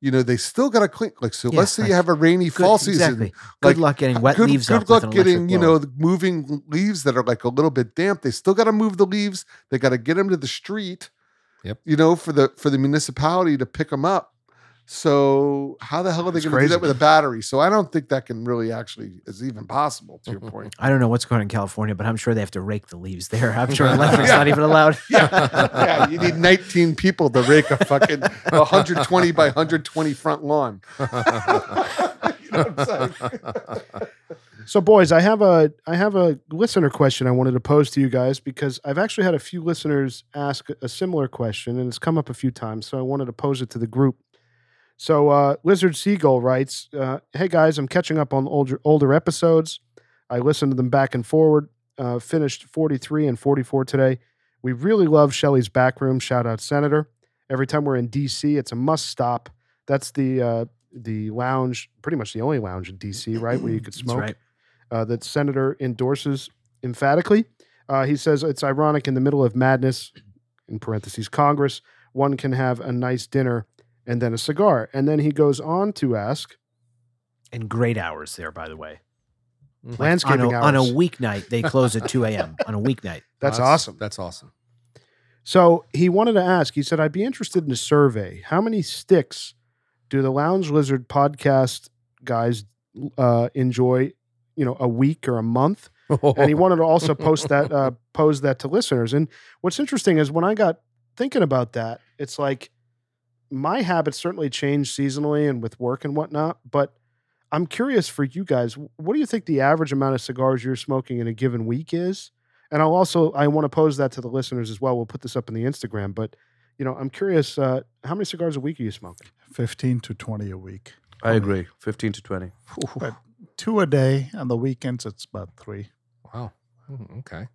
F: you know they still got to clean. Like, so
E: Yeah,
F: let's say
E: like,
F: you have a rainy fall season.
E: Exactly. Good
F: Like,
E: luck getting wet
F: good,
E: leaves
F: good
E: up. with
F: luck
E: an
F: getting
E: electric
F: you
E: blower.
F: know the moving leaves that are like a little bit damp they still got to move the leaves they got to get them to the street
B: Yep.
F: you know for the for the municipality to pick them up so how the hell are they
A: It's
F: going to do
A: crazy.
F: that with a battery so i don't think that can really actually is even possible to your point
E: I don't know what's going on in California, but I'm sure they have to rake the leaves there. I'm sure electric's not even allowed.
F: yeah you need 19 people to rake a fucking 120 by 120 front lawn you know what i'm saying
A: So, boys, I have a I have a listener question I wanted to pose to you guys because I've actually had a few listeners ask a similar question, and it's come up a few times. So, I wanted to pose it to the group. So, uh, Lizard Seagull writes, uh, "Hey guys, I'm catching up on older older episodes. I listened to them back and forward. Uh, finished 43 and 44 today. We really love Shelley's backroom. Shout out Senator. Every time we're in D.C., it's a must stop. That's the uh, the lounge, pretty much the only lounge in D.C. Right where you could
E: That's
A: smoke."
E: right.
A: uh, that Senator endorses emphatically. Uh, he says it's ironic in the middle of madness, in parentheses, Congress, one can have a nice dinner and then a cigar. And then he goes on to ask
E: And great hours there, by the way.
A: landscaping
E: on, a,
A: hours.
E: on a weeknight, they close at 2 a.m. on a weeknight.
A: that's awesome.
B: That's awesome.
A: So he wanted to ask, he said, I'd be interested in a survey. How many sticks do the Lounge Lizard podcast guys uh, enjoy, you know, a week or a month? and
B: Oh.
A: he wanted to also post that uh, pose that to listeners. And what's interesting is when I got thinking about that, it's like my habits certainly change seasonally and with work and whatnot. But I'm curious for you guys, what do you think the average amount of cigars you're smoking in a given week is? And I'll also I want to pose that to the listeners as well. We'll put this up in the Instagram, but you know I'm curious, uh, how many cigars a week are you smoking?
G: 15 to 20 a week.
C: I agree. 15 to 20.
G: Two a day, and the weekends it's about three.
B: Wow. Mm, Okay.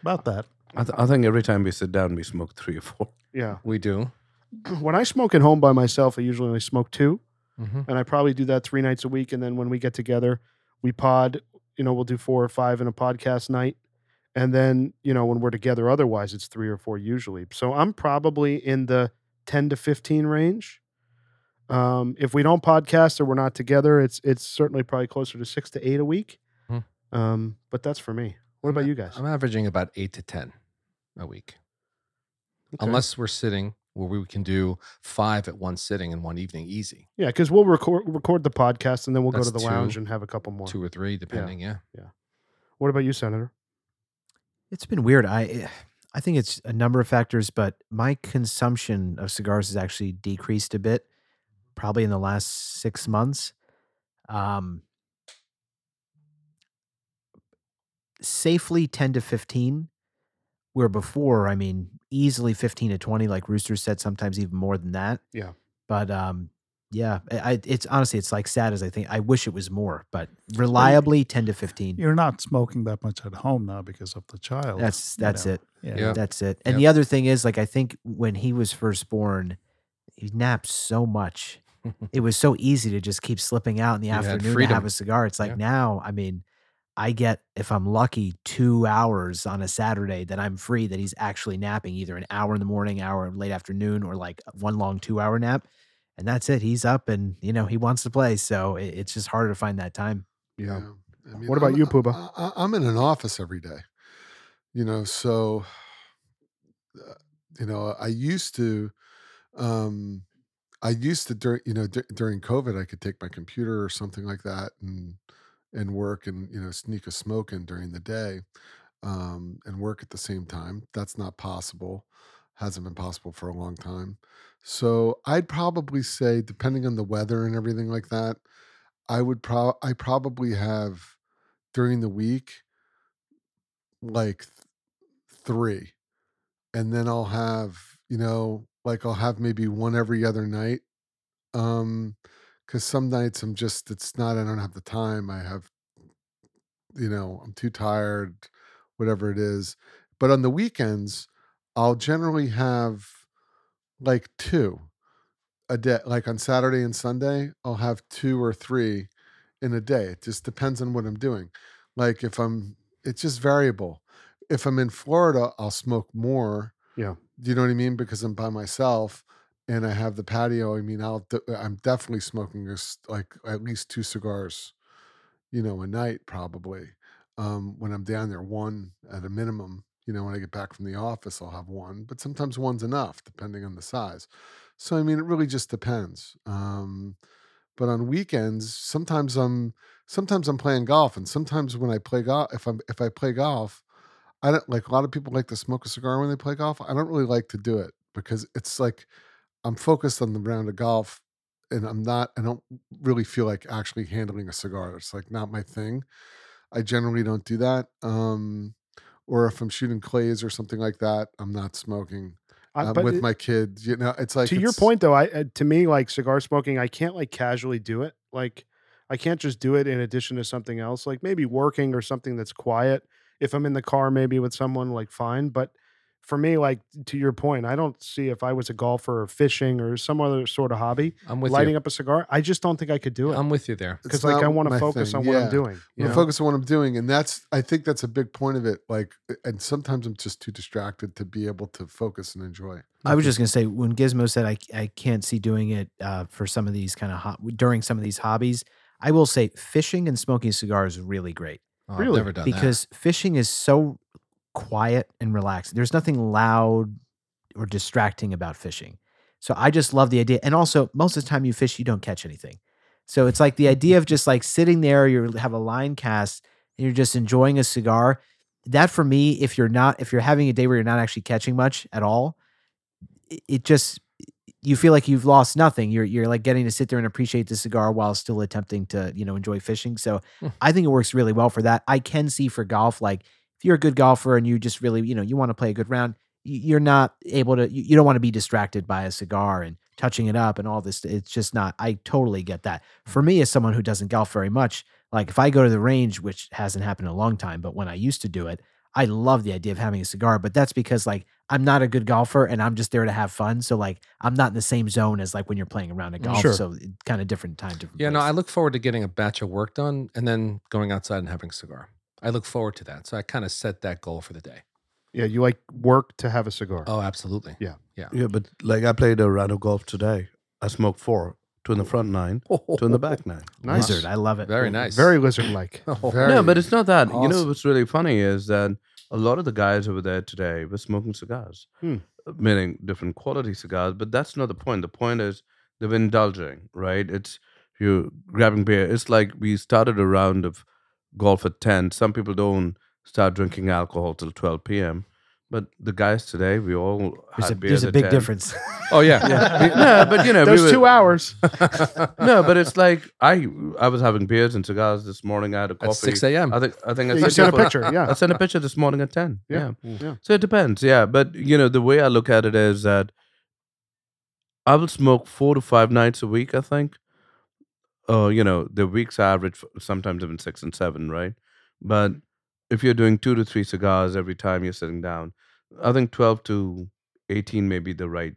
G: About that.
C: I, th- I think every time we sit down, we smoke three or four.
A: Yeah,
B: We do.
A: when I smoke at home by myself, I usually only smoke two.
B: Mm-hmm.
A: and I probably do that three nights a week. And then when we get together, we pod. You know, we'll do four or five in a podcast night, and then you know when we're together. Otherwise, it's three or four usually. So I'm probably in the ten to fifteen range. Um, if we don't podcast or we're not together, it's it's certainly probably closer to six to eight a week.
B: Hmm.
A: Um, but that's for me. What about you guys?
B: I'm averaging about eight to 10 a week,
A: Okay.
B: unless we're sitting where we can do five at one sitting in one evening, easy.
A: yeah, because we'll record record the podcast and then we'll go
B: That's
A: to the lounge
B: two-
A: and have a couple more.
B: Two or three, depending. Yeah.
A: What about you, Senator?
E: It's been weird. I eh, I think it's a number of factors, but my consumption of cigars has actually decreased a bit, probably in the last six months. Um, safely ten to fifteen, where before, I mean, easily fifteen to twenty, like Rooster said, sometimes even more than that.
A: Yeah.
E: But um, yeah, I, I- it's honestly, it's like sad as I think. I wish it was more, but reliably ten to fifteen.
G: You're not smoking that much at home now because of the child.
E: That's
G: you
E: that's
G: know.
E: it.
G: Yeah.
B: Yeah.
E: That's it. And
B: Yep.
E: the other thing is, like, I think when he was first born, he napped so much. it was so easy to just keep slipping out in the
B: You had
E: afternoon to have
B: freedom.
E: a cigar. It's like
B: Yeah.
E: now, I mean, I get, if I'm lucky, two hours on a Saturday that I'm free that he's actually napping, either an hour in the morning, hour late afternoon, or like one long two hour nap. And that's it. He's up and, you know, he wants to play. So it, it's just harder to find that time.
A: Yeah.
F: I mean,
A: What about
F: I'm-
A: you, Pooba?
F: I, I, I'm in an office every day, you know, so, uh, you know, I used to, um, I used to during, you know, dur- during COVID, I could take my computer or something like that and, and work and, you know, sneak a smoke in during the day, um, and work at the same time. That's not possible. Hasn't been possible for a long time. So I'd probably say, depending on the weather and everything like that, I would pro I probably have during the week like th- three. And then I'll have, you know, like I'll have maybe one every other night. Um cuz some nights I'm just it's not I don't have the time. I have you know, I'm too tired, whatever it is. But on the weekends, I'll generally have like two a day like on saturday and sunday i'll have two or three in a day it just depends on what i'm doing like if i'm it's just variable. If I'm in Florida, I'll smoke more.
A: Yeah.
F: Do you know what I mean? Because I'm by myself and I have the patio. I mean, I'll de- I'm definitely smoking this, like at least two cigars, you know, a night probably. Um, when I'm down there, one at a minimum. You know, when I get back from the office, I'll have one, but sometimes one's enough depending on the size. So I mean, it really just depends. Um, but on weekends, sometimes I'm sometimes I'm playing golf, and sometimes when I play golf, if I'm if I play golf, I don't like a lot of people like to smoke a cigar when they play golf. I don't really like to do it because it's like I'm focused on the round of golf, and I'm not. I don't really feel like actually handling a cigar. It's like not my thing. I generally don't do that. Um, or if I'm shooting clays or something like that, I'm not smoking
A: I-
F: uh,
A: but
F: with
A: it-
F: my kid. You know, it's like
A: to your
F: it's-
A: point though, I uh, to me like cigar smoking, I can't like casually do it. Like I can't just do it in addition to something else. Like maybe working or something that's quiet. If I'm in the car, maybe with someone, like fine. But for me, like to your point, I don't see if I was a golfer or fishing or some other sort of hobby,
B: I'm with
A: lighting
B: you.
A: up a cigar. I just don't think I could do it
B: I'm with you there.
F: Um, it's
A: because like I
F: not
A: want to
F: my
A: focus
F: thing.
A: on what
F: Yeah.
A: I'm doing. you
F: I'm
A: know?
F: focused on what I'm doing, and that's I think that's a big point of it. Like, and sometimes I'm just too distracted to be able to focus and enjoy.
E: I was just gonna say when Gizmo said I I can't see doing it uh, for some of these kind of ho- during some of these hobbies. I will say fishing and smoking cigars is really great
B: Oh,
A: Really?
B: I've never done that.
E: because fishing is so quiet and relaxed. There's nothing loud or distracting about fishing. So I just love the idea. And also, most of the time you fish, you don't catch anything. So it's like the idea of just like sitting there, you have a line cast and you're just enjoying a cigar. That for me, if you're not, if you're having a day where you're not actually catching much at all, it, it just you feel like you've lost nothing. You're you're like getting to sit there and appreciate the cigar while still attempting to, you know, enjoy fishing. So I think it works really well for that. I can see for golf, like if you're a good golfer and you just really, you know, you want to play a good round, y- you're not able to, you you don't want to be distracted by a cigar and touching it up and all this. It's just not, I totally get that. For me, as someone who doesn't golf very much, like if I go to the range, which hasn't happened in a long time, but when I used to do it, I love the idea of having a cigar, but that's because like I'm not a good golfer and I'm just there to have fun. So like I'm not in the same zone as like when you're playing around a golf.
B: Sure.
E: So it, kind of different time, different.
B: Yeah, no,
E: place.
B: I look forward to getting a batch of work done and then going outside and having a cigar. I look forward to that. So I kind of set that goal for the day.
A: Yeah, you like work to have a cigar.
B: Oh, absolutely.
C: Yeah, but like I played a round of golf today. I smoked four, two in the front nine,
B: Oh,
C: two in the back nine.
A: nice.
E: Lizard, I love it.
B: Very nice.
A: Very lizard like.
B: Oh,
F: Very-
C: No, but it's not that. You know
F: awesome.
C: what's really funny is that a lot of the guys over there today were smoking cigars,
A: Hmm.
C: meaning different quality cigars. But that's not the point. The point is they've been indulging, right? It's you grabbing beer. It's like we started a round of golf at ten. Some people don't start drinking alcohol till twelve p.m. But the guys today, we all
E: There's
C: had
E: a,
C: beers
E: there's a
C: at
E: big
C: 10.
E: difference.
C: Oh yeah, yeah. no, but you know,
A: Those
C: we were,
A: two hours.
C: No, but it's like I I was having beers and cigars this morning. I had a coffee
B: At 6 a.m.
C: I think I think I
A: you
C: sent
A: sent
C: you
A: a picture.
C: I
A: Yeah.
C: sent a picture this morning at ten.
A: Yeah.
C: Yeah.
A: Yeah.
C: So it depends. Yeah, but you know the way I look at it is that I will smoke four to five nights a week. I think. Uh, you know the weeks average f- sometimes even six and seven, right? But if you're doing two to three cigars every time you're sitting down, I think twelve to eighteen may be the right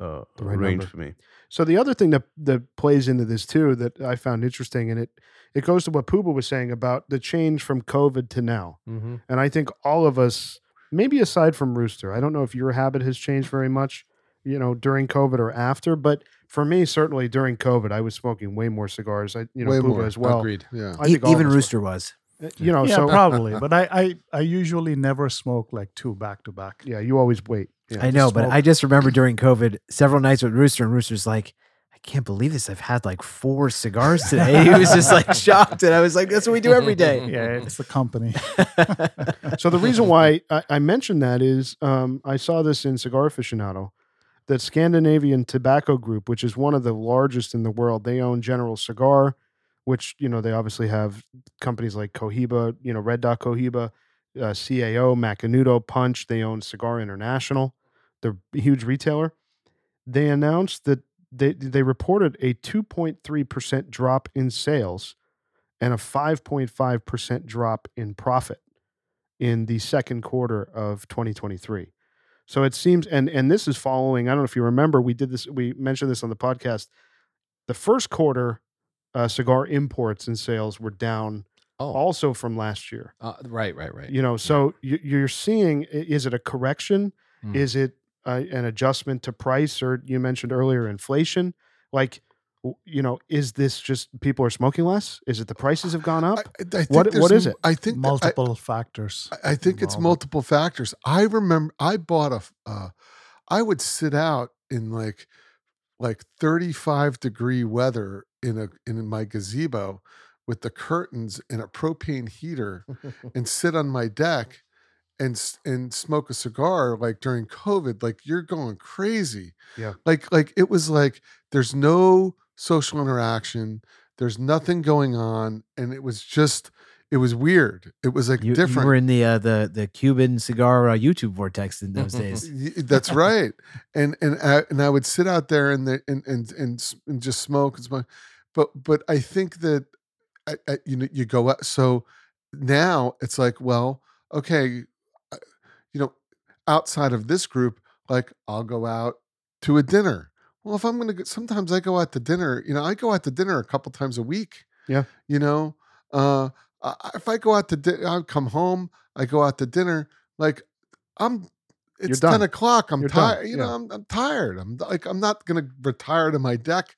C: uh,
A: The right
C: range
A: number.
C: for me.
A: So the other thing that that plays into this too that I found interesting, and it it goes to what Pooba was saying about the change from COVID to now,
B: hmm
A: and I think all of us, maybe aside from Rooster, I don't know if your habit has changed very much, you know, during COVID or after, but for me certainly during COVID, I was smoking way more cigars. I you know
F: Way
A: Pooba
F: more.
A: as well.
B: Agreed.
F: Yeah,
A: I
E: E-
A: think all of
E: even
A: us were. Eh,
E: Rooster was.
A: You know,
G: yeah,
A: so
G: probably. But I, I, I usually never smoke like two back to back.
A: yeah, you always wait. Yeah.
E: I know, but I just remember during COVID, several nights with Rooster, and Rooster's like, I can't believe this. I've had like four cigars today. He was just like shocked. And I was like, that's what we do every day.
G: Yeah, it's the company.
A: so the reason why I, I mentioned that is um, I saw this in Cigar Aficionado that Scandinavian Tobacco Group, which is one of the largest in the world, they own General Cigar, which you know they obviously have companies like Cohiba, you know Red Dot Cohiba, uh, CAO, Macanudo, Punch. They own Cigar International. They're a huge retailer. They announced that they they reported a 2.3 percent drop in sales and a 5.5 percent drop in profit in the second quarter of 2023. So it seems and and this is following, I don't know if you remember, we did this we mentioned this on the podcast. The first quarter uh, cigar imports and sales were down
B: Oh,
A: also from last year.
B: uh, right, right, right.
A: You know, so you, you're seeing i- is it a correction?
F: Hmm.
B: Mm.
A: Is it uh, an adjustment to price? Or you mentioned earlier inflation. Like, w- you know, is this just people are smoking less? Is it the prices have gone up?
F: I, I think
A: What-
F: there's
A: what is
F: m-
A: it?
F: I think that- I-
G: multiple factors.
F: I, I think it's
G: involved.
F: multiple factors. I remember I bought a. f- Uh, I would sit out in like like 35 degree weather in a in my gazebo with the curtains and a propane heater and sit on my deck and s- and smoke a cigar like during covid like you're going crazy
A: Yeah.
F: like like it was like there's no social interaction there's nothing going on and it was just it was weird it was like
E: You, you
F: different
E: were in the uh, the the Cuban cigar uh, YouTube vortex in those days.
F: Y- That's right. And and I, and I would sit out there and the and and and, s- and just smoke and smoke. But but I think that I, I, you know you go out. So now it's like well okay, uh, you know, outside of this group, like I'll go out to a dinner. Well, if I'm gonna go, sometimes I go out to dinner. You know, I go out to dinner a couple times a week.
A: Yeah.
F: You know, uh, I- I- if I go out to dinner, I come home. I go out to dinner. Like I'm it's
A: done.
F: 10 o'clock i'm
A: You're done,
F: tired you know
A: yeah.
F: I'm, I'm tired i'm like i'm not going to retire to my deck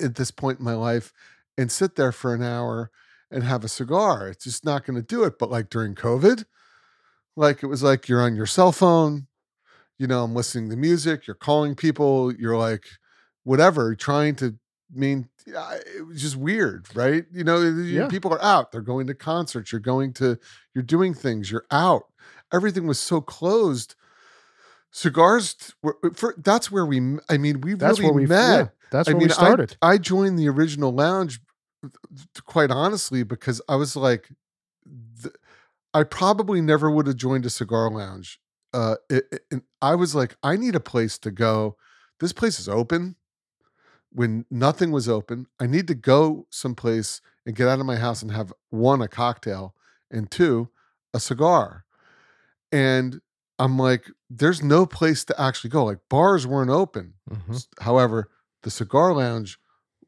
F: at this point in my life and sit there for an hour and have a cigar it's just not going to do it but like during covid like it was like you're on your cell phone you know i'm listening to music you're calling people you're like whatever trying to mean I- it was just weird right you know you-
A: Yeah.
F: people are out they're going to concerts you're going to you're doing things you're out everything was so closed cigars t- were for, that's where we m- i mean we
A: That's
F: really
A: where we
F: met
A: yeah, that's
F: I
A: where
F: mean,
A: we started.
F: I, I joined the original lounge, th- th- quite honestly, because I was like, th- I probably never would have joined a cigar lounge. Uh, it, it- and I was like, I need a place to go. This place is open when nothing was open. I need to go someplace and get out of my house and have one, a cocktail, and two, a cigar. And I'm like, there's no place to actually go. Like, bars weren't open.
A: Mm-hmm.
B: Mhm.
F: S- However, the cigar lounge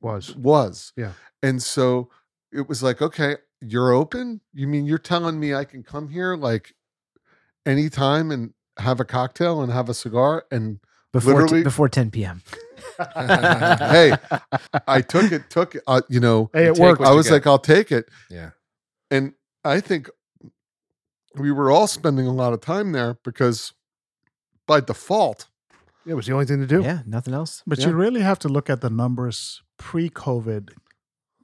A: was
F: was.
A: Yeah.
F: And so it was like, okay, you're open? You mean you're telling me I can come here like anytime and have a cocktail and have a cigar? And
E: Before t-
F: Literally-
E: before 10 p.m.
F: hey, I took it, took it, uh, you know,
A: hey,
B: You
A: it
B: take
A: worked.
B: what
F: I
B: you
F: was
B: get.
F: like, I'll take it.
B: yeah.
F: And I think we were all spending a lot of time there because by default,
A: It was the only thing to do.
E: Yeah, nothing else.
G: But you really have to look at the numbers pre-COVID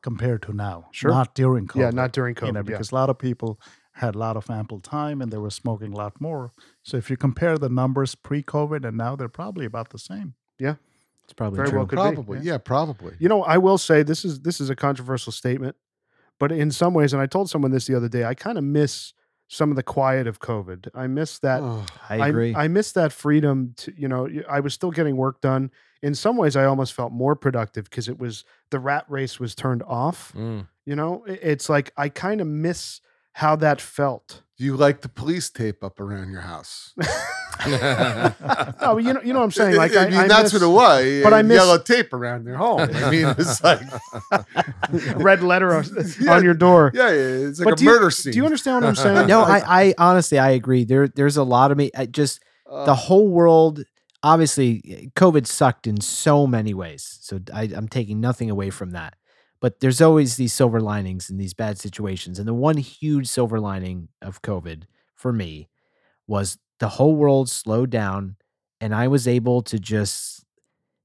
G: compared to now,
A: Sure.
G: not during COVID.
A: Yeah, not during COVID.
G: you know,
A: yeah.
G: because a lot of people had a lot of ample time and they were smoking a lot more. So if you compare the numbers pre-COVID and now, they're probably about the same.
E: It's probably
A: Very
E: true.
A: well could be,
F: probably, yeah, probably.
A: You know, I will say this is this is a controversial statement, but in some ways, and I told someone this the other day, I kind of miss some of the quiet of COVID. I miss that.
F: Ugh.
E: Oh, I agree.
A: I miss that freedom to, you know, y- I was still getting work done. In some ways, I almost felt more productive because it was the rat race was turned off.
B: Mm.
A: You know, I- it's like I kind of miss how that felt.
F: you like the police tape up around your house.
A: No, but Oh, you know, you know what I'm saying. Like,
F: I,
A: I,
F: mean, that's
A: miss
F: what it was.
A: but I miss-
F: yellow tape around their home. I mean, it's like,
A: red letter on,
F: Yeah.
A: on your door.
F: yeah, yeah, it's like
A: But
F: a
A: do you-
F: murder scene.
A: Do you understand what I'm saying?
E: no,
A: Like,
E: I, I honestly I agree. There there's a lot of me. I just
F: Uh,
E: the whole world. Obviously, COVID sucked in so many ways. So I, I'm taking nothing away from that. But there's always these silver linings in these bad situations. And the one huge silver lining of COVID for me was the whole world slowed down, and I was able to just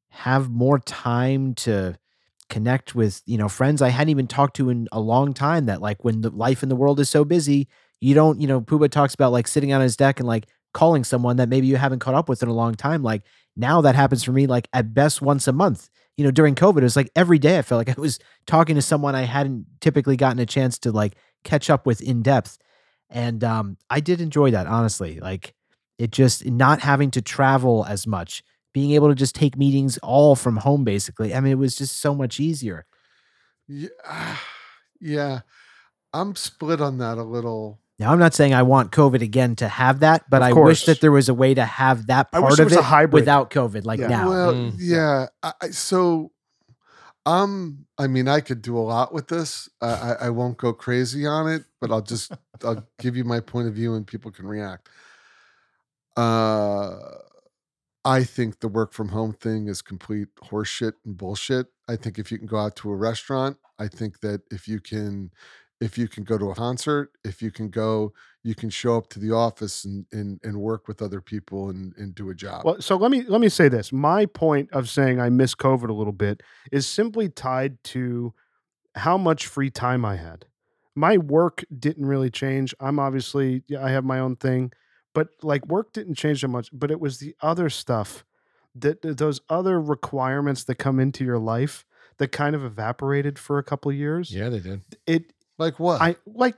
E: have more time to connect with you know friends I hadn't even talked to in a long time. That like when the life in the world is so busy, you don't you know Puba talks about like sitting on his deck and like calling someone that maybe you haven't caught up with in a long time. Like now that happens for me like at best once a month. You know, during COVID, it was like every day I felt like I was talking to someone I hadn't typically gotten a chance to like catch up with in depth. And um, I did enjoy that, honestly. Like it just not having to travel as much, being able to just take meetings all from home, basically. I mean, it was just so much easier.
F: yeah, yeah, I'm split on that a little.
E: Now, I'm not saying I want COVID again to have that, but
A: Of
E: I
A: course.
E: wish that there was a way to have that
A: I wish
E: part
A: there
E: of
A: was a
E: it
A: hybrid. Mm.
E: without COVID, like
A: Yeah.
E: now.
F: Well,
B: Mm.
F: yeah. I, I, so Um, I mean, I could do a lot with this. I, I, I won't go crazy on it, but I'll just I'll give you my point of view and people can react. Uh, I think the work from home thing is complete horseshit and bullshit. I think if you can go out to a restaurant, I think that if you can, if you can go to a concert, if you can go, you can show up to the office and and, and work with other people and and do a job.
A: Well, so let me let me say this. My point of saying I miss COVID a little bit is simply tied to how much free time I had. My work didn't really change. I'm obviously yeah, I have my own thing, but like work didn't change that much. But it was the other stuff that that those other requirements that come into your life that kind of evaporated for a couple years.
B: Yeah, they did.
A: It
F: like what?
A: I like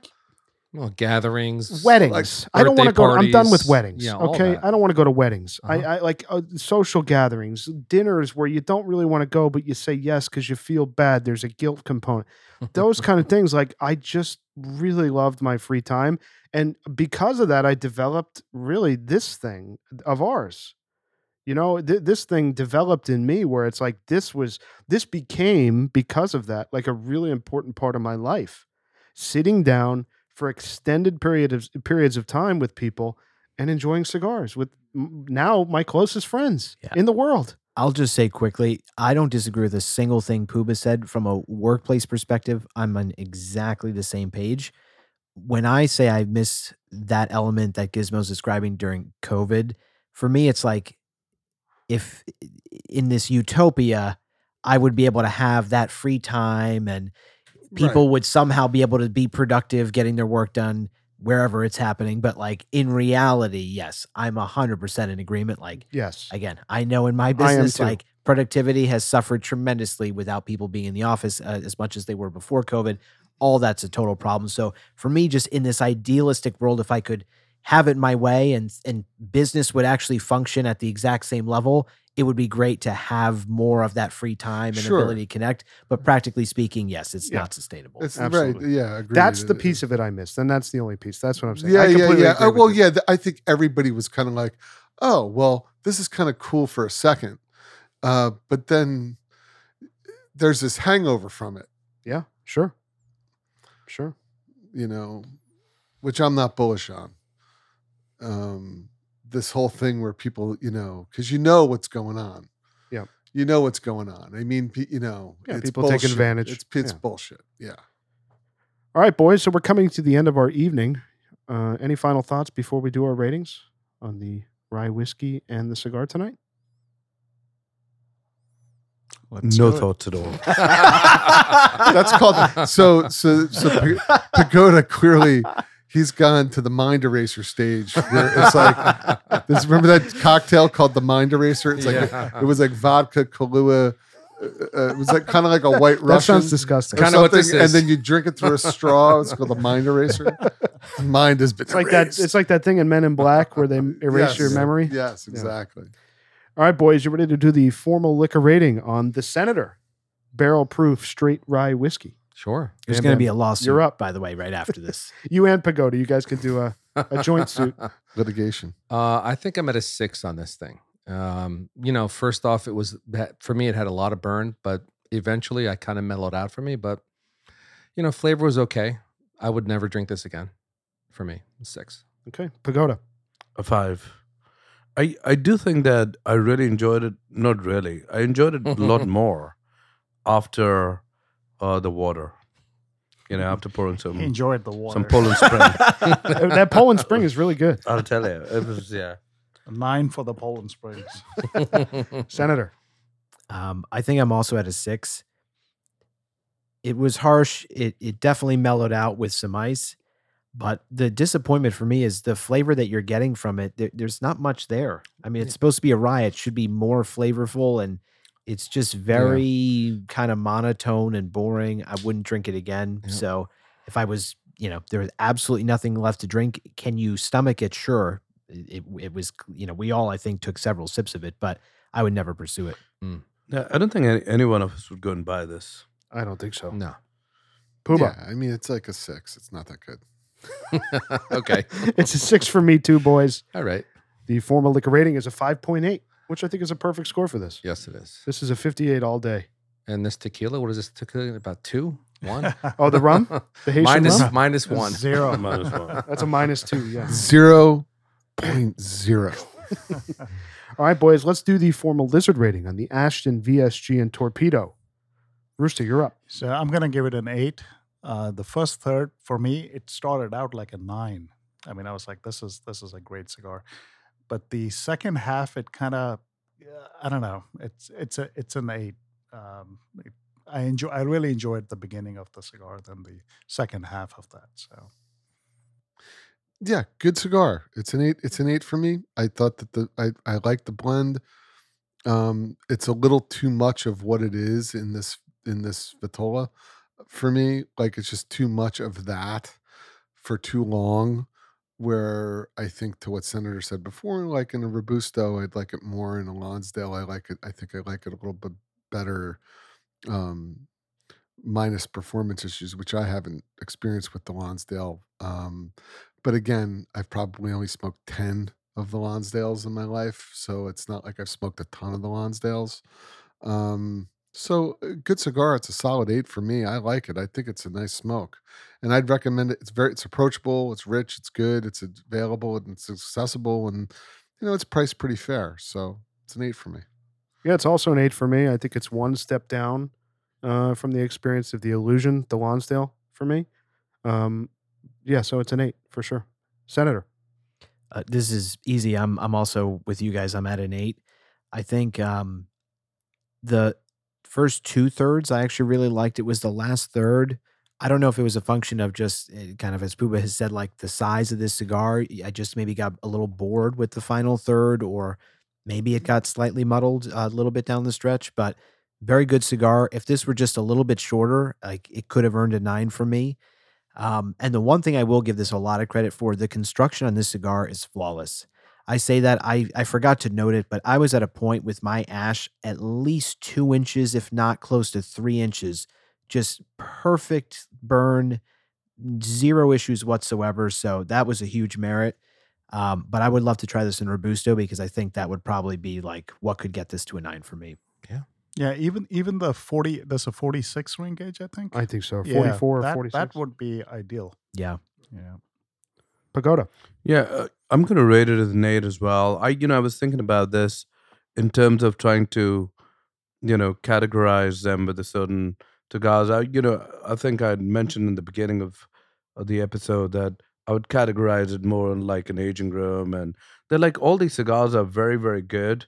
B: Well, gatherings,
A: weddings. I don't want to
B: birthday
A: go. I'm done with
B: parties.
A: weddings.
B: Yeah, all
A: okay,
B: that.
A: I don't want to go to weddings.
B: Uh-huh.
A: I, I like uh, social gatherings, dinners where you don't really want to go, but you say yes because you feel bad. There's a guilt component. Those kind of things. Like I just really loved my free time, and because of that, I developed really this thing of ours. You know, th- this thing developed in me where it's like this was this became because of that like a really important part of my life sitting down for extended period of, periods of time with people and enjoying cigars with m- now my closest friends
E: Yeah.
A: in the world
E: I'll just say quickly, I don't disagree with a single thing Pooba said from a workplace perspective. I'm on exactly the same page. When I say I miss that element that Gizmo's describing during COVID, for me, it's like if in this utopia, I would be able to have that free time and people would somehow be able to be productive getting their work done wherever it's happening. But like in reality, yes, I'm 100% in agreement. Like,
A: yes
E: again, I know in my
A: am
E: business,
A: too.
E: like productivity has suffered tremendously without people being in the office uh, as much as they were before COVID. All that's a total problem. So for me, just in this idealistic world, if I could have it my way and and business would actually function at the exact same level, it would be great to have more of that free time and
F: Sure.
E: ability to connect. But practically speking, yes, it's
A: Yeah.
E: not sustainable.
F: It's right.
A: Absolutely.
F: Yeah, agreed.
A: that's the
F: It-
A: piece of it i missed and that's the only piece that's what i'm saying
F: Yeah,
A: I
F: yeah,
A: completely
F: yeah.
A: agree
F: Oh,
A: with
F: well,
A: you.
F: yeah. th- I think everybody was kind of like, "Oh, well, this is kind of cool for a second. Uh, but then there's this hangover from it,
A: yeah sure sure
F: you know, which I'm not bullish on. Um, this whole thing where people, you know, because you know what's going on.
A: Yeah.
F: You know what's going on. I mean, pe- you know,
A: Yeah, people take
F: bullshit.
A: advantage.
F: It's, it's
A: Yeah.
F: bullshit. Yeah.
A: all right boys so we're coming to the end of our evening uh, any final thoughts before we do our ratings on the rye whiskey and the cigar tonight
C: no thoughts at all.
F: That's called so so so Pa- Pagoda clearly he's gone to the mind eraser stage where it's like this remember that cocktail called the mind eraser it's like
B: Yeah.
F: it was like vodka Kahlua uh, uh, it was like kind of like a white
A: that
F: Russian
A: sounds disgusting
F: or
B: Kinda what
F: something,
B: this
F: and
B: is.
F: then you drink it through a straw it's called the mind eraser mind has been
A: It's like that. It's like that thing in Men in Black where they erase your memory.
F: yes exactly
A: All right, boys, you ready to do the formal liquor rating on the Senator Barrel Proof Straight Rye Whiskey?
B: Sure.
E: There's
A: Damn,
E: going to
A: man.
E: be a lawsuit,
A: You're up.
E: by the way, right after this.
A: You and Pagoda, you guys can do a a joint suit.
F: litigation
B: Uh, I think I'm at a six on this thing. Um, you know, first off, it was that- for me, it had a lot of burn, but eventually I kind of mellowed out for me. But, you know, flavor was okay. I would never drink this again for me. Six.
A: Okay, Pagoda.
C: a five. I I do think that I really enjoyed it. Not really. I enjoyed it a lot more after uh, the water. You know, after pouring some
G: Enjoyed the water.
C: some Poland Spring.
A: Uh, that Poland Spring is really good,
C: I'll tell you, it was yeah.
G: Nine for the Poland Springs.
A: Senator.
E: Um, I think I'm also at a six. It was harsh. It it definitely mellowed out with some ice, but the disappointment for me is the flavor that you're getting from it. There, there's not much there. I mean, it's supposed to be a rye. It should be more flavorful, and it's just very kind of monotone and boring. I wouldn't drink it again.
B: Yeah.
E: So if I was, you know, there was absolutely nothing left to drink. Can you stomach it? Sure. It, it- it was, you know, we all I think took several sips of it, but I would never pursue it.
C: No, I don't think any, any one of us would go and buy this.
A: I don't think so.
B: No.
A: Puma.
F: yeah I mean it's like a six it's not that good
B: okay.
A: it's a six for me too, boys.
B: All right.
A: The formal liquor rating is a five point eight, which I think is a perfect score for this.
B: Yes, it is.
A: This is a fifty-eight all day.
B: And this tequila, what is this tequila? About two, one.
A: Oh, the rum? The Haitian
B: minus
A: rum?
B: minus one.
G: Zero.
C: Minus one.
A: That's a minus two, yeah.
F: Zero point zero.
A: All right, boys, let's do the formal lizard rating on the Ashton, VSG, and Torpedo. Rooster, you're up.
G: So I'm going to give it an eight. Uh, the first third for me, it started out like a nine. I mean, I was like, this is this is a great cigar, but the second half, it kind of, I don't know, it's it's a it's an eight. Um, it, I enjoy. I really enjoyed the beginning of the cigar than the second half of that. So
F: yeah, good cigar. It's an eight. It's an eight for me. I thought that the I I like the blend. Um, it's a little too much of what it is in this in this Vitola for me. Like it's just too much of that for too long. Where I think to what Senator said before, like in a Robusto, I'd like it more. In a Lonsdale, I like it. I think I like it a little bit better. Um, minus performance issues, which I haven't experienced with the Lonsdale. Um, but again, I've probably only smoked 10 of the Lonsdales in my life. So it's not like I've smoked a ton of the Lonsdales. Um, so uh, good cigar. It's a solid eight for me. I like it. I think it's a nice smoke. And I'd recommend it. It's very it's approachable, it's rich, it's good, it's available, and it's accessible, and you know, it's priced pretty fair. So it's an eight for me.
A: Yeah, it's also an eight for me. I think it's one step down uh, from the experience of the illusion, the Lonsdale for me. Um, yeah, so it's an eight for sure. Senator.
E: uh, this is easy. I'm I'm also with you guys. I'm at an eight. I think um, the first two thirds I actually really liked. It was the last third. I don't know if it was a function of just eh, kind of as Puba has said, like the size of this cigar. I just maybe got a little bored with the final third, or maybe it got slightly muddled uh, a little bit down the stretch. But very good cigar. If this were just a little bit shorter, like it could have earned a nine for me. Um, and the one thing I will give this a lot of credit for, the construction on this cigar is flawless. I say that I, I forgot to note it, but I was at a point with my ash at least two inches, if not close to three inches. Just perfect burn, zero issues whatsoever. So that was a huge merit. Um, but I would love to try this in Robusto because I think that would probably be like what could get this to a nine for me.
G: yeah, even even the forty. There's a forty-six ring gauge, I think.
A: I think so.
G: Yeah,
A: 44
G: that,
A: or 46.
G: That would be ideal.
E: Yeah.
G: Yeah.
A: Pagoda.
C: Yeah, uh, I'm going to rate it as an eight as well. I, you know, I was thinking about this in terms of trying to, you know, categorize them with a certain cigars. I, you know, I think I would mentioned in the beginning of, of the episode that I would categorize it more in like an aging room, and they're like all these cigars are very, very good.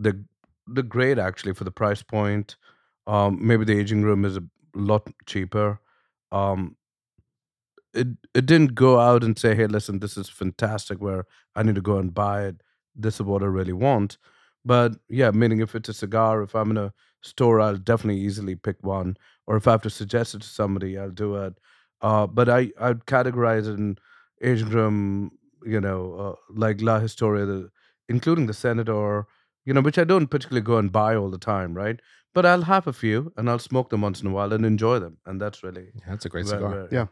C: They're they're great actually for the price point. Um, maybe the aging room is a lot cheaper. Um, it it didn't go out and say, "Hey, listen, this is fantastic. Where I need to go and buy it. This is what I really want." But yeah, meaning if it's a cigar, if I'm in a store, I'll definitely easily pick one, or if I have to suggest it to somebody, I'll do it. Uh, but I I'd categorize it in Asian room, you know, uh, like La Historia, the, including the Senator, you know, which I don't particularly go and buy all the time, right? But I'll have a few and I'll smoke them once in a while and enjoy them, and that's really
B: Yeah, that's a great
C: where-
B: cigar.
C: where-
A: Yeah.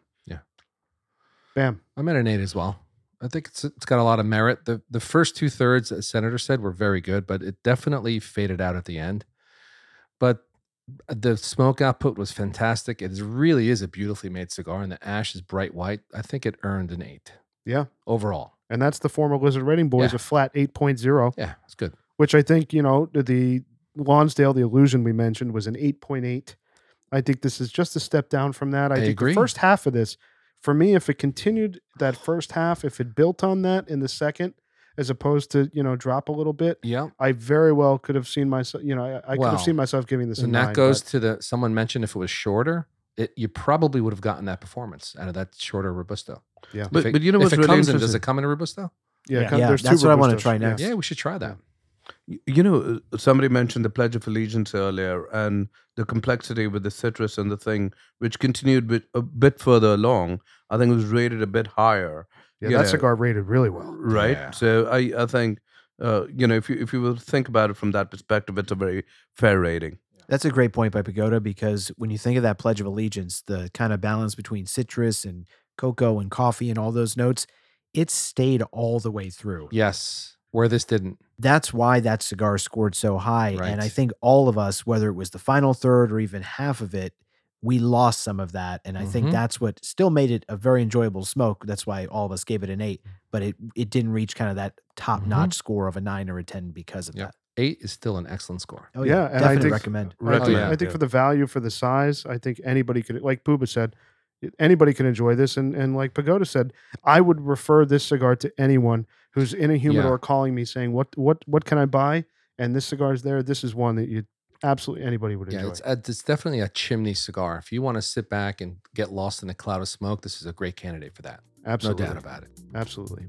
A: Bam.
B: I'm at an eight as well. I think it's it's got a lot of merit. The the first two thirds, as Senator said, were very good, but it definitely faded out at the end. But the smoke output was fantastic. It is- really is a beautifully made cigar, and the ash is bright white. I think it earned an eight
A: Yeah.
B: overall.
A: And that's the formal lizard rating, boys,
B: Yeah.
A: a flat 8.0,
B: Yeah, it's good.
A: which I think, you know, the- the Lonsdale, the illusion we mentioned, was an 8.8. I think this is just a step down from that. I,
B: I
A: think
B: agree.
A: the first half of this, for me, if it continued that first half, if it built on that in the second, as opposed to, you know, drop a little bit,
B: Yeah,
A: I very well could have seen myself, you know, I, I could
B: Well,
A: have seen myself giving this a
B: and
A: nine.
B: that goes to the someone mentioned if it was shorter, it, you probably would have gotten that performance out of that shorter robusto.
A: Yeah.
B: If
C: But-
B: it-
C: but you know what's
B: if it
C: really
B: comes in, does
C: interesting?
B: it come in a robusto?
A: but yeah,
G: Yeah.
A: come-
E: Yeah,
A: there's two
E: that's what I wanna
A: Robustos,
E: try
A: yeah.
E: next.
B: Yeah, we should try that.
C: Y- You know, uh, somebody mentioned the Pledge of Allegiance earlier and the complexity with the citrus and the thing, which continued bit, a bit further along. I think it was rated a bit higher,
A: Yeah,
C: you
A: that
C: know,
A: cigar rated really well.
C: right?
B: Yeah.
C: So I, I think, uh, you know, if you if you will think about it from that perspective, it's a very fair rating.
E: That's a great point by Pagoda because when you think of that Pledge of Allegiance, the kind of balance between citrus and cocoa and coffee and all those notes, it stayed all the way through.
B: Yes, where this didn't.
E: that's why that cigar scored so high. And I
B: Right.
E: think all of us, whether it was the final third or even half of it, we lost some of that. And I
A: Mm-hmm.
E: think
B: Mhm.
E: that's what still made it a very enjoyable smoke. That's why all of us gave it an
A: Mm.
E: eight, but it, it didn't reach kind of that
A: Mm-hmm.
E: top notch score of a nine or a 10 because of
B: Yep.
E: that.
B: Eight is still an excellent score.
E: Oh,
A: Yeah, and I
E: Definitely
A: think-
E: recommend.
A: I think,
B: yeah.
A: I think for the value, for the size, I think anybody could, like Booba said, anybody can enjoy this. And, and like Pagoda said, I would refer this cigar to anyone who's in a humidor calling me saying, what, what, what can I buy? And this cigar is there. This is one that you absolutely anybody would
B: Yeah,
A: enjoy.
B: it's, a, it's definitely a chimney cigar. If you want to sit back and get lost in a cloud of smoke, this is a great candidate for that.
A: absolutely.
B: No doubt about it.
A: Absolutely.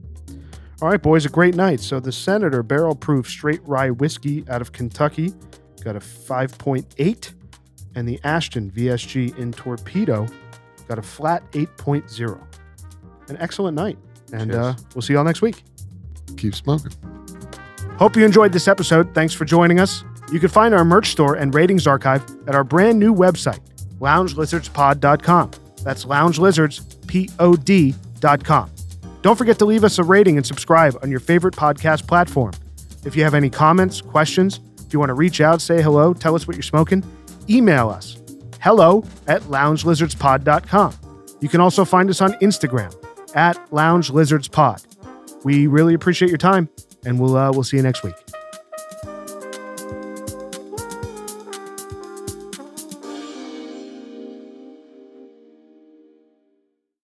A: All right, boys, a great night. So the Senator Barrel Proof Straight Rye Whiskey out of Kentucky got a 5.8, and the Ashton VSG in Torpedo got a flat 8.0. An excellent night, and uh, we'll see y'all next week.
F: Keep smoking.
A: Hope you enjoyed this episode. Thanks for joining us. You can find our merch store and ratings archive at our brand new website, loungelizardspod.com. That's loungelizardspod.com. Don't forget to leave us a rating and subscribe on your favorite podcast platform. If you have any comments, questions, if you want to reach out, say hello, tell us what you're smoking, email us hello at loungelizardspod.com. You can also find us on Instagram at loungelizardspod. We really appreciate your time, and we'll uh, we'll see you next week.